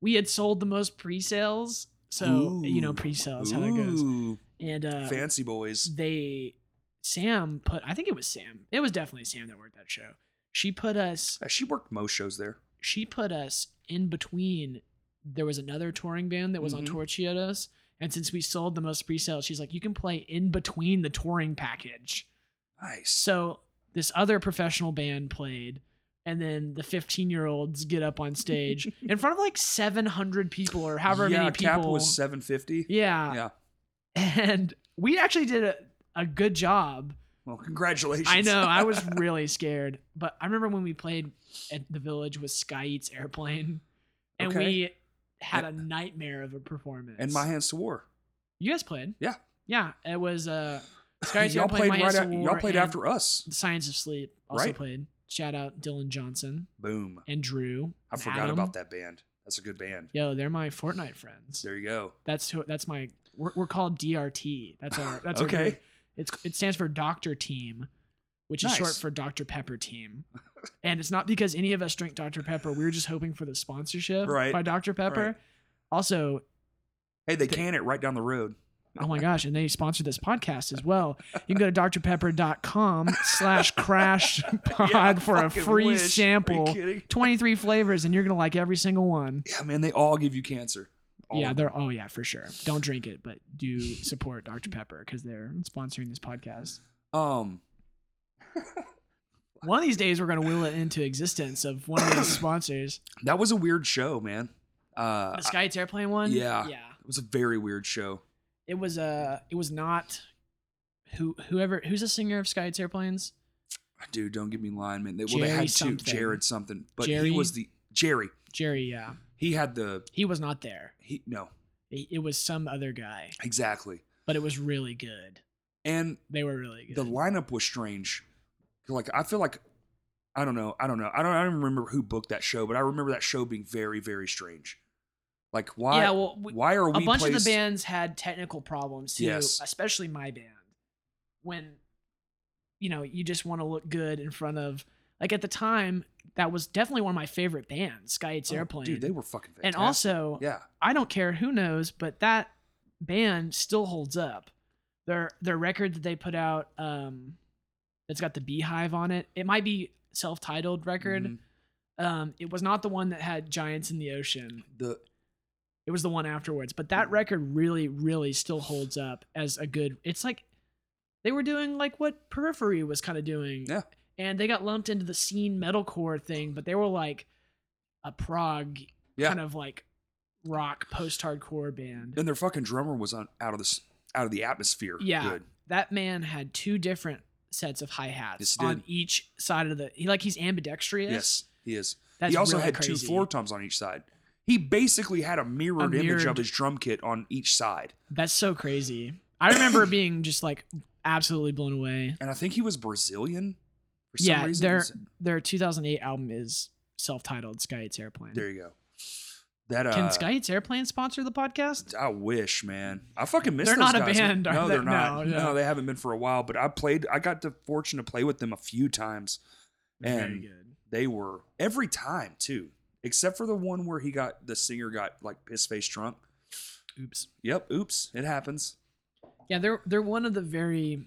we had sold the most pre-sales. So you know
Ooh.
pre-sales how that goes.
Ooh,
And uh,
fancy boys.
they Sam put I think it was Sam. It was definitely Sam that worked that show. She put us
Uh, She worked most shows there.
she put us in between there was another touring band that was
Mhm.
on tour she had us and since we sold the most pre-sales she's like you can play in between the touring package
Nice.
so this other professional band played and then the 15 year olds get up
(laughs)
on stage in front of like 700 people or however
yeah,
many people
Cap was 750.
yeah
Yeah.
(laughs) and we actually did a, a good job
Well, congratulations.
I know.
(laughs)
I was really scared. But I remember when we played at the village with Sky Eats Airplane and
Okay.
we had a nightmare of a performance.
and my hands to war.
You guys played?
Yeah.
Yeah. It was uh Sky Eats
y'all
Airplane.
played
my
right
Hands to
after, y'all
War,
played
and
after us.
The Science of Sleep also
Right.
played. Shout out Dylan Johnson
Boom.
and Drew.
I
and
forgot
Adam.
about that band. That's a good band.
Yo, they're my Fortnite friends.
There you go.
That's who that's my we're, we're called DRT. That's our that's our
(laughs) Okay.
group. It's it stands for Doctor Team, which is short
Nice.
for Dr Pepper Team. and it's not because any of us drink Dr Pepper. We were just hoping for the sponsorship
Right.
by Dr Pepper.
Right.
Also,
Hey, they can it right down the road.
oh my gosh, and they sponsored this podcast as well. You can go to drpepper.com slash crash pod
(laughs) Yeah, I
(laughs) for a
fucking
free
wish. Are you
sample.
kidding?
23 flavors and you're going to like every single one.
Yeah, man, they all give you cancer. All
yeah,
of them.
they're oh yeah for sure. Don't drink it, but do support Dr Pepper because they're sponsoring this podcast.
Um,
One of these days, we're gonna will it into existence of one of these
(coughs)
sponsors.
that was a weird show, man. Uh,
The Sky Airplane one.
Yeah.
yeah.
it was a very weird show.
It was uh, it was not who whoever who's a singer of Sky Airplanes.
Dude, don't get me lying, man. They, well, they
Jerry
had two,
something.
Jared something, but
Jerry?
he was the Jerry.
Jerry, yeah,
He had the
he was not there.
he no
It, it was some other guy,
exactly,
but it was really good.
and
They were really good.
the lineup was strange. Like I feel like I don't know, I don't know, I don't, I don't remember who booked that show, but I remember that show being very, very strange. Like why?
yeah, well, we,
why are
a
we
bunch of
placed-
the bands had technical problems too,
Yes.
especially my band. When you know, you just want to look good in front of like at the time, that was definitely one of my favorite bands, Sky Eats
Oh,
Airplane.
Dude, they were fucking fantastic.
and also,
yeah,
I don't care who knows, but that band still holds up. Their their record that they put out, um, that's got the beehive on it. It might be self-titled record.
Mhm.
Um, it was not the one that had Giants in the Ocean.
the
It was the one afterwards. But that record really, really still holds up as a good. It's like they were doing like what Periphery was kind of doing.
Yeah.
And they got lumped into the scene metalcore thing, but they were like a prog
Yeah.
kind of like rock post hardcore band.
and their fucking drummer was on out of this out of the atmosphere.
Yeah.
good.
That man had two different sets of hi hats
Yes, he
on
did.
each side of the. He like he's ambidextrous.
yes, he is.
That's
he also
really
had
crazy.
two floor toms on each side. He basically had a mirrored, image
mirrored-
of his drum kit on each side,
That's so crazy. I remember being just like absolutely blown away.
and I think he was Brazilian. For some
yeah,
reason.
their their 2008 album is self-titled Sky Eats Airplane.
There you go. That uh,
Can Sky Eats Airplane sponsor the podcast?
I wish, man. I fucking miss.
They're
those
not a
guys, man.
band, are
No,
they?
they're not.
No, yeah.
they haven't been for a while. But I played. I got the fortune to play with them a few times,
Very
And-
good.
They were every time too, except for the one where he got the singer got like piss face drunk.
Oops.
Yep. Oops. It happens.
Yeah, they're they're one of the very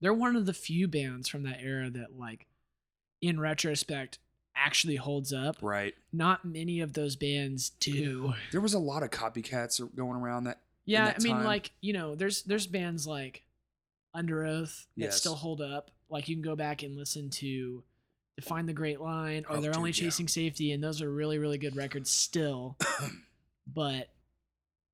they're one of the few bands from that era that like in retrospect actually holds up.
Right.
Not many of those bands do.
There was a lot of copycats going around that.
Yeah,
that
I mean
time.
like, you know, there's there's bands like Under Oath that
Yes.
still hold up. Like you can go back and listen to Define the Great Line or
Oh,
They're
dude,
Only
yeah.
Chasing Safety and those are really really good records
(coughs)
still. but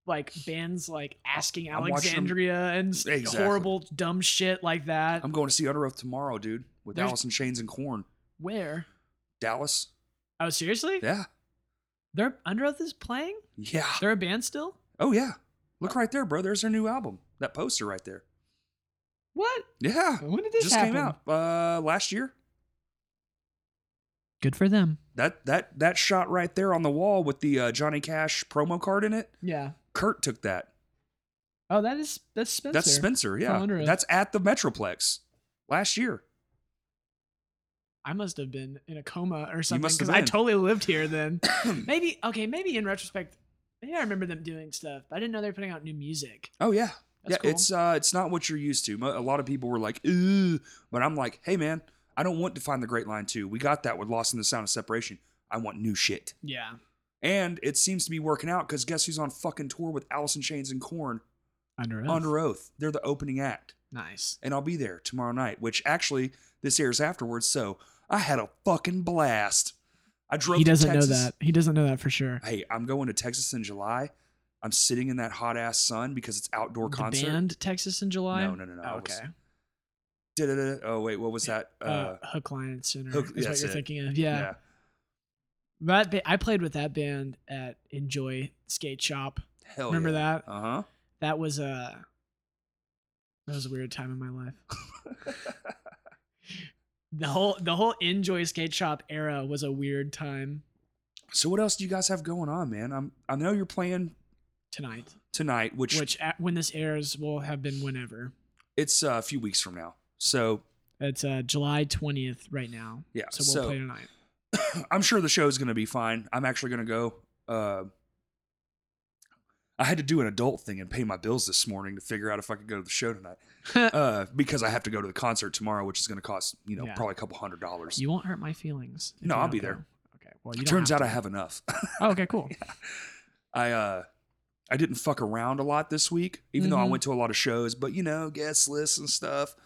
like bands like asking
I'm watching 'em-
Alexandria and s-
Exactly.
horrible dumb shit like that.
I'm going to see Under Oath tomorrow, dude, with
There's-
Allison Chains and Corn.
Where?
Dallas.
Oh, seriously?
Yeah.
They're Under Oath is playing?
Yeah.
They're a band still?
Oh yeah. Look right there, bro. There's their new album. That poster right there.
What?
Yeah.
When did this
just
happen?
came out uh last year.
Good for them.
That that that shot right there on the wall with the uh, Johnny Cash promo card in it.
Yeah.
Kurt took that.
Oh, that is that's Spencer.
That's Spencer.
From Under
Yeah.
Oath.
That's at the Metroplex last year.
I must have been in a coma or something
must have
because I
been.
totally lived
(coughs)
here then. maybe okay. Maybe in retrospect, maybe I remember them doing stuff. But I didn't know they were putting out new music.
Oh yeah.
That's
yeah,
cool.
it's uh it's not what you're used to. Mo- A lot of people were like, "Ooh," but I'm like, "Hey man, I don't want to find the great line too. We got that with Lost in the Sound of Separation. I want new shit."
yeah.
And it seems to be working out cuz guess who's on fucking tour with Allison Chains and Corn
Under Oath.
Under Oath. They're the opening act.
Nice.
and I'll be there tomorrow night, which actually this airs afterwards. So I had a fucking blast. I drove.
He
to
doesn't
Texas.
know that. He doesn't know that for sure.
Hey, I'm going to Texas in July. I'm sitting in that hot ass sun because it's outdoor
the
concert.
band Texas in July.
No, no, no, no, I
Oh,
was-
okay.
Da-da-da. Oh wait, what was that? Uh,
Uh, Hook, Line, and Sinner
Hook-
is what
that's
you're
it.
thinking of.
yeah.
yeah. That ba- I played with that band at Enjoy Skate Shop.
Hell.
Remember that?
Uh huh.
That was a that was a weird time in my life.
(laughs)
the whole the whole Enjoy Skate Shop era was a weird time
So what else do you guys have going on, man? I'm. I know you're playing
tonight,
tonight, which,
which at, when this airs will have been whenever.
it's uh, a few weeks from now. So
It's uh, July twentieth right now,
yeah.
so we'll play tonight.
I'm sure the show's going to be fine. I'm actually going to go. Uh, I had to do an adult thing and pay my bills this morning to figure out if I could go to the show
(laughs)
tonight uh, because I have to go to the concert tomorrow, which is going to cost you know
Yeah.
probably a couple hundred dollars.
you won't hurt my feelings. if
No,
you
I'll
don't
be
go.
there.
Okay. Well, you don't
Turns
have
out
to.
I have enough. (laughs)
Oh, okay, cool.
I uh, I didn't fuck around a lot this week, even though I
Mhm.
went to a lot of shows. But you know, guest lists and stuff.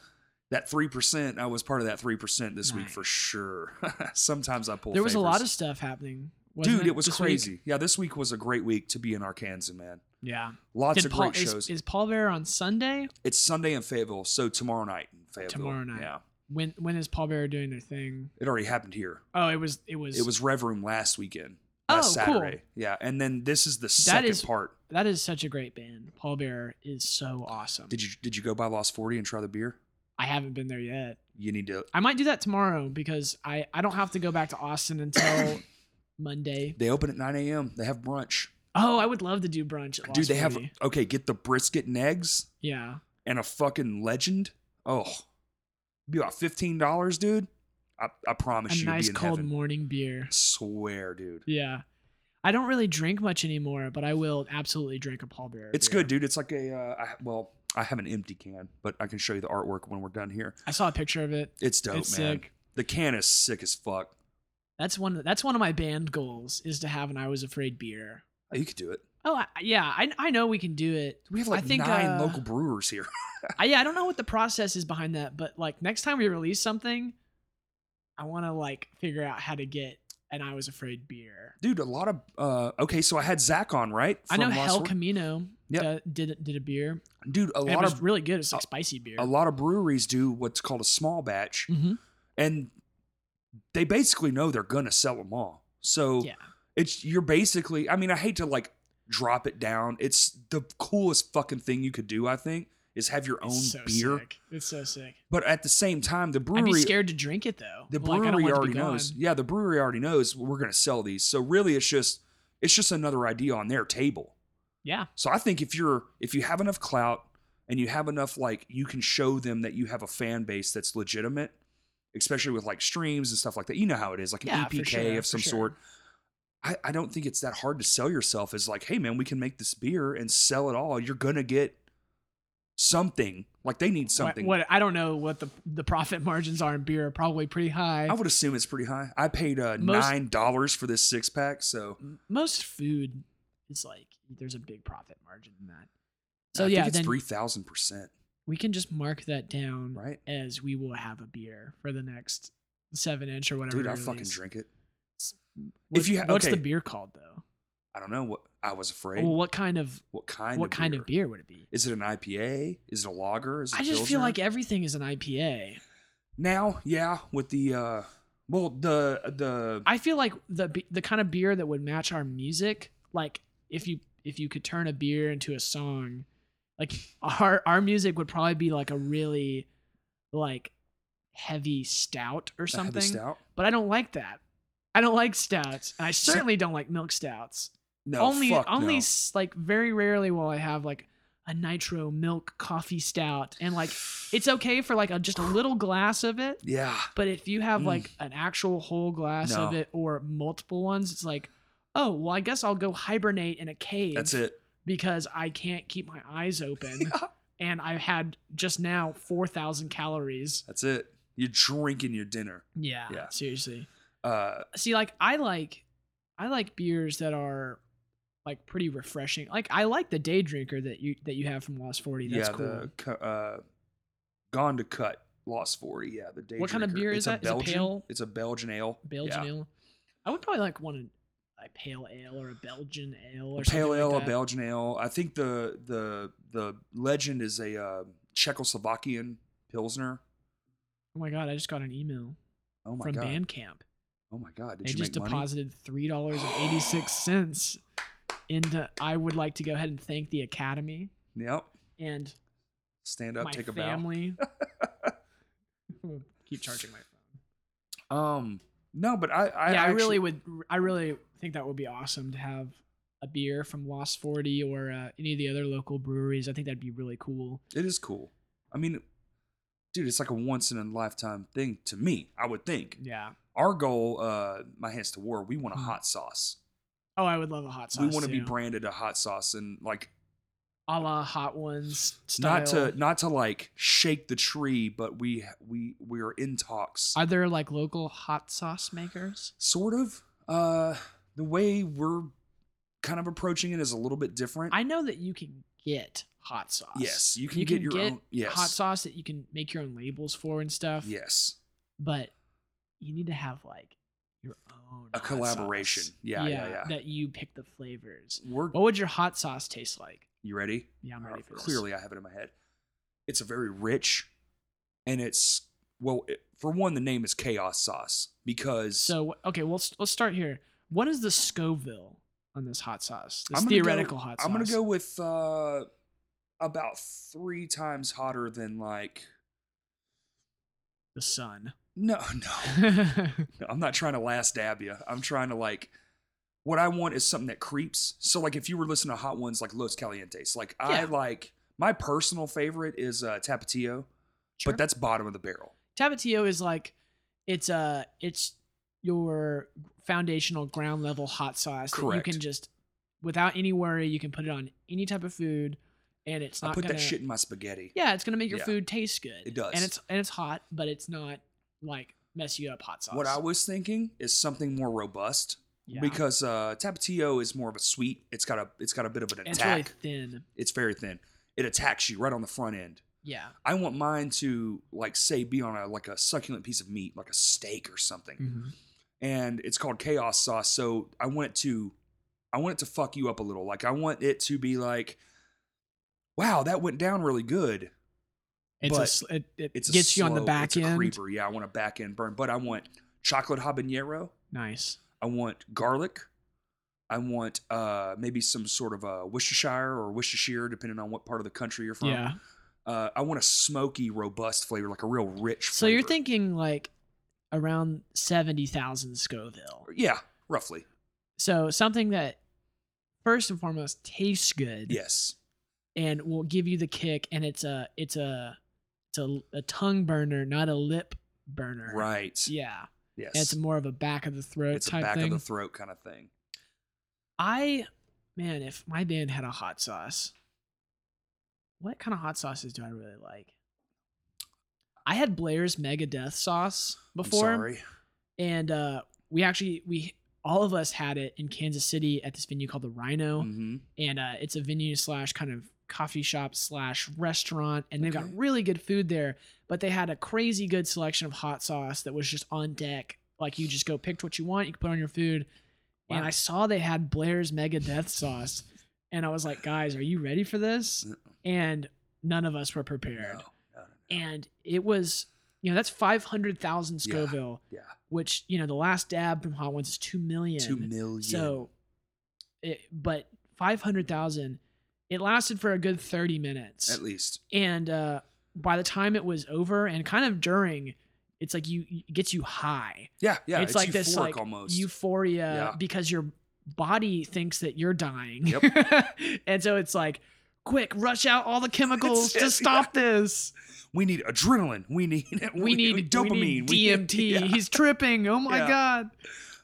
That three percent, I was part of that three percent this week for
Nice.
sure. (laughs) Sometimes I pull.
There was a lot
favors.
of stuff happening. wasn't
dude. It was
this week?
crazy. Yeah, this week was a great week to be in Arkansas, man.
Yeah.
Lots of
Did Paul,
great shows.
Is, is Paul Bear on Sunday?
It's Sunday in Fayetteville, so tomorrow night in Fayetteville.
Tomorrow night.
Yeah.
When when is Paul Bear doing their thing?
It already happened here.
Oh, it was it was
It was Rev Room last weekend.
Oh,
Last
cool.
Saturday. Yeah. And then this is the second
is-
part.
that is such a great band. Paul Bear is so awesome.
Did you did you go by Lost 40 and try the beer?
I haven't been there yet.
You need to
I might do that tomorrow because I I don't have to go back to Austin
(coughs)
until Monday.
they open at 9 a.m. They have brunch.
Oh, I would love to do brunch. At Lost
Dude, they have
Forty.
okay, get the brisket and eggs
yeah.
and a fucking legend. Oh. Be about fifteen dollars, dude. I, I promise
A
you
nice
you'll be in
cold
heaven.
morning beer.
I swear, dude.
Yeah. I don't really drink much anymore, but I will absolutely drink a Paul Bear.
It's
beer.
good, dude. It's like a uh, I, well, I have an empty can, but I can show you the artwork when we're done here.
I saw a picture of it.
It's dope,
It's
man.
sick.
The can is sick as fuck.
That's one. That's one of my band goals is to have an I was afraid beer.
Oh, you could do it.
Oh I, yeah, I, I know we can do it.
We have like
I think,
nine
uh,
local brewers here. (laughs)
I, yeah, I don't know what the process is behind that, but like next time we release something, I want to like figure out how to get an I was afraid beer.
Dude, a lot of uh okay, so I had Zach on, right?
I know
From Lost
Hell
World.
Camino
Yep.
uh, did did a beer.
Dude, a
and it
lot
was
of
really good. It's like spicy beer.
a lot of breweries do what's called a small batch
hmm
and they basically know they're gonna sell them all. So
Yeah,
it's you're basically I mean, I hate to like drop it down. It's the coolest fucking thing you could do, I think, is have your own
it's so
beer.
sick. It's so sick.
But at the same time, the brewery
I'd be scared to drink it though.
The
Like, I don't
brewery
want it to be
already knows.
gone.
Yeah, the brewery already knows we're going to sell these. So really, it's just it's just another idea on their table.
Yeah,
So I think if you're if you have enough clout and you have enough like you can show them that you have a fan base that's legitimate, especially with like streams and stuff like that. You know how it is, like an
Yeah, for
EPK
sure,
E of
for
some
sure.
sort. I, I don't think it's that hard to sell yourself as like, hey man, we can make this beer and sell it all. You're gonna get something. Like they need something.
What, what- I don't know what the the profit (laughs) margins are in beer. are Probably pretty high.
I would assume it's pretty high. I paid uh,
Most-
nine dollars for this six pack, so
M- Most food is like there's a big profit margin in that. So
I
yeah,
think it's
then
three thousand percent,
we can just mark that down
right?
as we will have a beer for the next seven inch or whatever.
Dude, I'll
release.
fucking drink it.
What-
If you ha-
what's the
okay.
beer called though?
I don't know what I was afraid.
Well, what kind of
what kind?
what
of
kind
beer?
of beer would it be?
Is it an IPA? Is it a lager? Is it
I just feel
Pilsner?
like everything is an IPA.
now, yeah, with the uh, well, the the
I feel like the be- the kind of beer that would match our music, like if you if you could turn a beer into a song, like our our music would probably be like a really like heavy stout or
the heavy
something.
stout.
But I don't like that. I don't like stouts, and I certainly don't like milk stouts.
No,
only
Oh, fuck
only
no.
s- like very rarely will I have like a nitro milk coffee stout, and like it's okay for like
(sighs)
a, just a little glass of it.
yeah,
But if you have
Mm.
like an actual whole glass of
No.
it or multiple ones, it's like, oh, well, I guess I'll go hibernate in a cave
that's it.
because I can't keep my eyes open.
(laughs) Yeah.
And I've had just now 4,000 calories.
That's it. You're drinking your dinner.
Yeah,
Yeah.
Seriously.
Uh,
See, like, I like. I like beers that are like pretty refreshing. Like I like the day drinker that you that you have from Lost Forty. That's
yeah,
cool.
the cu- uh, gone to cut lost forty. Yeah, the day.
What kind of
drinker.
beer
it's
is
a
that? Is it
Belgian,
pale?
It's a Belgian ale.
Belgian
Yeah.
ale. I would probably like one a pale ale or a Belgian ale or
a
something
pale
like
ale,
that.
a Belgian ale. I think the the the legend is a uh, Czechoslovakian pilsner.
Oh my god! I just got an email
Oh my
from
god!
Bandcamp.
Oh my god! Did
They
you
just
make money?
deposited three dollars and eighty six cents into. I would like to go ahead and thank the Academy
Yep.
and
Stand up,
my
take a (laughs)
family. (laughs) Keep charging my phone.
bow. Um, no, but I, I
yeah, I
actually-
really would. I really think that would be awesome to have a beer from Lost Forty or uh, any of the other local breweries. I think that'd be really cool.
It is cool. I mean, dude, it's like a once in a lifetime thing to me. I would think
Yeah.
our goal, uh, my hands to war. We want a
Mhm.
hot sauce.
Oh, I would love a hot sauce.
we want to be
too.
branded a hot sauce and like
a la hot ones style.
not to not to like shake the tree, but we we we are in talks.
Are there like local hot sauce makers?
sort of. Uh, the way we're kind of approaching it is a little bit different.
I know that you can get hot sauce.
yes, you can get your own. Yes,
hot sauce that you can make your own labels for and stuff.
Yes,
But you need to have like your own
a
hot
collaboration.
sauce.
Yeah, yeah, yeah.
That you pick the flavors.
We're
What would your hot sauce taste like?
you ready?
Yeah, I'm
Uh,
ready for this.
Clearly, I have it in my head. It's a very rich, and it's well. It, for one, the name is Chaos Sauce because
So wh- okay, well let's, let's start here. What is the Scoville on this hot sauce? This
I'm gonna
theoretical
go,
hot sauce.
I'm gonna go with uh, about three times hotter than like
the sun. (laughs)
no, (laughs) no, no. I'm not trying to last dab you. I'm trying to like. What I want is something that creeps. So, like, if you were listening to Hot Ones, like Los Calientes, like I
Yeah.
like my personal favorite is uh, Tapatio,
Sure.
but that's bottom of the barrel.
Tapatio is like it's uh it's your foundational ground level hot sauce
Correct.
that you can just without any worry you can put it on any type of food and it's not
I put
gonna,
that shit in my spaghetti.
Yeah, it's gonna make your
Yeah.
food taste good.
It does.
And it's and it's hot, but it's not like mess you up hot sauce.
What I was thinking is something more robust
yeah.
because uh, Tapatio is more of a sweet. It's got a it's got a bit of an
And it's
attack.
really thin.
it's very thin. It attacks you right on the front end.
Yeah.
I want mine to like say be on a like a succulent piece of meat, like a steak or something.
Mm-hmm.
And it's called chaos sauce, so I want it to I want it to fuck you up a little. Like I want it to be like wow, that went down really good.
It's
But
a, sl- it, it
It's a
gets you on the
slow- it's
back
a
end.
creeper. Yeah, I want a back end burn, but I want chocolate habanero.
Nice.
I want garlic. I want uh, maybe some sort of a Worcestershire or Worcestershire, depending on what part of the country you're from.
Yeah.
Uh, I want a smoky, robust flavor, like a real rich.
So you're
flavor.
thinking like around seventy thousand Scoville.
yeah, roughly,
So something that first and foremost tastes good
yes,
and will give you the kick and it's a it's a it's a, a tongue burner, not a lip burner.
Right.
Yeah.
Yes.
It's more of a back of the throat
It's a
type
back
thing.
of the throat kind of thing.
I, man, if my band had a hot sauce, what kind of hot sauces do I really like? I had Blair's Mega Death sauce before,
I'm sorry.
and uh, we actually we all of us had it in Kansas City at this venue called the Rhino,
Mm-hmm.
and uh, it's a venue slash kind of coffee shop slash restaurant, and they've
Okay.
got really good food there. But they had a crazy good selection of hot sauce that was just on deck. Like you just go picked what you want, you can put on your food, and
Wow.
I saw they had Blair's Mega Death Sauce, and I was like, guys, are you ready for this? And none of us were prepared.
Uh. No, no, no, no.
And it was, you know, that's five hundred thousand
Yeah.
Scoville,
Yeah.
which you know the last dab from Hot Ones is two million.
Two million.
So, it, but 500,000, it lasted for a good 30 minutes.
at least.
And uh, by the time it was over and kind of during, it's like you it gets you high.
Yeah. Yeah.
it's, like
euphoric
this like
almost.
euphoria
Yeah.
because your body thinks that you're dying.
Yep.
(laughs) and so it's like, quick, rush out
(laughs)
all the chemicals
it,
to
yeah.
stop this.
we need adrenaline. We need. (laughs)
We, need
dopamine.
We need DMT.
yeah.
He's tripping. Oh my
Yeah.
god.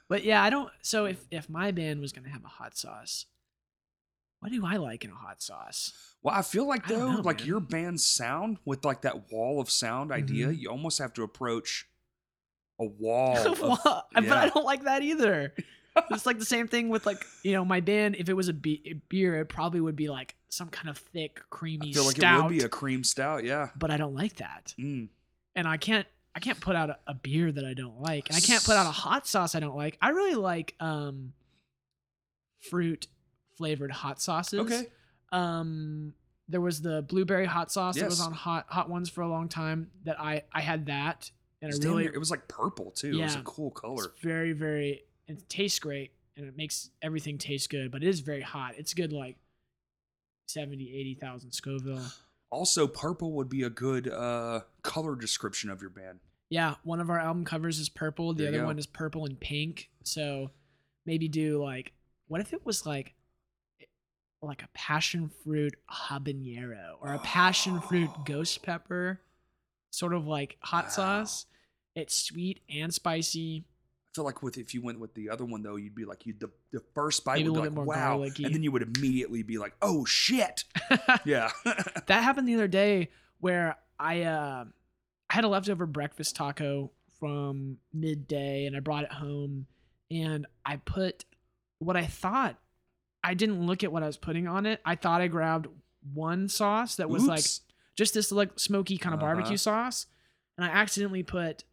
But yeah, I don't. So if if my band was gonna have a hot sauce, what do I like in a hot sauce?
Well, I feel like
I don't
though,
know,
like
man.
your band's sound with like that wall of sound idea,
Mm-hmm.
you almost have to approach
(laughs)
a wall. Oh, of,
Well, But I
yeah.
don't like that either.
(laughs)
it's like the same thing with like you know my band. If it was a, be- a beer, it probably would be like some kind of thick, creamy
I feel like
stout.
it would be a cream stout. Yeah.
but I don't like that,
Mm.
and I can't. I can't put out a, a beer that I don't like, and I can't put out a hot sauce I don't like. I really like um, fruit flavored hot sauces.
Okay.
um there was the blueberry hot sauce that was
Yes.
on hot hot ones for a long time that i i had that and
It's
i
damn
really
near- it was like purple too. It was a
Yeah.
cool
it's
color.
very very it tastes great and it makes everything taste good but it is very hot it's good like 70 80,000 scoville
Also, purple would be a good uh, color description of your band.
yeah one of our album covers is purple the
There you
other
go.
one is purple and pink so maybe do like what if it was like eh, like a passion fruit habanero or a
(gasps)
passion fruit ghost pepper sort of like hot
Wow.
sauce it's sweet and spicy
I feel like with if you went with the other one though, you'd be like you the, the first bite
Maybe a
would be like
little bit more
wow,
garlicky.
and then you would immediately be like oh
(laughs)
shit, yeah,
that happened the other day where I uh, I had a leftover breakfast taco from midday and I brought it home and I put what I thought I didn't look at what I was putting on it. I thought I grabbed one sauce that was like
Oops.
just this like smoky kind of
Uh-huh.
barbecue sauce and I accidentally put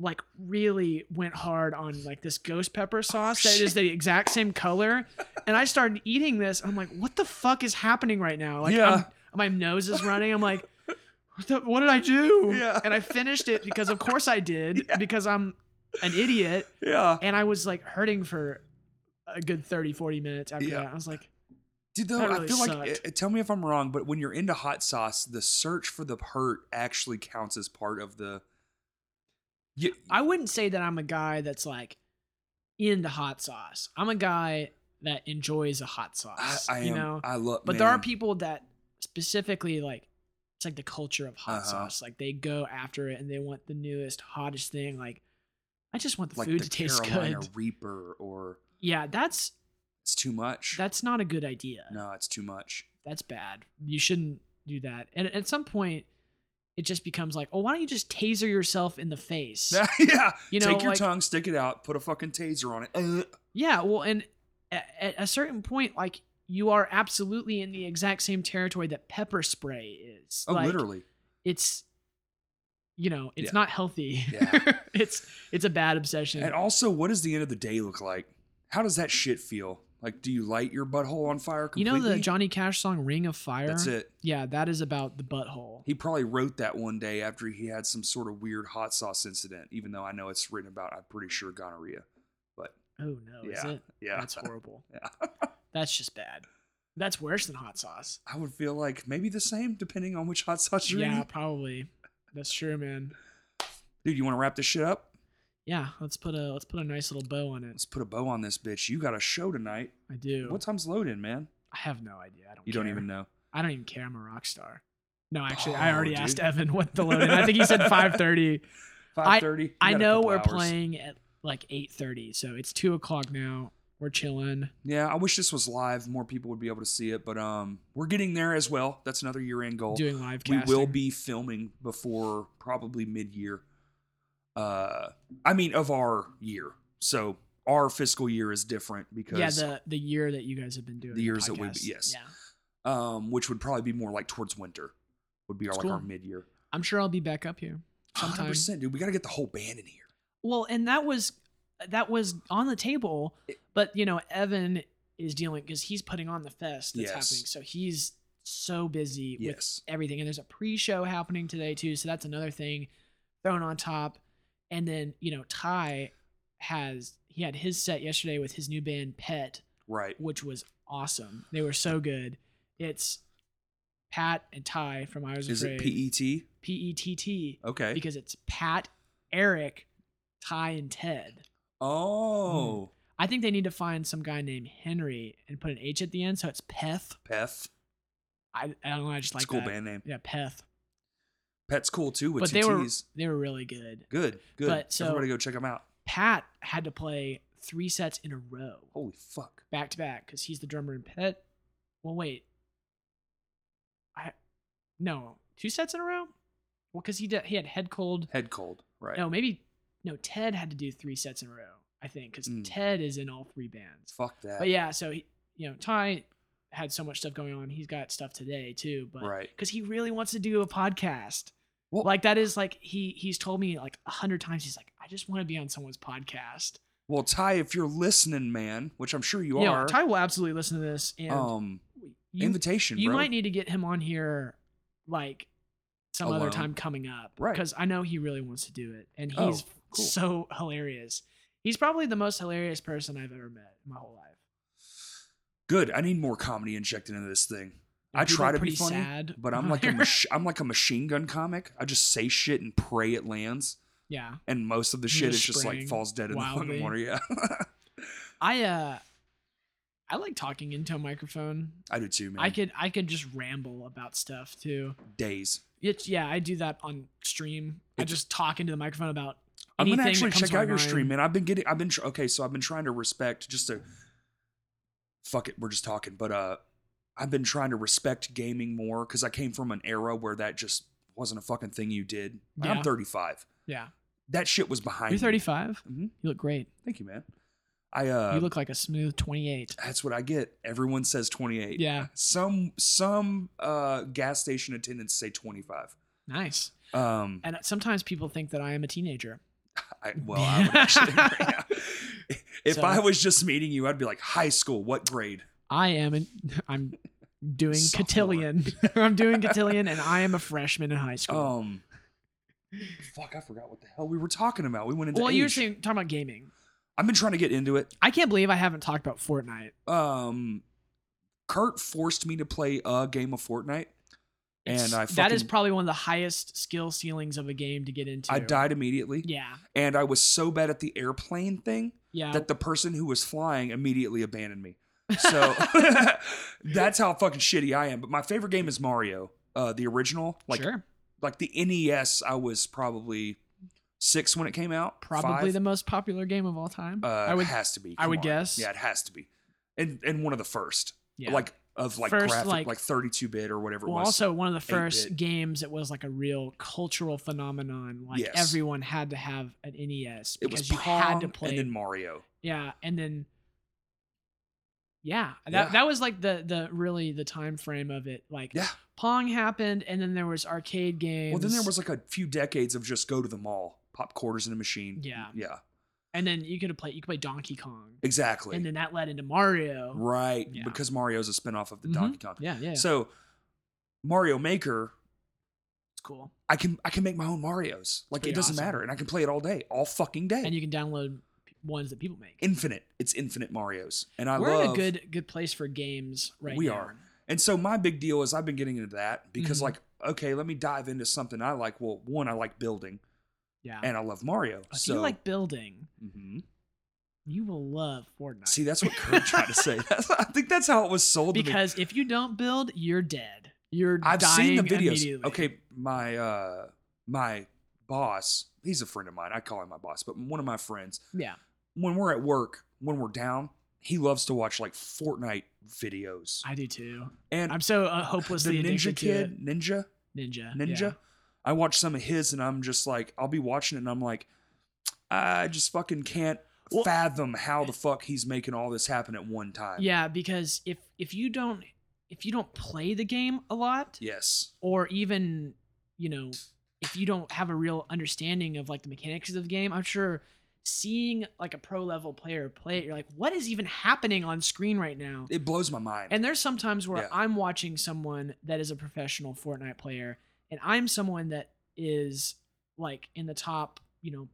like really went hard on like this ghost
Oh,
pepper sauce that is the exact same color and I started eating this I'm like what the fuck is happening right now like
Yeah.
I'm- my nose is running I'm like what, the, what did I do
Yeah.
and I finished it because of course I did
Yeah.
because I'm an idiot
yeah.
and I was like hurting for a good 30 40 minutes after
Yeah.
that I was like
Dude, though,
That
I
really
feel like,
sucked.
uh, tell me if I'm wrong, but when you're into hot sauce, the search for the hurt actually counts as part of the. You,
I wouldn't say that I'm a guy that's like into hot sauce. I'm a guy that enjoys a hot
I,
sauce.
I
you
am.
know,
I love.
but there are
man,
people that specifically like it's like the culture of hot
Uh-huh.
sauce. Like they go after it and they want the newest, hottest thing. Like I just want the
like
food
the
to taste
Carolina
good.
Reaper, or
Yeah, that's
it's too much.
that's not a good idea.
no, it's too much.
That's bad. You shouldn't do that. And at some point, it just becomes like, oh, why don't you just taser yourself in the face?
(laughs) yeah,
You know,
take your
like-
tongue, stick it out, put a fucking taser on it. Uh,
Yeah, well, and at, at a certain point, like you are absolutely in the exact same territory that pepper spray is.
oh,
like,
literally.
it's you know, it's
Yeah.
not healthy.
Yeah.
(laughs) it's it's a bad obsession.
And also, what does the end of the day look like? How does that shit feel? Like, do you light your butthole on fire
you
completely?
know the Johnny Cash song "Ring of Fire."
That's it.
Yeah, that is about the butthole.
He probably wrote that one day after he had some sort of weird hot sauce incident, even though I know it's written about, I'm pretty sure, gonorrhea.
oh no, is
Yeah,
it?
Yeah.
That's horrible.
(laughs) Yeah.
That's just bad. That's worse than hot sauce.
I would feel like maybe the same, depending on which hot sauce you're
Yeah,
eating.
probably. That's true, man.
Dude, you want to wrap this shit up?
Yeah, let's put a let's put a nice little bow on it.
Let's put a bow on this bitch. You got a show tonight.
I do.
What time's load in, man?
I have no idea. I don't.
You
care.
don't even know.
I don't even care. I'm a rock star. No, actually,
Oh,
I already
dude. (laughs)
asked Evan what the load. I think he said 5:30.
Five thirty.
I know we're playing at like eight thirty, so it's two o'clock now. We're chilling.
Yeah, I wish this was live. More people would be able to see it, but um, we're getting there as well. That's another year-end goal.
doing live
we
casting.
will be filming before probably mid-year. Uh, I mean of our year. So our fiscal year is different
yeah
because
the the year that you guys have been doing
The years that we've-
podcast.
yes.
yeah
um, which would probably be more like towards winter, would be our,
That's
like our
cool.
mid-year.
I'm sure I'll be back up here
Hundred
sometime.
percent, dude. We got to get the whole band in here.
Well, and that was that was on the table, but you know Evan is dealing because he's putting on the fest
Yes.
that's happening, so he's so busy with
Yes.
everything. And there's a pre-show happening today too, so that's another thing thrown on top. And then you know Ty has he had his set yesterday with his new band Pet,
Right.
which was awesome. They were so good. It's Pat and Ty from I Was
Is
Afraid.
it PET?
P E T T
Okay.
because it's Pat, Eric, Ty, and Ted.
oh,
I think they need to find some guy named Henry and put an H at the end, so it's Peth.
Peth.
I, I don't know. I just
It's
like
a cool
that.
band name.
Yeah, Peth.
Pet's cool too with
But
two
they were
T's.
they were really good.
Good, good.
But so-
Everybody go check them out.
Pat had to play three sets in a row,
Holy fuck.
back to back, because he's the drummer in Pet. Well, wait. I no two sets in a row. Well, because he did, he had head cold.
Head cold, right?
No, maybe no. Ted had to do three sets in a row. I think because
Mm.
Ted is in all three bands.
Fuck that.
But yeah, so he, you know, Ty had so much stuff going on. He's got stuff today too, but
Right.
because he really wants to do a podcast.
Well-
like that is like he he's told me like a hundred times. He's like, I just want to be on someone's podcast.
Well, Ty, if you're listening, man, which I'm sure you
You know,
are,
Ty will absolutely listen to this, and
um,
you,
invitation,
you
bro.
might need to get him on here, like some other
Alone.
time coming up,
Right.
Because I know he really wants to do it, and
Oh,
he's
cool.
so hilarious. He's probably the most hilarious person I've ever met in my whole life.
Good. I need more comedy injected into this thing. I
people
try
are
to be
pretty
funny,
sad
But I'm
on
like a
(laughs) there.
mach- I'm like a machine gun comic. I just say shit and pray it lands,
yeah.
and most of the shit
You're just
is just like
spraying
falls dead in the
wildly.
fucking water. Yeah, (laughs)
I uh I like talking into a microphone.
I do too, man.
I could I could just ramble about stuff too.
days.
It's, yeah, I do that on stream. I
It's-
just talk into the microphone about
I'm
anything
gonna actually
that comes
check
to my
out your
mind.
stream, man. I've been getting, I've been tr- okay. So I've been trying to respect just to fuck it. We're just talking, but uh, I've been trying to respect gaming more because I came from an era where that just wasn't a fucking thing you did. Like, I'm
Yeah.
35.
Yeah.
That shit was behind.
You're
me.
35.
Mhm.
You look great.
Thank you, man. I uh,
you look like a smooth 28.
that's what I get. Everyone says 28.
Yeah.
Some some uh gas station attendants say 25.
Nice.
Um,
And sometimes people think that I am a teenager. (laughs)
I, well, I would actually. (laughs) yeah. If
So-
I was just meeting you, I'd be like, high school, what grade?
I am an (laughs) I'm doing
Sophomore.
cotillion. (laughs) I'm doing cotillion and I am a freshman in high school.
Um, fuck, I forgot what the hell we were talking about. We went into.
well, you were
age.
saying talking about gaming.
I've been trying to get into it.
I can't believe I haven't talked about Fortnite.
Um, Kurt forced me to play a game of Fortnite, and I
It's-
fucking,
that is probably one of the highest skill ceilings of a game to get into.
I died immediately,
Yeah,
and I was so bad at the airplane thing
yeah.
that the person who was flying immediately abandoned
(laughs)
me. So (laughs) that's how fucking shitty I am. But my favorite game is Mario, uh, the original, like
sure,
like the NES. I was probably six when it came out.
probably
five.
the most popular game of all time.
Uh,
I
it
would
has to be.
I
Come
would
on.
guess.
Yeah, it has to be, and and one of the first,
yeah.
like of like
First,
graphic,
like-
like thirty two bit or whatever.
well,
it was.
also one of the first
8-bit.
games that was like a real cultural phenomenon. Like
Yes.
everyone had to have an NES
it
because
was
you
Pong
had to play.
and then Mario.
yeah, and then yeah, that
Yeah.
that was like the the really the time frame of it. Like
Yeah.
Pong happened, and then there was arcade games.
Well, then there was like a few decades of just go to the mall, pop quarters in a machine.
Yeah.
yeah,
and then you could play you could play Donkey Kong.
exactly.
and then that led into Mario.
right,
Yeah.
because Mario's a spinoff of the
Mhm.
Donkey Kong.
Yeah, yeah, it's
So Mario Maker,
cool.
I can I can make my own Mario's. Like
pretty
it doesn't
awesome.
matter, and I can play it all day, all fucking day.
And you can download p- ones that people make.
infinite. It's infinite Mario's, and I
We're
love.
in a good good place for games right
We
now.
are. And so my big deal is I've been getting into that because
Mhm.
like, okay, let me dive into something I like. Well, one, I like building
Yeah.
and I love Mario.
if
so
Oh, you like building,
Mhm.
you will love Fortnite.
see, that's what Kurt tried to
(laughs)
say. That's- I think that's how it was sold to me.
because if you don't build, you're dead. You're
I've
dying
seen the videos.
immediately.
Okay, my uh my boss, he's a friend of mine. I call him my boss, but one of my friends,
Yeah.
when we're at work, when we're down, he loves to watch like Fortnite videos.
I do too.
and
I'm so uh,
the
hopelessly
Ninja
addicted
Kid, Ninja,
to it. Ninja.
Ninja,
yeah.
I watch some of his and I'm just like, I'll be watching it and I'm like, I just fucking can't
Well- eh.
fathom how the fuck he's making all this happen at one time.
Yeah, because if if you don't if you don't play the game a lot
Yes.
or even, you know, if you don't have a real understanding of like the mechanics of the game, I'm sure seeing like a pro level player play it, you're like, what is even happening on screen right now?
It blows my mind.
And there's sometimes where
Yeah.
I'm watching someone that is a professional Fortnite player, and I'm someone that is like in the top, you know,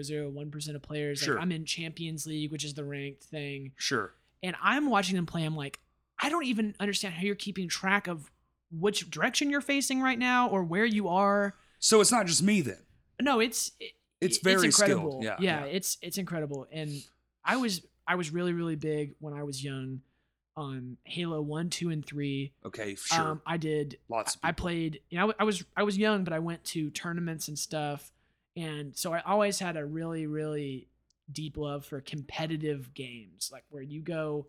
0.001% of players.
Sure.
Like I'm in Champions League, which is the ranked thing.
sure.
And I'm watching them play. I'm like, I don't even understand how you're keeping track of which direction you're facing right now or where you are.
So it's not just me then.
No, it's it-
It's very
incredible.
skilled. Yeah.
yeah, it's it's incredible. And I was I was really really big when I was young on Halo 1, 2 and 3.
Okay, sure.
Um, I did.
Lots of
I
people.
played. You know, I w- I was I was young, but I went to tournaments and stuff, and so I always had a really really deep love for competitive games, like where you go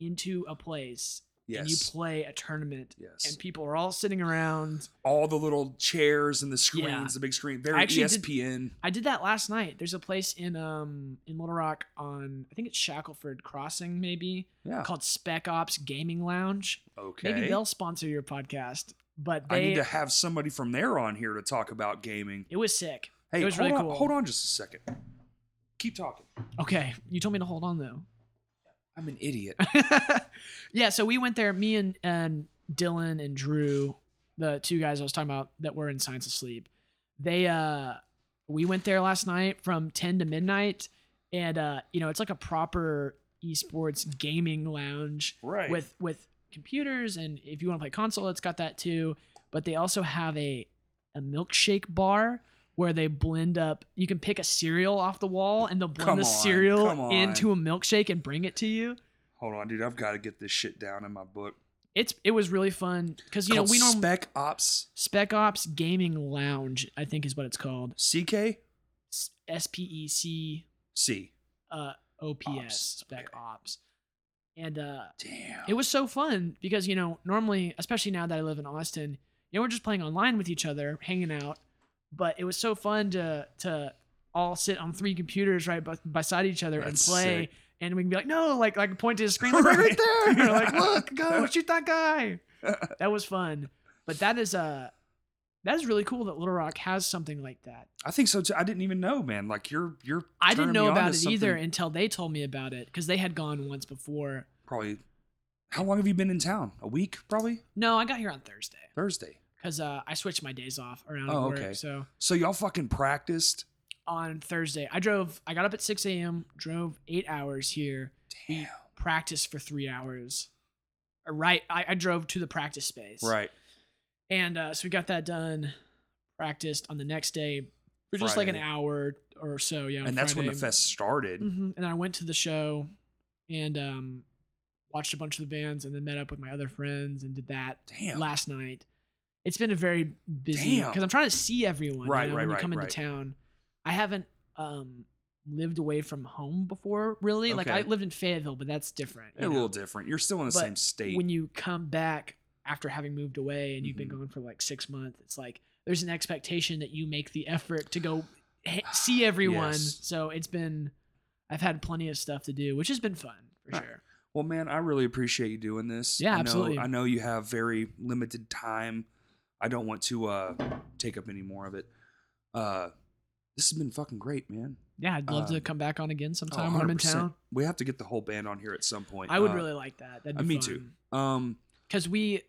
into a place and you
yes.
play a tournament,
yes.
and people are all sitting around.
all the little chairs and the screens,
Yeah.
the big screen, very E
actually did-
ESPN.
I did that last night. There's a place in um in Little Rock on I think it's Shackleford Crossing maybe
yeah.
called Spec Ops Gaming Lounge.
Okay.
Maybe they'll sponsor your podcast, but
I need
they
to have somebody from there on here to talk about gaming.
it was sick.
Hey,
was
hold
really
on,
cool.
hold on just a second. Keep talking.
Okay, you told me to hold on though. (laughs)
I'm an idiot.
yeah, so we went there. Me and and Dylan and Drew, the two guys I was talking about that were in Science of Sleep. They uh, we went there last night from ten to midnight, and uh, you know it's like a proper esports gaming lounge
right.
with with computers, and if you want to play console, it's got that too. But they also have a a milkshake bar where they blend up. You can pick a cereal off the wall, and they'll blend
Come
the
on, come
cereal
on.
into a milkshake and bring it to you
Hold on, dude. I've got to get this shit down in my book.
it's it was really fun because you know
Called
we normally
Spec Ops
Spec Ops Gaming Lounge I think is what it's called
CK
S P E C
C.
uh O P
Ops,
S Spec
okay.
Ops, and uh,
Damn.
it was so fun because you know normally especially now that I live in Austin you know we're just playing online with each other hanging out, but it was so fun to to all sit on three computers right b- beside each other
That's
and play.
sick.
And we can be like, no, like like point to
(laughs)
the screen, like right,
Right.
there. And we're like,
(laughs)
look, go shoot that guy. That was fun. But that is uh that is really cool that Little Rock has something like that.
I think so too. I didn't even know, man. Like you're you're.
I didn't
turning
know
me on
about it
to
either
something
until they told me about it because they had gone once before.
Probably. How long have you been in town? A week, probably.
No, I got here on Thursday
Thursday.
because uh, I switched my days off around
Oh,
work.
okay.
So
So y'all fucking practiced.
on Thursday, I drove. I got up at six a.m. drove eight hours here,
Damn.
practiced for three hours. Uh, Right, I, I drove to the practice space.
Right.
And uh, so we got that done, practiced on the next day for just like an
Friday.
hour or so. Yeah. on
And that's when the
Friday.
fest started.
hmm And I went to the show and um, watched a bunch of the bands and then met up with my other friends and did that
Damn.
last night. It's been a very busy
Damn.
because I'm trying to see everyone.
Right,
you know,
right,
when we
right,
come into
right.
town. I haven't um, lived away from home before, really. Like I
Okay.
lived in Fayetteville, but that's different. you
a
know?
little different. You're still in the
But
same state.
when you come back after having moved away and you've been
Mhm.
gone for like six months, it's like there's an expectation that you make the effort to go he- see everyone.
Yes.
So it's been, I've had plenty of stuff to do, which has been fun for
Right.
sure.
Well, man, I really appreciate you doing this.
Yeah,
I know,
absolutely.
I know you have very limited time. I don't want to uh, take up any more of it. Uh, this has been fucking great, man.
Yeah, I'd love to
Um,
come back on again
Oh,
sometime when I'm in
100%.
town.
We have to get the whole band on here at some point.
I would
Uh,
really like that. That'd
uh,
be
me too. Um,
Because we,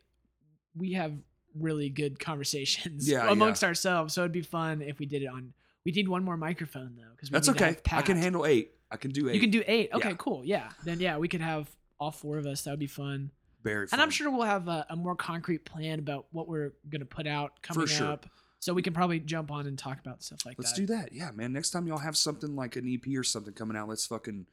we have really good conversations (laughs)
Yeah,
amongst ourselves. So it'd be fun if we did it on. We need one more microphone though, because
that's okay. I can handle eight. I can do eight.
You can do eight. Okay,
Yeah.
cool. Yeah. Then yeah, we could have all four of us. That would be fun.
very.
And I'm
fun.
sure we'll have a, a more concrete plan about what we're gonna put out coming
sure.
up. So we can probably jump on and talk about stuff like
Let's
that.
do that. Yeah, man. Next time y'all have something like an EP or something coming out, let's fucking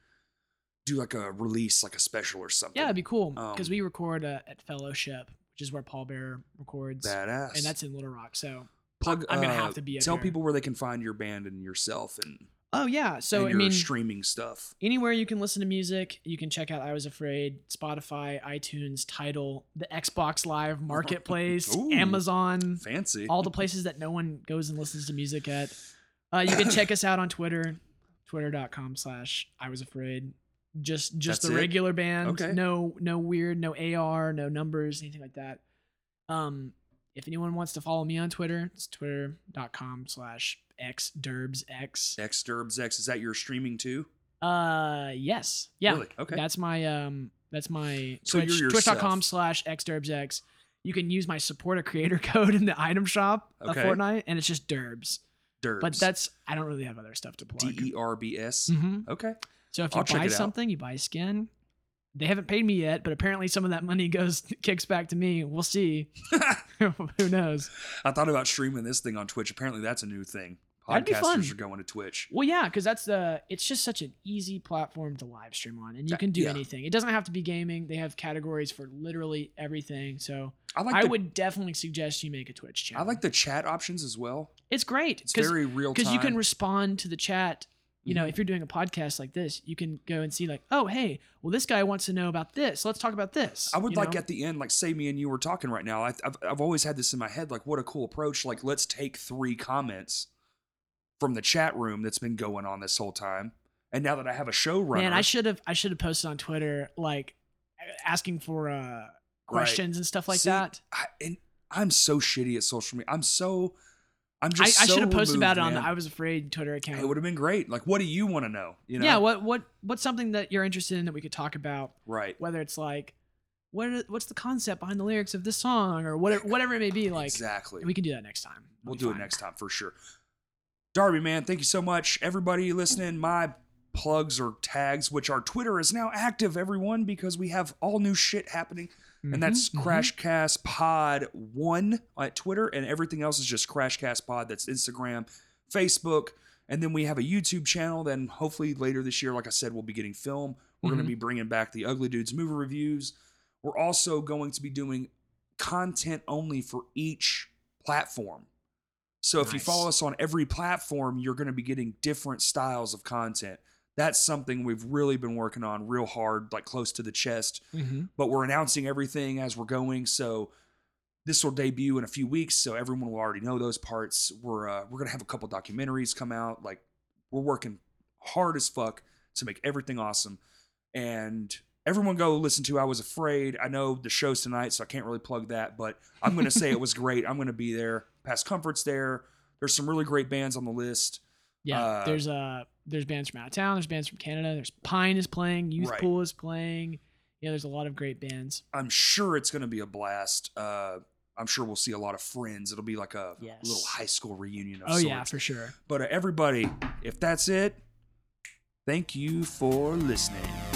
do like a release, like a special or something.
Yeah, it'd be cool
Um,
because we record uh, at Fellowship, which is where Paul Bearer records,
badass.
and that's in Little Rock. So
Plug.
I'm gonna
uh,
have to be up
Tell
here.
people where they can find your band and yourself and,
Oh yeah. So
and
I
your
mean,
streaming stuff.
anywhere you can listen to music, you can check out I Was Afraid, Spotify, iTunes, Title, the Xbox Live Marketplace,
Ooh.
Amazon,
Fancy.
all the places that no one goes and listens to music at. Uh, you can check us out on Twitter, twitter.com slash I was afraid. Just just
That's
the
it?
regular band.
Okay.
No no weird, no AR, no numbers, anything like that. Um if anyone wants to follow me on Twitter, it's twitter.com slash xderbsx. X.
X Derbs X. Is that your streaming too?
Uh yes. Yeah.
Really? Okay.
That's my um that's my
So you're
Twitch,
yourself.
twitch.com slash xderbsx. You can use my support a creator (laughs) code in the item shop of
Okay.
Fortnite and it's just derbs.
Derbs.
But that's I don't really have other stuff to plug.
D E R B S.
hmm
Okay.
So if you
I'll check
buy
it out.
something, you buy skin. They haven't paid me yet, but apparently some of that money (laughs) goes kicks back to me.
(laughs)
We'll see. (laughs) Who knows?
I thought about streaming this thing on Twitch. Apparently, that's a new thing.
That'd be fun.
Podcasters are going to Twitch.
Well, yeah, because that's the. It's just such an easy platform to live stream on, and you
Yeah,
can do
yeah.
anything. It doesn't have to be gaming. They have categories for literally everything. So
I like.
I
the,
would definitely suggest you make a Twitch
I
channel.
like the chat options as well.
It's great
It's
because
very real time.
because you can respond to the chat. You know,
Mhm.
if you're doing a podcast like this, you can go and see like, oh, hey, well, this guy wants to know about this. Let's talk about this.
I would
you
like
know?
at the end, like say me and you were talking right now. I, I've I've always had this in my head, like what a cool approach. Like let's take three comments from the chat room that's been going on this whole time, and now that I have a showrunner,
Man, I should have I should have posted on Twitter like asking for uh questions and stuff like
See,
that.
I, and I'm so shitty at social media. I'm so I'm
I, I
just.
should
so
have posted about it on
removed,
the
man.
I was afraid Twitter account.
It would have been great. Like, what do you want to know? You know?
Yeah, what what what's something that you're interested in that we could talk about?
right.
Whether it's like what are, what's the concept behind the lyrics of this song or whatever whatever it may be like
exactly.
we can do that next time. It'll
We'll
be
do it
fine.
next time for sure. Darby, man, thank you so much. Everybody listening, my plugs or tags, which our Twitter is now active, everyone, because we have all new shit happening. And that's
Mhm, mhm.
Crashcast Pod 1 at Twitter, and everything else is just Crashcast Pod. That's Instagram, Facebook, and then we have a YouTube channel. Then hopefully later this year, like I said, we'll be getting film. We're going
Mhm.
to be bringing back the Ugly Dudes movie reviews. We're also going to be doing content only for each platform. So if you
Nice.
follow us on every platform, you're going to be getting different styles of content. That's something we've really been working on real hard, like close to the chest
Mhm.
but we're announcing everything as we're going. So this will debut in a few weeks, so everyone will already know those parts. We're uh, we're gonna have a couple documentaries come out. Like we're working hard as fuck to make everything awesome. And everyone go listen to I Was Afraid. I know the show's tonight, so I can't really plug that, but I'm gonna say it
(laughs)
was great. I'm gonna be there. Past Comforts there. There's some really great bands on the list.
Yeah,
Uh,
there's uh there's bands from out of town, there's bands from Canada, there's Pine is playing, Youth
Right.
Pool is playing. Yeah, there's a lot of great bands.
I'm sure it's going to be a blast. Uh, I'm sure we'll see a lot of friends. It'll be like a
Yes.
little high school reunion. Of
Oh
sorts.
yeah, for sure.
But uh, everybody, if that's it, thank you for listening.